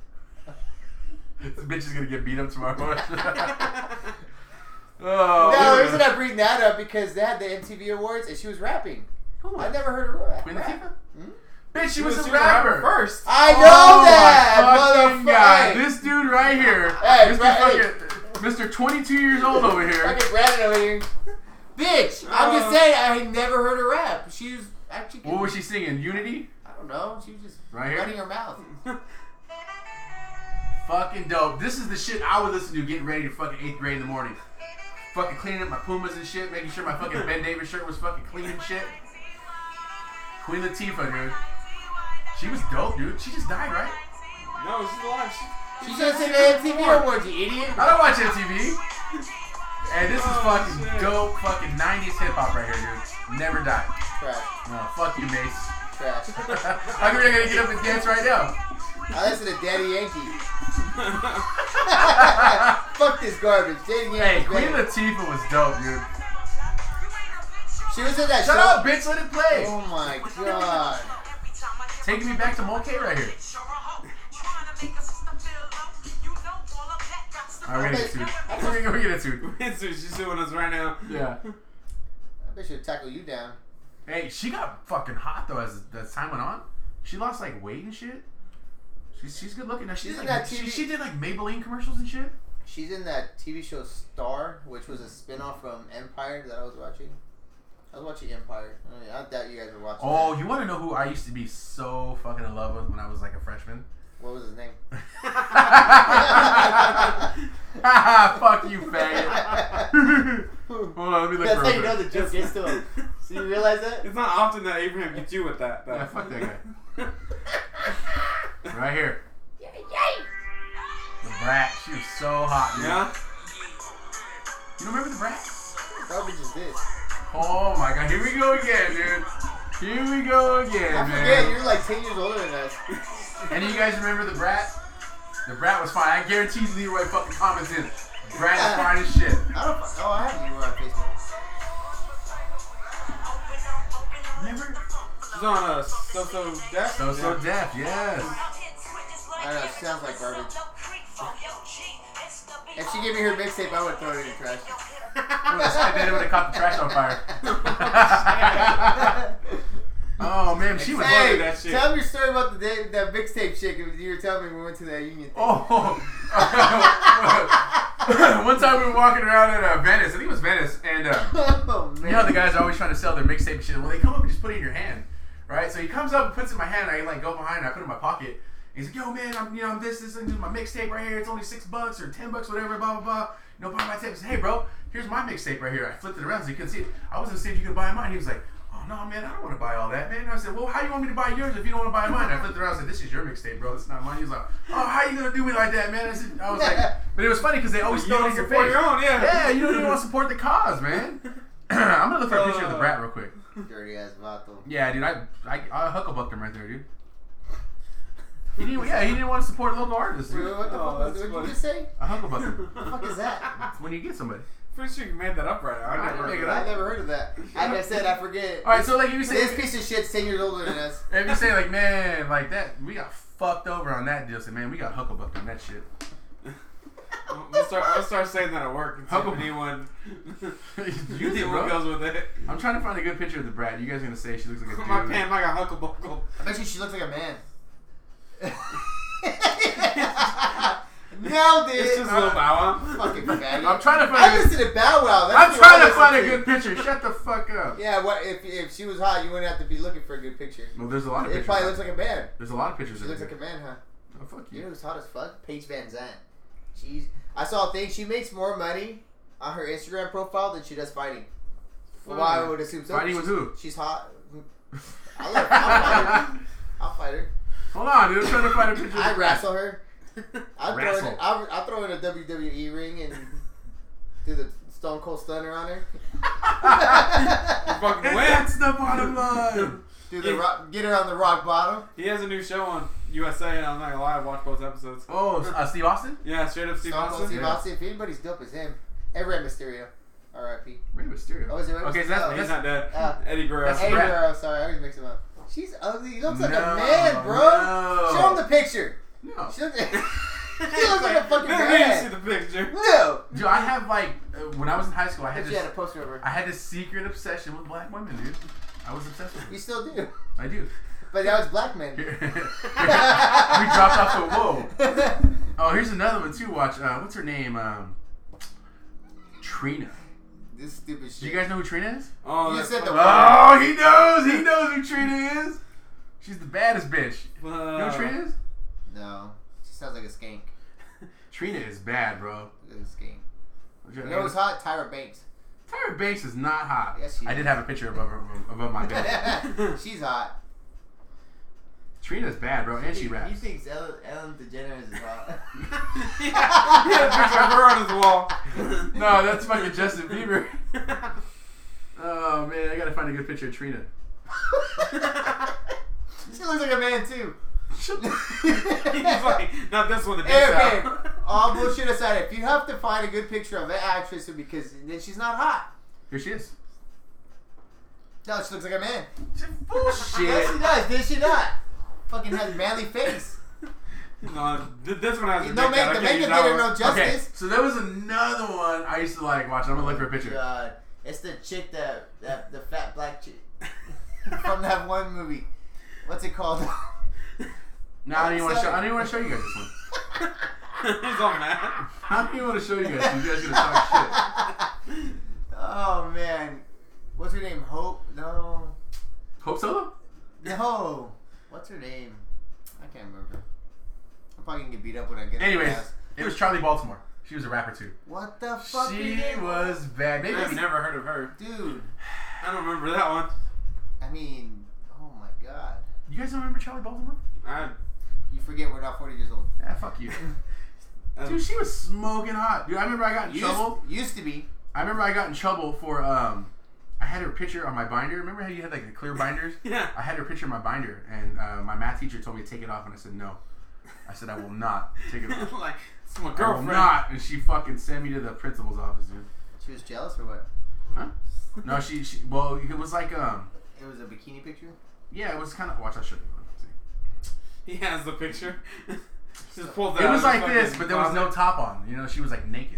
Speaker 1: This bitch is gonna get beat up tomorrow.
Speaker 2: No,
Speaker 1: oh.
Speaker 2: the reason I bring that up because they had the MTV Awards and she was rapping.
Speaker 1: Who
Speaker 2: I
Speaker 1: was?
Speaker 2: never heard her rap.
Speaker 1: Queen
Speaker 2: rap.
Speaker 1: Latifah?
Speaker 2: Hmm?
Speaker 1: Bitch, she, was,
Speaker 3: she
Speaker 1: a rapper.
Speaker 3: first.
Speaker 2: I know
Speaker 1: Oh my
Speaker 2: that,
Speaker 1: fucking God.
Speaker 2: motherfucker.
Speaker 1: This dude right here,
Speaker 2: Hey,
Speaker 1: Mr.
Speaker 2: right- hey.
Speaker 1: fucking- Mr. 22 years old over here.
Speaker 2: Fucking rapping over here. Bitch, I'm
Speaker 3: Oh.
Speaker 2: just saying I had never heard her rap. She was actually.
Speaker 1: What was she singing? Unity?
Speaker 2: I don't know. She was just
Speaker 1: Right here?
Speaker 2: running her mouth.
Speaker 1: Fucking dope. This is the shit I would listen to getting ready to fucking eighth grade in the morning. Fucking cleaning up my pumas and shit, making sure my fucking Ben Davis shirt was fucking clean and shit. Queen Latifah, dude. She was dope, dude. She just died, right?
Speaker 3: No, she's alive. She,
Speaker 2: She just in the MTV Awards, you idiot.
Speaker 1: I don't watch MTV. And this is
Speaker 3: Oh,
Speaker 1: fucking
Speaker 3: shit.
Speaker 1: dope, fucking 90s hip hop right here, dude. Never die.
Speaker 2: Trash,
Speaker 1: No, fuck you, Mace.
Speaker 2: trash.
Speaker 1: How come you're gonna get up and dance right now?
Speaker 2: I listen to Daddy Yankee. Fuck this garbage.
Speaker 1: Hey,
Speaker 2: Daddy Yankee's
Speaker 1: Queen
Speaker 2: better.
Speaker 1: Latifah was dope, dude.
Speaker 2: She was in that
Speaker 1: Shut
Speaker 2: show.
Speaker 1: up, bitch. Let it play.
Speaker 2: Oh my god.
Speaker 1: Taking me back to Mulcahy right here. All right, we're gonna get sued. We're gonna- We're gonna get sued.
Speaker 3: she's suing us right now.
Speaker 1: Yeah.
Speaker 2: I bet she'll tackle you down.
Speaker 1: Hey, she got fucking hot though as as time went on. She lost like weight and shit. She's she's good looking now. She's
Speaker 2: She's
Speaker 1: like
Speaker 2: in that
Speaker 1: she,
Speaker 2: TV
Speaker 1: she did like Maybelline commercials and shit.
Speaker 2: She's in that TV show Star, which was a spin-off from Empire that I was watching. I was watching Empire. I, mean, I doubt you guys were watching.
Speaker 1: Oh,
Speaker 2: that.
Speaker 1: you want to know who I used to be so fucking in love with when I was like a freshman?
Speaker 2: what was his name?
Speaker 1: Fuck you, faggot. Hold on, let me look
Speaker 2: That's
Speaker 1: for
Speaker 2: how
Speaker 1: real
Speaker 2: you know the
Speaker 1: quick.
Speaker 2: joke gets to him. So you realize that?
Speaker 3: It's not often that Abraham gets you with that. though.
Speaker 1: Yeah, fuck that guy. Right here. The brat. She was so hot. Dude.
Speaker 3: yeah.
Speaker 1: You don't remember the brat?
Speaker 2: Garbage is this.
Speaker 1: Oh my god, here we go again, dude. Here we go again,
Speaker 2: I forget
Speaker 1: man.
Speaker 2: you're like ten years older than us.
Speaker 1: Any of you guys remember the brat? The brat was fine. I guarantee Leroy fucking comments in. Brat is fine as shit.
Speaker 2: I don't. fu- Oh, I have you on Facebook.
Speaker 1: Remember?
Speaker 3: She's on a so so death.
Speaker 1: So so deaf, yes.
Speaker 2: I know. It sounds like garbage. If she gave me her mixtape, I would throw it in the trash.
Speaker 1: And then it would have caught the trash on fire. oh man, she was.
Speaker 2: Hey,
Speaker 3: that shit.
Speaker 2: tell me your story about the day, that mixtape chick you were telling me we went to that union thing.
Speaker 1: Oh. One time we were walking around in uh, Venice. I think it was Venice, and. Uh,
Speaker 2: Oh, man.
Speaker 1: You know how the guys are always trying to sell their mixtape and shit. Well, they come up and just put it in your hand, right? So he comes up and puts it in my hand. And I like go behind. And I put it in my pocket. And he's like, "Yo, man, I'm you know I'm this this and this is my mixtape right here. It's only six bucks or ten bucks, whatever. Blah blah blah. You know, buy my tape." I said, "Hey, bro, here's my mixtape right here." I flipped it around so you couldn't see it. I wasn't seeing if you could buy mine. He was like, oh no, man, I don't want to buy all that, man. And I said, well, how you want me to buy yours if you don't want to buy mine? I flipped around and said, this is your mixtape, bro. This is not mine. He was like, oh, how you gonna do me like that, man? I, said, I was like, but it was funny because they always
Speaker 3: You
Speaker 1: throw it
Speaker 3: don't
Speaker 1: in your
Speaker 3: support
Speaker 1: face.
Speaker 3: your own, yeah.
Speaker 1: Yeah, you don't even want to support the cause, man. I'm gonna look for a picture of the
Speaker 3: Uh.
Speaker 1: brat real quick.
Speaker 2: Dirty ass vato.
Speaker 1: Yeah, dude, I I, I hucklebucked him right there, dude. He didn't, yeah, he didn't want to support local artists.
Speaker 2: Dude,
Speaker 1: Dude.
Speaker 2: what the
Speaker 3: Oh,
Speaker 2: fuck
Speaker 3: that's
Speaker 2: was what did
Speaker 3: funny.
Speaker 2: you just say?
Speaker 1: I hucklebucked him.
Speaker 2: What the fuck is that?
Speaker 1: When you get somebody.
Speaker 3: Pretty sure you made that up right now. I
Speaker 1: I
Speaker 3: never
Speaker 1: didn't
Speaker 3: made
Speaker 1: make
Speaker 3: it
Speaker 1: it up.
Speaker 2: I
Speaker 3: up.
Speaker 2: never heard of that. Like I said, I forget.
Speaker 1: All right, so like if you say
Speaker 2: This piece of shit's ten years older than us.
Speaker 1: if you say like man like that we got fucked over on that deal, say man we got hucklebucked on that shit.
Speaker 3: I'll start, I'll start saying that at work and see
Speaker 1: Huckle-
Speaker 3: if anyone,
Speaker 1: You did,
Speaker 3: anyone
Speaker 1: bro.
Speaker 3: goes with it.
Speaker 1: I'm trying to find a good picture of the brat. You guys are gonna say she looks like a dude.
Speaker 3: My pam, I got hucklebuckled.
Speaker 2: I bet you she looks like a man. Nailed it.
Speaker 3: It's just Lil Bow Wow.
Speaker 2: fucking faggot.
Speaker 1: I'm trying to find.
Speaker 2: I
Speaker 1: a good,
Speaker 2: listen to Bow Wow. That's
Speaker 1: I'm
Speaker 2: who
Speaker 1: trying
Speaker 2: I
Speaker 1: to find a
Speaker 2: listen
Speaker 1: good picture. Shut the fuck up.
Speaker 2: Yeah, what if if she was hot, you wouldn't have to be looking for a good picture.
Speaker 1: Well, there's a lot of
Speaker 2: It
Speaker 1: pictures.
Speaker 2: probably looks like a man.
Speaker 1: there's a lot of pictures.
Speaker 2: She
Speaker 1: of
Speaker 2: looks
Speaker 1: her.
Speaker 2: like a man, huh?
Speaker 1: oh, fuck
Speaker 2: You know
Speaker 1: you.
Speaker 2: who's hot as fuck? Paige Van Zandt. She's. I saw a thing. She makes more money on her Instagram profile than she does fighting. Well, I would assume so.
Speaker 1: Fighting with
Speaker 2: she's,
Speaker 1: who?
Speaker 2: She's hot. I love. I'll fight her. I'll fight her.
Speaker 1: Hold on, dude. I'm trying to find a picture.
Speaker 2: I'd
Speaker 1: of the brat.
Speaker 2: wrestle her. I'd throw, in,
Speaker 1: Wrestle.
Speaker 2: I'd, I'd throw in a WWE ring and do the Stone Cold Stunner on her.
Speaker 3: Fucking
Speaker 1: And
Speaker 3: win.
Speaker 1: that's the bottom line.
Speaker 2: Do the rock, get her on the rock bottom.
Speaker 3: He has a new show on USA, and I'm not gonna lie, I watched both episodes.
Speaker 1: Oh, uh, Steve Austin?
Speaker 3: Yeah, straight up Steve
Speaker 2: Stone Cold
Speaker 3: Austin.
Speaker 2: Steve Austin. If anybody's dope, it's him. And Rey Mysterio. R.I.P.
Speaker 1: Rey Mysterio.
Speaker 2: Oh, is it Rey
Speaker 1: okay, so
Speaker 2: Mysterio?
Speaker 1: that's,
Speaker 3: He's
Speaker 1: that's
Speaker 3: not dead.
Speaker 2: Ah.
Speaker 3: Eddie Guerrero.
Speaker 1: That's
Speaker 2: Hey,
Speaker 1: Brett.
Speaker 2: girl, I'm sorry, I always mix him up. She's ugly. She looks like
Speaker 1: No,
Speaker 2: a man, bro.
Speaker 1: no.
Speaker 2: Show him the picture.
Speaker 1: no.
Speaker 2: She looks, she looks like a fucking
Speaker 3: Let me see
Speaker 2: man.
Speaker 3: the picture.
Speaker 2: No.
Speaker 1: Dude, I have like uh, when I was in high school, I had
Speaker 2: But she
Speaker 1: this,
Speaker 2: had a poster of her.
Speaker 1: I had this secret obsession with black women, dude. I was obsessed with
Speaker 2: You
Speaker 1: it.
Speaker 2: still do.
Speaker 1: I do.
Speaker 2: But now it's black men.
Speaker 1: Here- we dropped off the whoa. Oh, here's another one too. Watch. Uh, what's her name? Um, Trina.
Speaker 2: this stupid
Speaker 1: Do
Speaker 2: shit.
Speaker 1: you guys know who Trina is?
Speaker 3: Oh,
Speaker 2: You
Speaker 3: that's
Speaker 2: said the
Speaker 3: fucking-
Speaker 2: word.
Speaker 1: Oh, he knows. He knows who Trina is. She's the baddest bitch. You know who Trina is?
Speaker 2: No. She sounds like a skank.
Speaker 1: Trina is bad, bro.
Speaker 2: Like a skank. You know who's hot? Tyra Banks.
Speaker 1: Tyra Banks is not hot.
Speaker 2: Yes, she
Speaker 1: I
Speaker 2: is.
Speaker 1: did have a picture above her, above my bed.
Speaker 2: She's hot.
Speaker 1: Trina's bad, bro, and she raps.
Speaker 2: You think Ellen, Ellen DeGeneres is hot?
Speaker 3: he had a picture of her on his wall.
Speaker 1: No, that's fucking Justin Bieber. Oh man, I gotta find a good picture of Trina.
Speaker 2: she looks like a man too.
Speaker 3: He's like, not this one, the
Speaker 2: Hey,
Speaker 3: dick's
Speaker 2: okay.
Speaker 3: out.
Speaker 2: All bullshit aside, if you have to find a good picture of that actress because then she's not hot.
Speaker 1: Here she is.
Speaker 2: No, she looks like a man. Yes, she
Speaker 1: Bullshit.
Speaker 2: does. Did she not? Fucking has manly face.
Speaker 3: No, th- this one has a dick
Speaker 2: No
Speaker 3: out.
Speaker 2: make,
Speaker 3: I
Speaker 2: the
Speaker 3: can't
Speaker 2: makeup
Speaker 3: use
Speaker 2: did
Speaker 3: that one.
Speaker 2: her no
Speaker 1: Okay,
Speaker 2: justice.
Speaker 1: so there was another one I used to like watch. I'm gonna look for a picture.
Speaker 2: God, it's the chick that that the fat black chick from that one movie. What's it called?
Speaker 1: No, I don't even want to show. I don't even want to show you guys this one.
Speaker 3: He's all mad.
Speaker 1: I don't even want to show you guys. You guys gonna talk
Speaker 2: oh man, what's her name? Hope? No,
Speaker 1: shit. Hope Solo.
Speaker 2: no. What's her name? I can't remember. I'm probably gonna get beat up when I get. on
Speaker 1: Anyways,
Speaker 2: class.
Speaker 1: it was Charlie Baltimore. She was a rapper too.
Speaker 2: what the fuck?
Speaker 1: She
Speaker 2: is it?
Speaker 1: was bad. Maybe
Speaker 3: I've never heard of her.
Speaker 2: dude.
Speaker 3: I don't remember that one.
Speaker 2: I mean, oh my god,
Speaker 1: you guys don't remember Charlie Baltimore?
Speaker 3: I,
Speaker 2: you forget we're not 40 years old.
Speaker 1: Ah, fuck you.
Speaker 3: um,
Speaker 1: Dude, she was smoking hot. Dude, I remember I got in
Speaker 2: Used,
Speaker 1: trouble.
Speaker 2: used to be.
Speaker 1: I remember I got in trouble for um, I had her picture on my binder. Remember how you had like the clear binders?
Speaker 3: yeah.
Speaker 1: I had her picture in my binder, and uh, my math teacher told me to take it off, and I said no. I said I will not take it off.
Speaker 3: like, it's my
Speaker 1: I will
Speaker 3: girlfriend.
Speaker 1: not, and she fucking sent me to the principal's office, dude.
Speaker 2: She was jealous or what?
Speaker 1: Huh? No, she, she. Well, it was like um,
Speaker 2: It was a bikini picture.
Speaker 1: yeah, it was kind of. Watch, I'll show you. Let's see.
Speaker 3: He has the picture. Just pulled that
Speaker 1: It
Speaker 3: out
Speaker 1: was
Speaker 3: of the
Speaker 1: like this,
Speaker 3: fucking
Speaker 1: but there was no
Speaker 3: closet.
Speaker 1: top on. You know, she was like naked.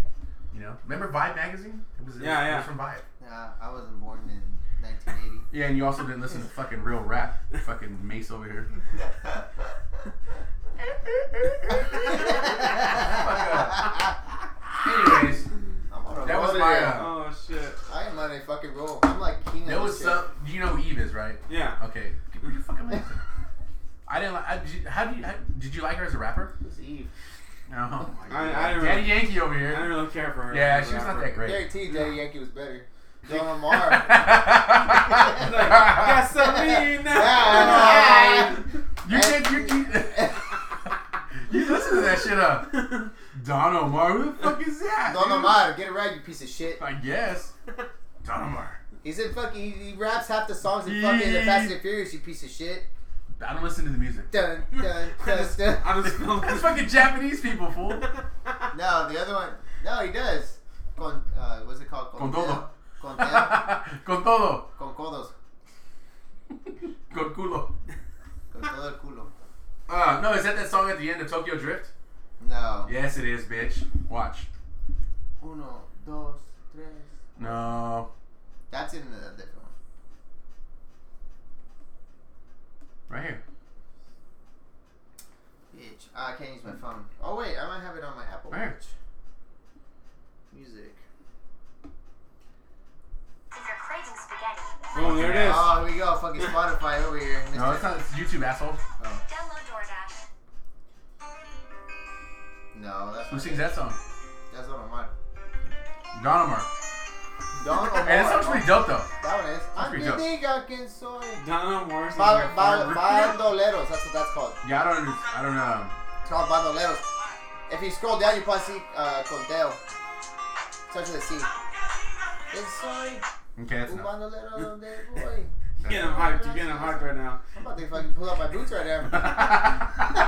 Speaker 1: You know, remember Vibe magazine? It was, it was-
Speaker 3: Yeah,
Speaker 1: it
Speaker 3: yeah.
Speaker 1: was from Vibe.
Speaker 2: Nah, I wasn't born in 1980.
Speaker 1: Yeah, and you also didn't listen to fucking real rap. Fucking Mace over here. Anyways,
Speaker 2: I'm on a
Speaker 1: That was
Speaker 2: roll
Speaker 1: my,
Speaker 2: today.
Speaker 1: uh,
Speaker 3: Oh shit.
Speaker 2: I am on a fucking roll. I'm like king of
Speaker 1: there was
Speaker 2: this shit.
Speaker 1: some. You know who Eve is, right?
Speaker 3: Yeah.
Speaker 1: Okay. Who the fuck am I? I didn't like. I, did you, how do you? How, did you like her as a rapper?
Speaker 2: It was Eve.
Speaker 1: No.
Speaker 3: I, I didn't.
Speaker 1: Daddy
Speaker 3: really,
Speaker 1: Yankee over
Speaker 3: I didn't
Speaker 1: here.
Speaker 3: really care for her.
Speaker 1: Yeah,
Speaker 3: as a
Speaker 1: she was not
Speaker 3: rapper.
Speaker 1: that great.
Speaker 2: Guaranteed Daddy Yankee was better. Don Lamar.
Speaker 3: Like, gasoline.
Speaker 2: Yeah,
Speaker 1: You did. You, you, you listen to that shit up. Don Omar, who the fuck is that?
Speaker 2: Don
Speaker 1: dude?
Speaker 2: Lamar, get it right, you piece of shit.
Speaker 1: I guess. Don Omar.
Speaker 2: He's in fucking. He, he raps half the songs in fucking The Fast and Furious. You piece of shit.
Speaker 1: I don't listen to the music.
Speaker 2: Dun dun
Speaker 3: I
Speaker 2: dun.
Speaker 3: just,
Speaker 2: dun.
Speaker 3: I just feel
Speaker 1: That's fucking Japanese people, fool.
Speaker 2: No, the other one. No, he does. Con, uh, what's it called?
Speaker 1: Con todo.
Speaker 2: Con todo.
Speaker 1: Con todo.
Speaker 2: Con codos.
Speaker 1: Con culo.
Speaker 2: Con todo el culo.
Speaker 1: Uh, no, is that that song at the end of Tokyo Drift?
Speaker 2: No.
Speaker 1: Yes, it is, bitch. Watch.
Speaker 2: Uno, dos, tres.
Speaker 1: No.
Speaker 2: That's in a different one.
Speaker 1: Right here.
Speaker 2: Bitch. Ah, I can't use my phone. Oh wait, I might have it on my Apple
Speaker 1: Right.
Speaker 2: Watch. Music.
Speaker 6: You're craving spaghetti.
Speaker 3: Boom, there it is.
Speaker 2: Oh, here we go. Fucking Spotify over here.
Speaker 1: No, it's not. It's YouTube, asshole.
Speaker 6: Download DoorDash.
Speaker 2: No, that's
Speaker 1: Who
Speaker 2: not
Speaker 1: sings that song?
Speaker 2: That's not on mine.
Speaker 1: Don Omar.
Speaker 2: Don Omar.
Speaker 1: Hey, that song's pretty dope, though.
Speaker 2: That one is. I
Speaker 1: pretty dope.
Speaker 2: think I can soy.
Speaker 3: Donna Morris is
Speaker 2: Ba-
Speaker 3: like
Speaker 2: ba-
Speaker 3: farmer.
Speaker 2: Bandoleros. That's what that's called.
Speaker 1: Yeah, I don't. I don't um, know.
Speaker 2: It's called bandoleros. If you scroll down, you probably see uh, conteo. Starts with a C. It's soy
Speaker 1: Okay, that's
Speaker 2: un
Speaker 1: enough.
Speaker 2: bandolero donde voy.
Speaker 3: You're getting him hyped. You're getting him hyped right now.
Speaker 2: I'm about to fucking pull out my boots right now.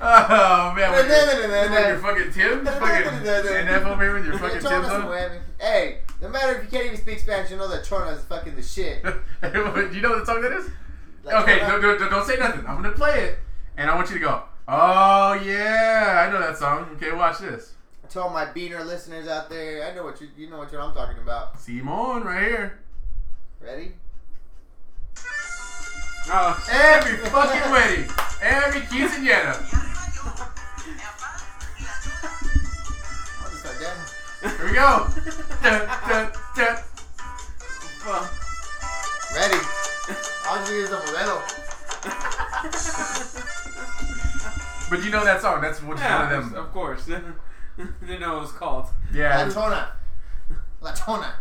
Speaker 1: oh man, with your, with your fucking Tim's, fucking stand up over here with your fucking Tim's
Speaker 2: Chornas
Speaker 1: on.
Speaker 2: whammy. Hey, no matter if you can't even speak Spanish, you know that Chornas is fucking the shit.
Speaker 1: Do you know what song that is?
Speaker 2: Like, uh,
Speaker 1: okay,
Speaker 2: Chornas-
Speaker 1: don't, don't, don't say nothing. I'm gonna play it, and I want you to go. Oh yeah, I know that song. Okay, watch this.
Speaker 2: To all my beaner listeners out there, I know what you you know what I'm talking about.
Speaker 1: Simon, right here.
Speaker 2: Ready?
Speaker 3: Oh,
Speaker 1: Every fucking wedding, every quinceañera.
Speaker 2: I'll just start dancing.
Speaker 1: Here we go. Dun, dun, dun.
Speaker 3: fuck.
Speaker 2: Ready? I'll just use a modelo.
Speaker 1: But you know that song. That's which
Speaker 3: Yeah,
Speaker 1: one of them.
Speaker 3: of course. Didn't know what it was called.
Speaker 1: Yeah.
Speaker 2: La chona. La chona.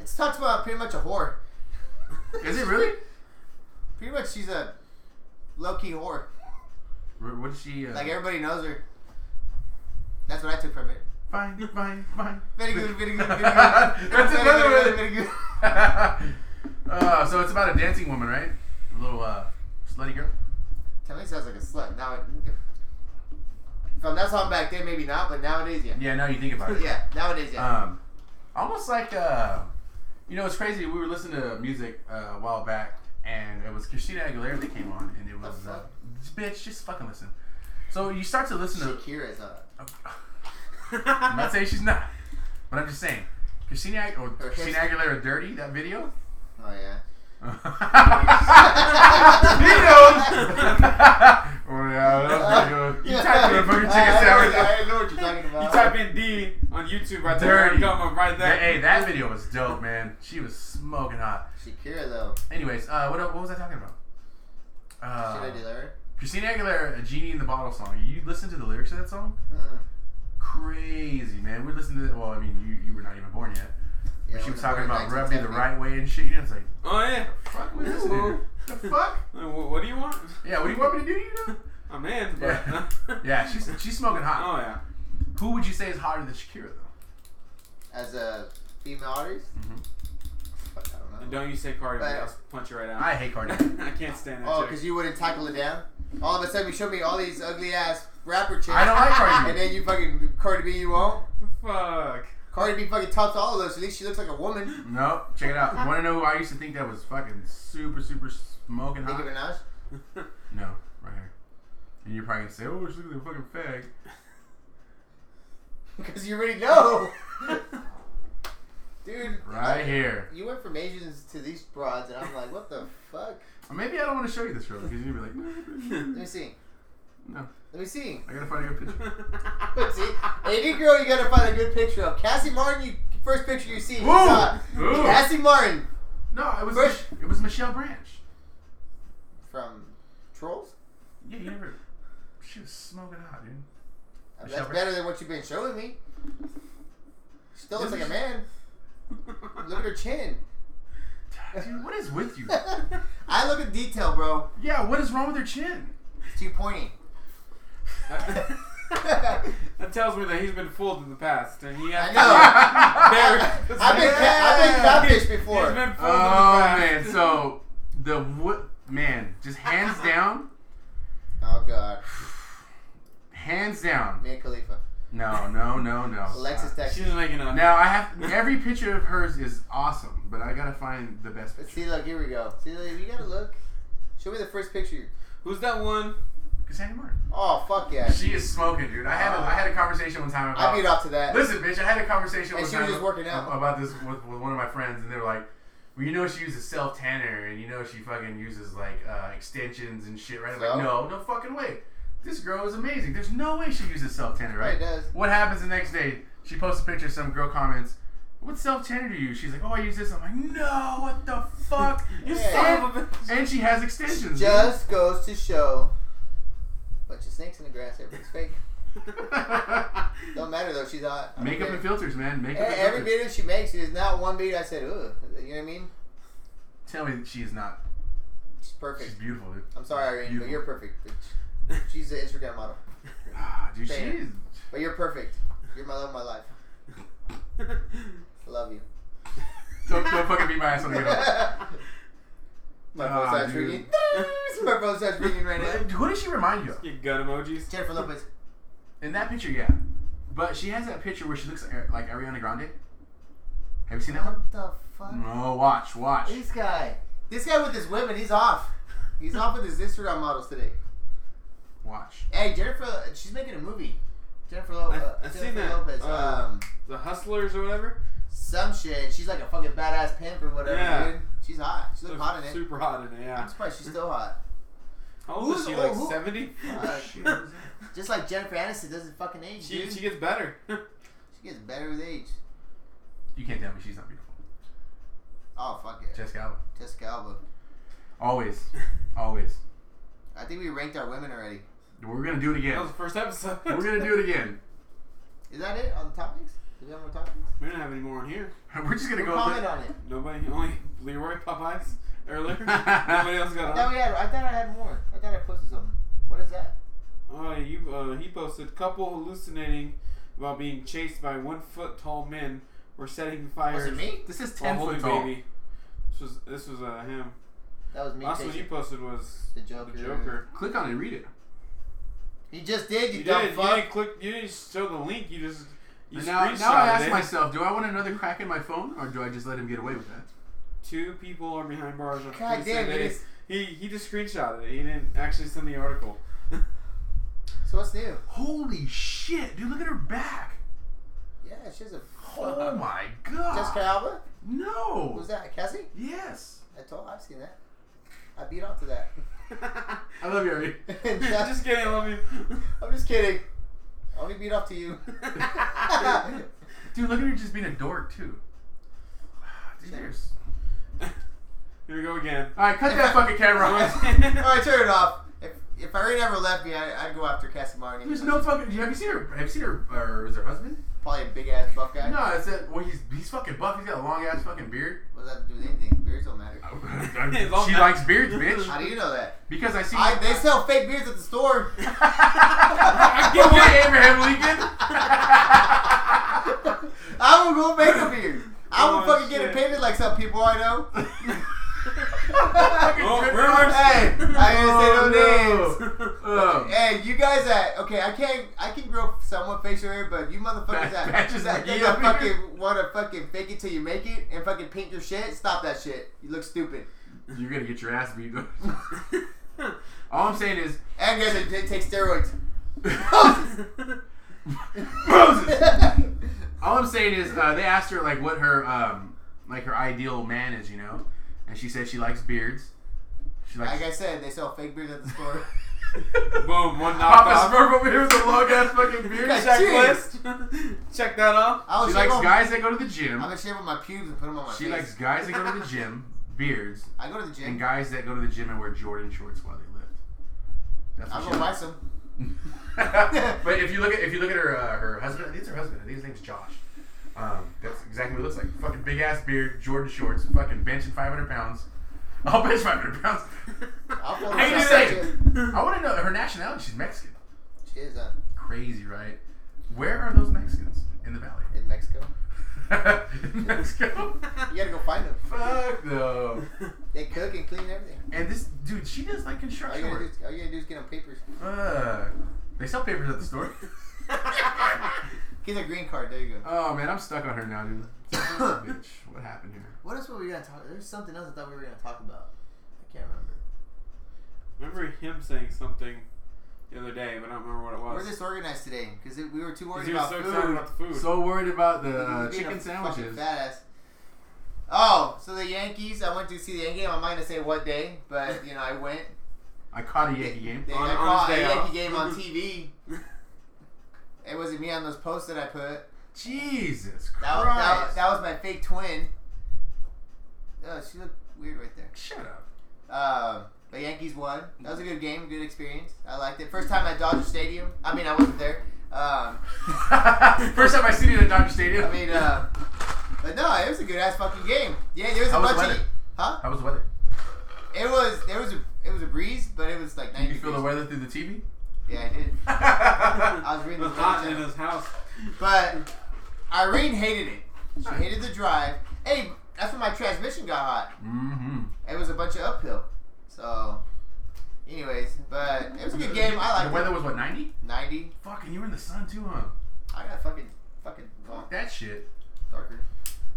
Speaker 2: It talks about pretty much a whore.
Speaker 1: Is it really?
Speaker 2: Pretty much she's a low key whore.
Speaker 1: Wh- What's she? Uh,
Speaker 2: Like everybody knows her. That's what I took from it.
Speaker 1: fine, fine, fine.
Speaker 2: Very good, very good, very good.
Speaker 1: That's
Speaker 2: Very
Speaker 1: another
Speaker 2: good,
Speaker 1: one.
Speaker 2: very good.
Speaker 1: uh, so it's about a dancing woman, right? A little uh, slutty girl.
Speaker 2: Tell me it sounds like a slut. Now it, from that song back then maybe not, but nowadays yeah.
Speaker 1: Yeah, now you think about it.
Speaker 2: Yeah, nowadays yeah.
Speaker 1: Um, almost like uh, you know, it's crazy. We were listening to music uh, a while back, and it was Christina Aguilera that came on, and it
Speaker 2: The
Speaker 1: was uh,
Speaker 2: fuck?
Speaker 1: bitch, just fucking listen. So you start to listen to.
Speaker 2: Shakira is a
Speaker 1: I'm not saying she's not, but I'm just saying Christina Ag- or
Speaker 2: Her
Speaker 1: Christina
Speaker 2: history.
Speaker 1: Aguilera, "Dirty" that video.
Speaker 2: oh yeah.
Speaker 1: oh yeah, that's pretty good. You type in a fucking chicken
Speaker 2: I,
Speaker 1: sandwich.
Speaker 2: know what you're talking about.
Speaker 3: You type in D on YouTube right there.
Speaker 1: Dirty.
Speaker 3: Dirty. Come up right there.
Speaker 1: Hey, that video was dope, man. She was smoking hot.
Speaker 2: Shakira though.
Speaker 1: Anyways, uh, what, what was I talking about? Uh,
Speaker 2: Should I do that?
Speaker 1: Christina Aguilera, "A Genie in the Bottle" song. You listen to the lyrics of that song?
Speaker 2: Uh-uh.
Speaker 1: Crazy, man. We listened to. Well, I mean, you, you were not even born yet.
Speaker 2: Yeah,
Speaker 1: But she
Speaker 2: when
Speaker 1: was
Speaker 2: the
Speaker 1: talking
Speaker 2: bird
Speaker 1: about
Speaker 2: likes
Speaker 1: rub me the
Speaker 2: exactly.
Speaker 1: right way and shit. You know, it's like,
Speaker 3: Oh yeah.
Speaker 1: fuck, what is this dude? The fuck?
Speaker 3: Like, wh- What do you want?
Speaker 1: Yeah, what do you want me to do? You know?
Speaker 3: I'm in. But,
Speaker 1: Yeah. Yeah, she's she's smoking hot.
Speaker 3: Oh yeah.
Speaker 1: Who would you say is hotter than Shakira though?
Speaker 2: As a female artist?
Speaker 1: Mhm.
Speaker 2: Fuck, I don't
Speaker 3: And
Speaker 2: know.
Speaker 3: don't you say Cardi B?
Speaker 2: But-
Speaker 3: I'll punch you right out.
Speaker 1: I hate Cardi. B.
Speaker 3: I can't stand that.
Speaker 2: Oh,
Speaker 3: chick.
Speaker 2: because you wouldn't tackle it down? All of a sudden you show me all these ugly ass rapper chicks.
Speaker 1: I don't like Cardi B.
Speaker 2: And then you fucking Cardi B you won't?
Speaker 3: Fuck.
Speaker 2: Cardi B fucking tops all of those. At least she looks like a woman.
Speaker 1: no, check it out. Want to know who I used to think that was fucking super super smoking
Speaker 2: Nicki
Speaker 1: hot?
Speaker 2: Minaj?
Speaker 1: No, right here. And you're probably gonna say, "Oh, she's looking like a fucking fag."
Speaker 2: Because you already know. Dude.
Speaker 1: Right here.
Speaker 2: You went from Asians to these broads, and I'm like, what the fuck?
Speaker 1: Or maybe I don't want to show you this girl because you're gonna be like,
Speaker 2: Let me see.
Speaker 1: "No,
Speaker 2: Let me see.
Speaker 1: I gotta find a good picture."
Speaker 2: Let's see. Any girl you gotta find a good picture of. Cassie Martin, you first picture you see. you
Speaker 1: Ooh!
Speaker 2: saw.
Speaker 1: Ooh!
Speaker 2: Cassie Martin
Speaker 1: No, it was
Speaker 2: Bush.
Speaker 1: it was Michelle Branch.
Speaker 2: from Trolls.
Speaker 1: Yeah, you never. She was smoking hot, dude.
Speaker 2: That's
Speaker 1: Michelle Branch.
Speaker 2: better than what you've been showing me. Still looks like a man. Look at her chin.
Speaker 1: Dude, what is with you?
Speaker 2: I look at detail, bro.
Speaker 1: yeah, what is wrong with her chin?
Speaker 2: It's too pointy.
Speaker 3: that that tells me that he's been fooled in the past, and he has
Speaker 2: I know.
Speaker 3: Very-
Speaker 2: I've been, ca- I've been catfished before.
Speaker 3: He's been fooled
Speaker 1: Oh
Speaker 3: in
Speaker 1: man,
Speaker 3: the past.
Speaker 1: so the what man, just hands down,
Speaker 2: oh god,
Speaker 1: hands down.
Speaker 2: Mia Khalifa,
Speaker 1: No, no, no, no.
Speaker 2: Alexis
Speaker 3: she's
Speaker 2: Texas.
Speaker 3: making a.
Speaker 1: Now I have every picture of hers is awesome, but I gotta find the best picture.
Speaker 2: See, look, here we go. See, look, you gotta look. Show me the first picture.
Speaker 3: Who's that one?
Speaker 1: Cassandra Martin.
Speaker 2: Oh fuck yeah,
Speaker 1: She is smoking, dude. I had a, I had a conversation one time about.
Speaker 2: I beat off to that.
Speaker 1: Listen, bitch, I had a conversation
Speaker 2: And
Speaker 1: one
Speaker 2: she was
Speaker 1: time
Speaker 2: just working out.
Speaker 1: about this with, with one of my friends, and they were like, "Well, you know, she uses self tanner, and you know, she fucking uses like uh, extensions and shit, right?" I'm like,
Speaker 2: So?
Speaker 1: no, no fucking way. This girl is amazing. There's no way she uses self tanner,
Speaker 2: Yeah,
Speaker 1: right?
Speaker 2: it does.
Speaker 1: What happens the next day? She posts a picture. Some girl comments. What self tanner do you use? She's like, oh, I use this. I'm like, no, what the fuck?
Speaker 3: You
Speaker 2: Yeah.
Speaker 3: son of a bitch.
Speaker 1: and she has extensions.
Speaker 2: Just goes to show. Bunch of snakes in the grass. Everything's fake.
Speaker 1: dude.
Speaker 2: Don't matter though. She's hot. I don't
Speaker 1: Makeup
Speaker 2: care.
Speaker 1: and filters, man.
Speaker 2: E-
Speaker 1: Makeup. and filters.
Speaker 2: Every video she makes, there's not one video I said, ugh. You know what I mean?
Speaker 1: Tell me that she is not.
Speaker 2: She's
Speaker 1: She's
Speaker 2: perfect.
Speaker 1: beautiful, dude.
Speaker 2: I'm sorry, Irene, but
Speaker 1: Beautiful.
Speaker 2: you're perfect. bitch. She's an Instagram model.
Speaker 1: Ah, dude, she
Speaker 2: Damn.
Speaker 1: is.
Speaker 2: But you're perfect. You're my love of my life. I love you.
Speaker 1: Don't, don't fucking beat my ass on the ground.
Speaker 2: my
Speaker 1: Ah,
Speaker 2: phone starts
Speaker 1: dude.
Speaker 2: ringing. my phone starts ringing right now.
Speaker 1: uh, Who does she remind you of?
Speaker 3: You gut emojis.
Speaker 2: Jennifer Lopez.
Speaker 1: In that picture, yeah. But she has that picture where she looks uh, like, like Ariana Grande. Have you seen that
Speaker 2: What
Speaker 1: one?
Speaker 2: the fuck?
Speaker 1: No, watch, watch.
Speaker 2: This guy. This guy with his women, he's off. He's off with his Instagram models today.
Speaker 1: Watch.
Speaker 2: Hey, Jennifer, she's making a movie. Jennifer, Lo-
Speaker 3: I-
Speaker 2: uh,
Speaker 3: I've
Speaker 2: Jennifer
Speaker 3: seen that.
Speaker 2: Lopez.
Speaker 3: Uh,
Speaker 2: um,
Speaker 3: The hustlers or whatever.
Speaker 2: some shit. She's like a fucking badass pimp or whatever,
Speaker 3: Yeah.
Speaker 2: dude. She's hot. She looks hot in it.
Speaker 3: Super hot in it. Yeah.
Speaker 2: I'm surprised she's still hot.
Speaker 3: How old is
Speaker 2: Who's-
Speaker 3: she?
Speaker 2: oh,
Speaker 3: Like
Speaker 2: who-
Speaker 3: seventy.
Speaker 2: Fuck. Just like Jennifer Aniston doesn't fucking age,
Speaker 3: She
Speaker 2: dude.
Speaker 3: she
Speaker 2: She,
Speaker 3: gets better.
Speaker 2: gets better with age.
Speaker 1: You can't tell me she's not beautiful.
Speaker 2: Oh fuck it,
Speaker 1: Jessica Alba.
Speaker 2: Jessica Alba.
Speaker 1: Always. Always.
Speaker 2: I think we ranked our women already.
Speaker 1: We're gonna do it
Speaker 3: That
Speaker 1: again.
Speaker 3: was the first episode.
Speaker 1: We're
Speaker 3: We
Speaker 1: gonna do it again.
Speaker 2: Is that it on the topics? Do we have more topics?
Speaker 3: don't have any more on here.
Speaker 1: We're just gonna
Speaker 2: Who
Speaker 1: go.
Speaker 2: comment on it?
Speaker 3: Nobody. Only Leroy Popeyes earlier. Nobody else
Speaker 2: I
Speaker 3: got
Speaker 2: thought
Speaker 3: on.
Speaker 2: we had. I thought I had more. I thought I posted something. What is that?
Speaker 3: Oh, you. Uh, he posted couple hallucinating about being chased by one foot tall men were setting fires.
Speaker 2: Was it me?
Speaker 1: This is
Speaker 3: While
Speaker 1: ten
Speaker 3: holding
Speaker 1: foot tall.
Speaker 3: baby. This was this was uh, him.
Speaker 2: That was me.
Speaker 3: Last one
Speaker 2: chasing
Speaker 3: you posted was
Speaker 2: the Joker.
Speaker 3: the Joker.
Speaker 1: Click on it. Read it.
Speaker 2: He just did. You,
Speaker 3: You
Speaker 2: dumb
Speaker 3: didn't, you
Speaker 2: fuck.
Speaker 3: didn't click. You didn't show the link. You just you
Speaker 1: Now,
Speaker 3: screenshotted
Speaker 1: now I ask
Speaker 3: it.
Speaker 1: myself, do I want another crack in my phone, or do I just let him get away with that?
Speaker 3: Two people are behind bars. on
Speaker 2: God damn,
Speaker 3: Tuesday.
Speaker 2: he just-
Speaker 3: He he just screenshotted it. He didn't actually send the article.
Speaker 2: So what's new?
Speaker 1: Holy shit, dude! Look at her back.
Speaker 2: Yeah, she's a
Speaker 1: Oh my god.
Speaker 2: Jessica Alba.
Speaker 1: No.
Speaker 2: Who's that? Cassie?
Speaker 1: Yes.
Speaker 2: I told. I've seen that. I beat off to that.
Speaker 1: I love you, Ari.
Speaker 3: just kidding. I love you.
Speaker 2: I'm just kidding. I only beat off to you.
Speaker 1: Dude, look at her just being a dork too. Dude, there's.
Speaker 3: Here we go again.
Speaker 1: All right, cut that fucking camera off.
Speaker 2: All right, turn it off. If if Irene ever left me, I, I'd go after Cassie Martin.
Speaker 1: There's no fucking. Have you seen her? Have you seen her? Or is her husband?
Speaker 2: probably a big ass buff guy.
Speaker 1: No, it's that. Well, he's he's fucking buff. He's got a long ass fucking beard.
Speaker 2: What does that have to do with anything? Beards don't matter.
Speaker 3: Long
Speaker 1: she
Speaker 3: ass-
Speaker 1: likes beards, bitch.
Speaker 2: How do you know that?
Speaker 1: Because I see.
Speaker 2: I, they sell fake beards at the store.
Speaker 1: Give me Abraham Lincoln.
Speaker 2: I will go make a beard. I will
Speaker 3: Oh,
Speaker 2: fucking get
Speaker 3: shit.
Speaker 2: it painted like some people I know.
Speaker 1: Fucking
Speaker 3: Oh,
Speaker 1: trip.
Speaker 3: rumors.
Speaker 2: Hey, I didn't say no
Speaker 1: Oh,
Speaker 2: names.
Speaker 1: no. Um,
Speaker 2: Hey, you guys at okay? I can't, I can grow somewhat facial hair, but you
Speaker 1: That-
Speaker 2: motherfuckers that
Speaker 1: that's just
Speaker 2: that,
Speaker 1: McGee
Speaker 2: think I
Speaker 1: over here.
Speaker 2: fucking want to fucking fake it till you make it and fucking paint your shit. Stop that shit. You look stupid.
Speaker 1: You're gonna get your ass beat. All I'm saying is,
Speaker 2: And guys that did take steroids.
Speaker 1: Moses. All I'm saying is, uh, they asked her like what her um, like her ideal man is, you know, and she said she likes beards. She likes.
Speaker 2: like I said, they sell fake beards at the store.
Speaker 3: Boom. One knocked
Speaker 1: Papa
Speaker 3: off.
Speaker 1: Smurf over here with a long ass fucking beard.
Speaker 2: Guys,
Speaker 3: Checklist. Check that off.
Speaker 2: I will
Speaker 1: She
Speaker 2: shave
Speaker 1: likes
Speaker 2: off-
Speaker 1: guys that go to the
Speaker 2: I'm
Speaker 1: gym.
Speaker 2: gonna shave off my pubes and put them on my
Speaker 1: She
Speaker 2: face.
Speaker 1: likes guys that go to the gym, beards,
Speaker 2: I go to the
Speaker 1: and
Speaker 2: gym.
Speaker 1: guys that go to the gym and wear Jordan shorts while they lift. That's
Speaker 2: I'm
Speaker 1: what
Speaker 2: gonna
Speaker 1: she
Speaker 2: buy
Speaker 1: likes.
Speaker 2: some.
Speaker 1: but if you look at if you look at her uh, her husband, I think it's her husband. I think his name's Josh. Um, that's exactly what it looks like. Fucking big ass beard, Jordan shorts, fucking benching 500 pounds. I'll bench 500 pounds.
Speaker 2: I'll pull
Speaker 1: I ain't
Speaker 2: this
Speaker 1: just
Speaker 2: up
Speaker 1: saying. I want to know her nationality. She's Mexican.
Speaker 2: She is uh,
Speaker 1: Crazy, right? Where are those Mexicans in the valley?
Speaker 2: in Mexico.
Speaker 1: in Mexico.
Speaker 2: You gotta go find them.
Speaker 1: Fuck no.
Speaker 2: They cook and clean and everything.
Speaker 1: And this dude, she does like
Speaker 2: All you
Speaker 1: construction
Speaker 2: gotta do
Speaker 1: work.
Speaker 2: is, all you gotta do is get them papers.
Speaker 1: Fuck. They sell papers at the store.
Speaker 2: Get their green card. There you go.
Speaker 1: oh man, I'm stuck on her now, dude. Bitch, what happened here?
Speaker 2: What else were we gonna talk? There's something else I thought we were gonna talk about. I can't remember.
Speaker 3: remember him saying something the other day, but I don't remember what it
Speaker 2: We're
Speaker 3: was.
Speaker 2: disorganized today because we were too
Speaker 3: 'Cause
Speaker 2: worried
Speaker 3: he was
Speaker 2: about
Speaker 3: so
Speaker 2: food.
Speaker 3: excited about the food.
Speaker 1: So worried about the
Speaker 2: Being
Speaker 1: uh,
Speaker 2: a
Speaker 1: chicken
Speaker 2: fucking
Speaker 1: sandwiches.
Speaker 2: Badass. Oh, so the Yankees. I went to see the Yankee game. I'm not gonna say what day, but you know I went.
Speaker 1: I caught a Yankee game.
Speaker 2: They,
Speaker 3: On-
Speaker 2: I
Speaker 3: on
Speaker 2: caught
Speaker 3: his
Speaker 2: a
Speaker 3: day
Speaker 2: Yankee
Speaker 3: off.
Speaker 2: game on TV. It wasn't me on those posts that I put.
Speaker 1: Jesus
Speaker 2: That
Speaker 1: Christ!
Speaker 2: was, that, was- that was my fake twin. Oh, she looked weird right there.
Speaker 1: Shut up.
Speaker 2: Um, the Yankees won. That was a good game, good experience. I liked it. First time at Dodger Stadium. I mean, I wasn't there. Um,
Speaker 1: First time I seen it at Dodger Stadium.
Speaker 2: I mean, uh, but no, it was a good ass fucking game. Yeah, there was
Speaker 1: How
Speaker 2: a
Speaker 1: was
Speaker 2: bunch
Speaker 1: the
Speaker 2: of,
Speaker 1: weather?
Speaker 2: huh?
Speaker 1: how was the weather?
Speaker 2: It was there was a it was a breeze, but it was like
Speaker 1: Did
Speaker 2: ninety.
Speaker 1: you feel the
Speaker 2: degrees.
Speaker 1: weather through the Mm-hmm. TV?
Speaker 2: Yeah, I did. I was
Speaker 3: it
Speaker 2: reading the
Speaker 3: was hot in
Speaker 2: bulletin.
Speaker 3: his house.
Speaker 2: But Irene hated it. She hated the drive. Hey, that's when my transmission got hot.
Speaker 1: mm-hmm.
Speaker 2: It was a bunch of uphill. So, anyways, but it was a good game. I liked
Speaker 1: The weather
Speaker 2: it.
Speaker 1: was what 90?
Speaker 2: ninety.
Speaker 1: Fucking, you were in the sun too, huh?
Speaker 2: I got fucking fucking well,
Speaker 1: Fuck that shit.
Speaker 2: darker.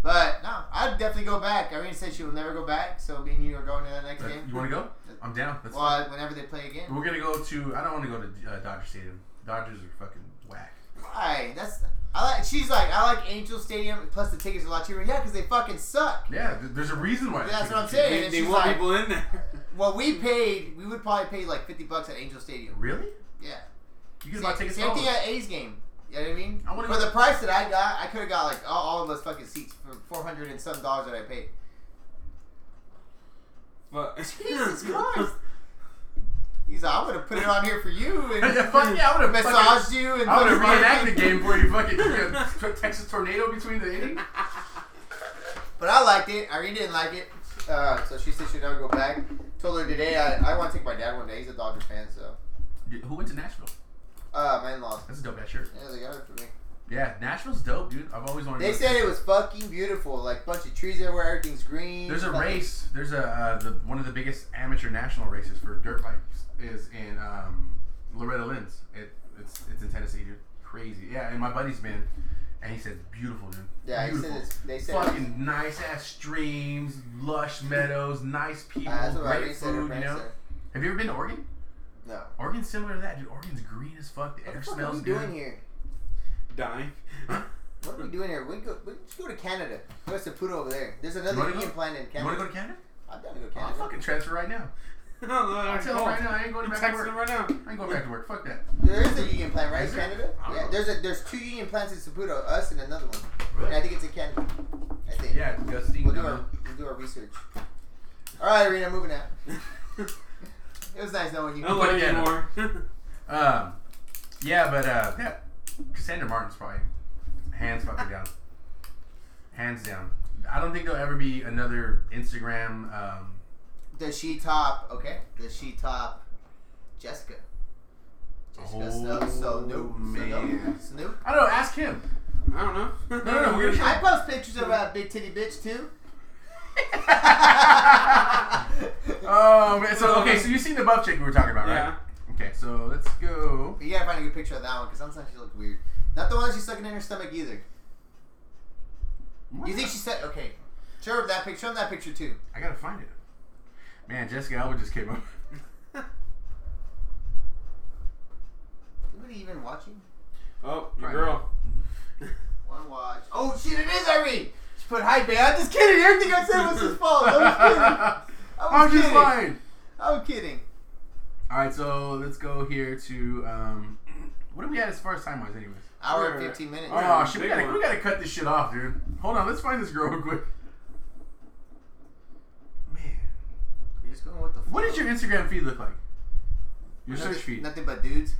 Speaker 2: But no, I'd definitely go back. Irene said she will never go back, so me and you are going to that next
Speaker 1: Uh,
Speaker 2: game.
Speaker 1: you want to go? I'm down. Let's.
Speaker 2: Well, whenever they play again.
Speaker 1: We're gonna go to. I don't want to go to uh, Dodger Stadium. Dodgers are fucking whack.
Speaker 2: Alright, that's. I like. She's like, I like Angel Stadium. Plus, the tickets are a lot cheaper. Yeah, because they fucking suck.
Speaker 1: Yeah, th- there's a reason why.
Speaker 2: That's what I'm
Speaker 1: cheap.
Speaker 2: saying.
Speaker 3: They,
Speaker 2: And
Speaker 3: they
Speaker 2: she's
Speaker 3: want
Speaker 2: like,
Speaker 3: people in there.
Speaker 2: well,
Speaker 1: Mm.
Speaker 2: we paid. We would probably pay like fifty bucks at Angel Stadium.
Speaker 1: Really?
Speaker 2: Yeah.
Speaker 1: You can buy
Speaker 2: same,
Speaker 1: tickets.
Speaker 2: same
Speaker 1: all-
Speaker 2: thing at A's game. You know what I mean?
Speaker 1: I wanna
Speaker 2: for
Speaker 1: go-
Speaker 2: the price that I got, I could have got like all, all of those fucking seats for four hundred and some dollars that I paid.
Speaker 3: But
Speaker 2: Jesus Christ. He's like, I would have put it on here for you and
Speaker 1: Yeah, fuck yeah, I would've
Speaker 2: massaged you and
Speaker 1: I would have reenacted
Speaker 2: fucking-
Speaker 1: the game for you. Fucking you know, t- Texas tornado between the innings.
Speaker 2: But I liked it. Irene didn't like it. Uh, so she said she'd never go back. Told her today I, I want to take my dad one day. He's a Dodger fan, so
Speaker 1: Dude, Who went to Nashville?
Speaker 2: uh, my in-laws.
Speaker 1: That's a dope ass shirt.
Speaker 2: Yeah, they got it for me.
Speaker 1: Yeah, Nashville's dope, dude. I've always wanted.
Speaker 2: They
Speaker 1: to go
Speaker 2: said
Speaker 1: to-
Speaker 2: it was fucking beautiful. Like bunch of trees everywhere. Everything's green.
Speaker 1: There's a
Speaker 2: fucking-
Speaker 1: race. There's a uh, the one of the biggest amateur national races for dirt bikes is in um, Loretta Lynn's. It, it's it's in Tennessee, dude. Crazy. Yeah, and my buddy's been, and he said beautiful, dude.
Speaker 2: Yeah, he
Speaker 1: beautiful.
Speaker 2: said it's, they said it was-
Speaker 1: Fucking nice ass streams, lush meadows, nice people,
Speaker 2: Uh, that's what
Speaker 1: great
Speaker 2: Irene said.
Speaker 1: food.
Speaker 2: Her
Speaker 1: You
Speaker 2: parents
Speaker 1: know.
Speaker 2: said.
Speaker 1: Have you ever been to Oregon?
Speaker 2: No.
Speaker 1: Oregon's similar to that, dude. Oregon's green as fuck. The
Speaker 2: What
Speaker 1: air
Speaker 2: the fuck are
Speaker 1: smells
Speaker 2: we
Speaker 1: good.
Speaker 2: doing here?
Speaker 3: dying.
Speaker 2: What are we doing here? We go. We should go to Canada. Go to Saputo over there. There's another
Speaker 1: You wanna
Speaker 2: union
Speaker 1: go?
Speaker 2: plant in
Speaker 1: You want to go
Speaker 2: Canada.
Speaker 1: to Oh, Canada?
Speaker 2: I'm down to go to
Speaker 1: I'll
Speaker 2: Canada.
Speaker 1: fucking transfer right now.
Speaker 3: I'll
Speaker 1: I'll tell him right now. I ain't going
Speaker 3: I'm
Speaker 1: back to
Speaker 3: texting him right
Speaker 1: work.
Speaker 3: now.
Speaker 1: I ain't going back to work. Fuck that.
Speaker 2: There is a union plant, right?
Speaker 1: Is
Speaker 2: in
Speaker 1: there?
Speaker 2: Canada?
Speaker 1: I don't
Speaker 2: Yeah,
Speaker 1: know.
Speaker 2: there's a there's two union plants in Saputo, us and another one.
Speaker 1: Really?
Speaker 2: And I think it's in Canada. I think.
Speaker 1: Yeah, Gusty.
Speaker 2: We'll do
Speaker 1: uh,
Speaker 2: our we'll do our research. All right, Irina, moving out. It was nice knowing you.
Speaker 3: I don't love you
Speaker 1: Again.
Speaker 3: anymore.
Speaker 1: Um, yeah, but uh, yeah, Cassandra Martin's probably hands fucking down, hands down. I don't think there'll ever be another Instagram. Um,
Speaker 2: Does she top? Okay. Does she top? Jessica. Jessica
Speaker 1: Oh,
Speaker 2: Snow, so Snoop.
Speaker 1: man.
Speaker 2: Snoop. Snoop.
Speaker 1: I don't know. Ask him.
Speaker 3: I don't know.
Speaker 1: No, no, no. We're gonna
Speaker 2: I post pictures of that big titty bitch too.
Speaker 1: um, so okay, so you seen the buff chick we were talking about, right?
Speaker 3: Yeah.
Speaker 1: Okay, so let's go.
Speaker 2: But you gotta find a good picture of that one because sometimes she looked weird. Not the one that she's sucking in her stomach either. You think she said okay? Show her that picture. Show them that picture too.
Speaker 1: I gotta find it. Man, Jessica Alba just came up.
Speaker 2: Anybody even watching?
Speaker 3: Oh, your
Speaker 1: Right.
Speaker 3: girl.
Speaker 2: One watch. Oh shit! It is Irene. She put hi, babe. I'm just kidding. Everything I said was his fault. I Oh, was kidding. I
Speaker 1: I'm
Speaker 2: was
Speaker 1: just
Speaker 2: kidding.
Speaker 1: lying.
Speaker 2: I'm kidding.
Speaker 1: All right, so let's go here to um, what do we had as far as time wise, anyways?
Speaker 2: Hour and
Speaker 3: Sure.
Speaker 2: fifteen minutes.
Speaker 3: All
Speaker 1: Oh
Speaker 3: right.
Speaker 1: shit, we
Speaker 3: Big
Speaker 1: gotta,
Speaker 3: one.
Speaker 1: we gotta cut this shit off, dude. Hold on, let's find this girl real quick. Man,
Speaker 2: You're just going with the.
Speaker 1: what
Speaker 2: flow.
Speaker 1: does your Instagram feed look like? Your
Speaker 2: Nothing-
Speaker 1: search feed.
Speaker 2: Nothing but dudes.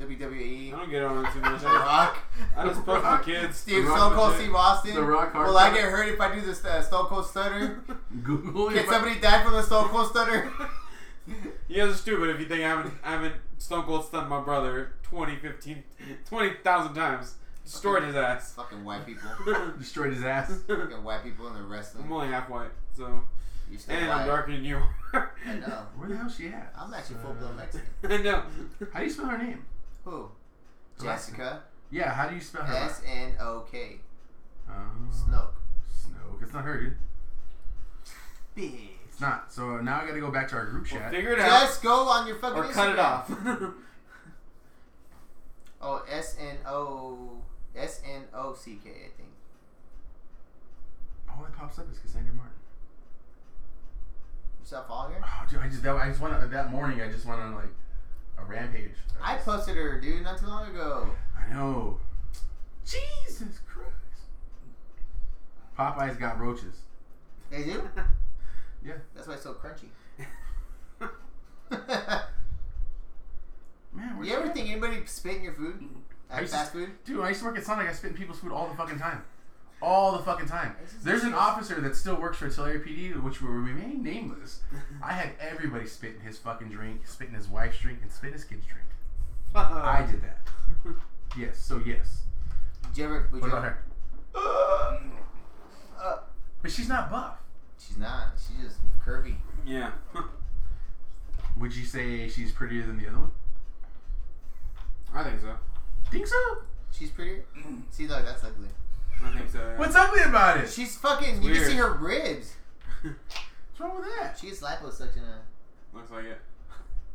Speaker 2: WWE.
Speaker 3: I don't get on it too much.
Speaker 2: E. The Rock.
Speaker 3: I just poke the kids.
Speaker 2: Steve
Speaker 1: The Rock
Speaker 2: Stone Cold
Speaker 1: legit.
Speaker 2: Steve Austin.
Speaker 1: The Rock hard
Speaker 2: Will I
Speaker 1: cut.
Speaker 2: get hurt if I do this uh, Stone Cold Stutter?
Speaker 1: Google
Speaker 2: Can
Speaker 1: if I-
Speaker 2: somebody die from the Stone Cold Stutter?
Speaker 3: You guys are stupid if you think I haven't, I haven't Stone Cold stunned my brother 20, 15, 20,000 times. Destroyed his ass.
Speaker 2: Fucking white people.
Speaker 3: I'm
Speaker 1: destroyed his ass.
Speaker 2: Fucking white people in the wrestling.
Speaker 3: only half white, so.
Speaker 2: You still
Speaker 3: And
Speaker 2: white.
Speaker 3: I'm darker than you are.
Speaker 2: I know.
Speaker 1: Where the hell's she at? Uh,
Speaker 2: I'm actually full blown Mexican.
Speaker 3: I know.
Speaker 1: How do you spell her name?
Speaker 2: Who?
Speaker 1: Alaska.
Speaker 2: Jessica.
Speaker 1: Yeah, how do you spell her?
Speaker 2: S N O K.
Speaker 1: Um,
Speaker 2: Snoke.
Speaker 1: Snoke. It's not her, dude.
Speaker 2: Bitch.
Speaker 1: It's not. So now I gotta go back to our group
Speaker 3: Well,
Speaker 1: chat.
Speaker 3: figure it out
Speaker 2: Just go on your fucking
Speaker 3: or cut it
Speaker 2: Instagram.
Speaker 3: off.
Speaker 2: Oh, S N O S N O C K, I think.
Speaker 1: All that pops up is Cassandra Martin.
Speaker 2: You stop following her?
Speaker 1: Oh, dude, I just that I just went on- that morning. I just went on like a rampage.
Speaker 2: I posted her, dude, not too long ago.
Speaker 1: I know. Jesus Christ. Popeyes got roaches.
Speaker 2: They do?
Speaker 1: Yeah.
Speaker 2: That's why it's so crunchy.
Speaker 1: Man, where's
Speaker 2: you ever think anybody spit in your food?
Speaker 1: I
Speaker 2: At
Speaker 1: used
Speaker 2: fast
Speaker 1: to,
Speaker 2: food?
Speaker 1: Dude, when I used to work at Sonic. I spit in people's food all the fucking time. All the fucking time.
Speaker 2: This is
Speaker 1: There's an
Speaker 2: ridiculous.
Speaker 1: officer that still works for Tulare PD, which will remain nameless. I had everybody spit in his fucking drink, spit in his wife's drink, and spit in his kid's drink. I did that. Yes, so yes.
Speaker 2: Did you ever? Would
Speaker 1: What
Speaker 2: you
Speaker 1: about
Speaker 2: ever
Speaker 1: her?
Speaker 2: Uh,
Speaker 1: But she's not buff.
Speaker 2: she's not. She's just curvy.
Speaker 3: yeah.
Speaker 1: Would you say she's prettier than the other one?
Speaker 3: I think so.
Speaker 1: Think so?
Speaker 2: She's prettier. see, look, that's ugly.
Speaker 3: I think so. Yeah.
Speaker 1: What's ugly about it?
Speaker 2: She's fucking.
Speaker 3: It's
Speaker 2: you can see
Speaker 3: weird.
Speaker 2: her ribs.
Speaker 1: What's wrong with that?
Speaker 2: She gets liposuction. Uh,
Speaker 3: Looks like it.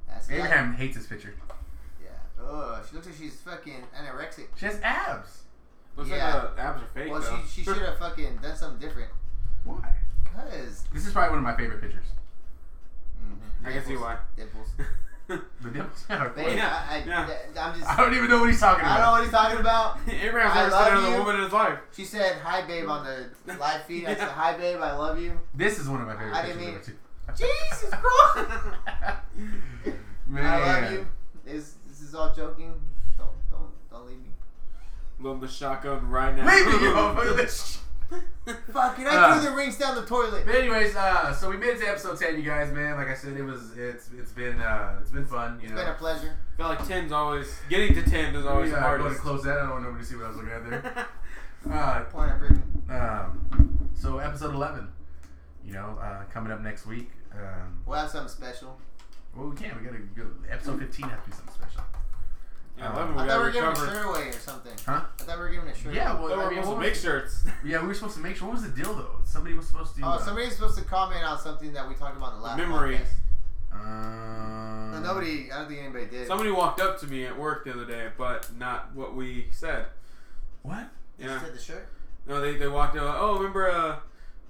Speaker 2: that's
Speaker 1: Abraham hates this picture.
Speaker 2: Yeah. Oh, she looks like she's fucking anorexic.
Speaker 1: She has abs.
Speaker 3: Looks
Speaker 2: Yeah.
Speaker 3: like the abs are fake
Speaker 2: Well,
Speaker 3: though.
Speaker 2: she, she should have fucking done something different.
Speaker 1: Why?
Speaker 2: Cause
Speaker 1: This is probably one of my favorite pictures.
Speaker 2: mhm,
Speaker 3: I can see
Speaker 2: nipples,
Speaker 3: why.
Speaker 2: Nipples.
Speaker 1: The nipples are
Speaker 2: They,
Speaker 1: I
Speaker 3: Yeah,
Speaker 2: I, I,
Speaker 3: yeah.
Speaker 2: th- I'm just.
Speaker 1: don't even know what he's talking
Speaker 2: I don't know
Speaker 1: about.
Speaker 2: what he's talking about.
Speaker 3: Abraham's
Speaker 2: I
Speaker 3: never
Speaker 2: love
Speaker 3: seen another
Speaker 2: you.
Speaker 3: woman in his life.
Speaker 2: She said, "Hi, babe," on the live feed. I said,
Speaker 3: Yeah.
Speaker 2: "Hi, babe. I love you."
Speaker 1: This is one of my favorite
Speaker 2: I
Speaker 1: pictures.
Speaker 2: didn't
Speaker 1: ever, too.
Speaker 2: Jesus Christ!
Speaker 1: Man.
Speaker 2: I love you. This, this is all joking. Don't, don't, don't leave me.
Speaker 3: Love the shotgun right now.
Speaker 1: Leave me, you motherfucker.
Speaker 2: Fuck it! I
Speaker 1: Uh,
Speaker 2: threw the rings down the toilet.
Speaker 1: But anyways, uh, so we made it to episode ten, you guys, man. Like I said, it was it's it's been uh, it's been fun, you
Speaker 2: It's
Speaker 1: know.
Speaker 2: been a pleasure.
Speaker 3: feel like 10's always getting to 10 is always
Speaker 1: we,
Speaker 3: the
Speaker 1: uh, going to
Speaker 3: hardest.
Speaker 1: close that. I don't want nobody to see what I was looking at there. Uh,
Speaker 2: Point at Brittany.
Speaker 1: um, so episode eleven, you know, uh, coming up next week. Um,
Speaker 2: We'll have something special.
Speaker 1: well, we can't. We gotta go. Episode fifteen has to be something special.
Speaker 3: yeah, 11
Speaker 2: I
Speaker 3: we
Speaker 2: thought
Speaker 3: gotta
Speaker 2: we were giving a
Speaker 3: recover.
Speaker 2: shirt away or something.
Speaker 1: Huh?
Speaker 2: I thought we were giving a shirt.
Speaker 1: Yeah.
Speaker 3: Thought
Speaker 1: Well,
Speaker 3: we
Speaker 1: I
Speaker 3: were
Speaker 1: mean,
Speaker 3: supposed
Speaker 1: what
Speaker 3: to
Speaker 1: was-
Speaker 3: make shirts.
Speaker 1: Yeah, we were supposed to make sure. What was the deal though? Somebody was supposed to.
Speaker 2: Oh,
Speaker 1: uh,
Speaker 2: somebody's supposed to comment on something that we talked about in the last
Speaker 3: Memory.
Speaker 2: podcast.
Speaker 1: Um,
Speaker 2: No, nobody. I don't think anybody did.
Speaker 3: Somebody walked up to me at work the other day, but not what we said.
Speaker 1: What?
Speaker 2: You
Speaker 3: Yeah.
Speaker 2: said the shirt.
Speaker 3: No, they, they walked in like, oh, remember, uh, I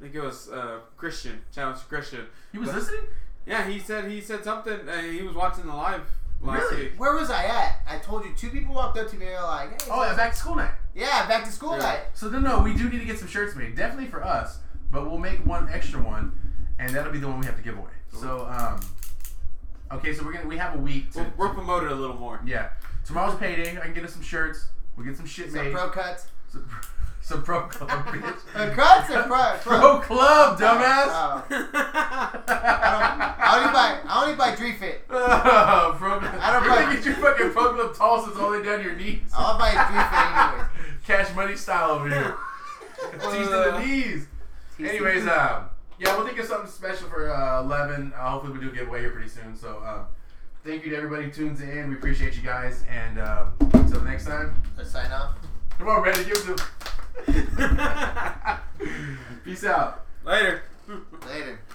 Speaker 3: think it was uh, Christian. Shout out to Christian.
Speaker 1: He was
Speaker 3: But-
Speaker 1: listening.
Speaker 3: Yeah, he said he said something. Uh, he was watching the live last
Speaker 1: Really?
Speaker 3: week.
Speaker 2: Where was I at? I told you two people walked up to me and were like, hey,
Speaker 1: Oh, yeah, back to school night.
Speaker 2: yeah, back to school
Speaker 3: Yeah.
Speaker 2: night.
Speaker 1: So then, no, we do need to get some shirts made, definitely for us. But we'll make one extra one, and that'll be the one we have to give away. So, um, okay, so we're gonna we have a week. To,
Speaker 3: We're, we're promoted a little more.
Speaker 1: yeah, tomorrow's payday. I can get us some shirts. We'll get some shit
Speaker 2: Some
Speaker 1: made.
Speaker 2: pro cuts.
Speaker 1: some, some pro club, bitch.
Speaker 2: The cuts or pro?
Speaker 1: pro club, dumbass.
Speaker 2: Oh. I only buy. I only buy Dream Fit.
Speaker 1: Oh, pro club.
Speaker 2: I don't
Speaker 1: You're gonna
Speaker 2: know.
Speaker 1: get your fucking pro club tosses all the way down to your knees.
Speaker 2: I'll buy Dream Fit
Speaker 1: Cash money style over here. Teasing the knees.
Speaker 2: anyways.
Speaker 1: Anyways, um, yeah, we'll think of something special for uh, 11. Uh, hopefully, we do a giveaway here pretty soon. So, um, thank you to everybody who tunes in. We appreciate you guys. And um, until next time,
Speaker 2: Let's sign off.
Speaker 1: come on, Randy, give us a. Peace out.
Speaker 3: Later.
Speaker 2: Later.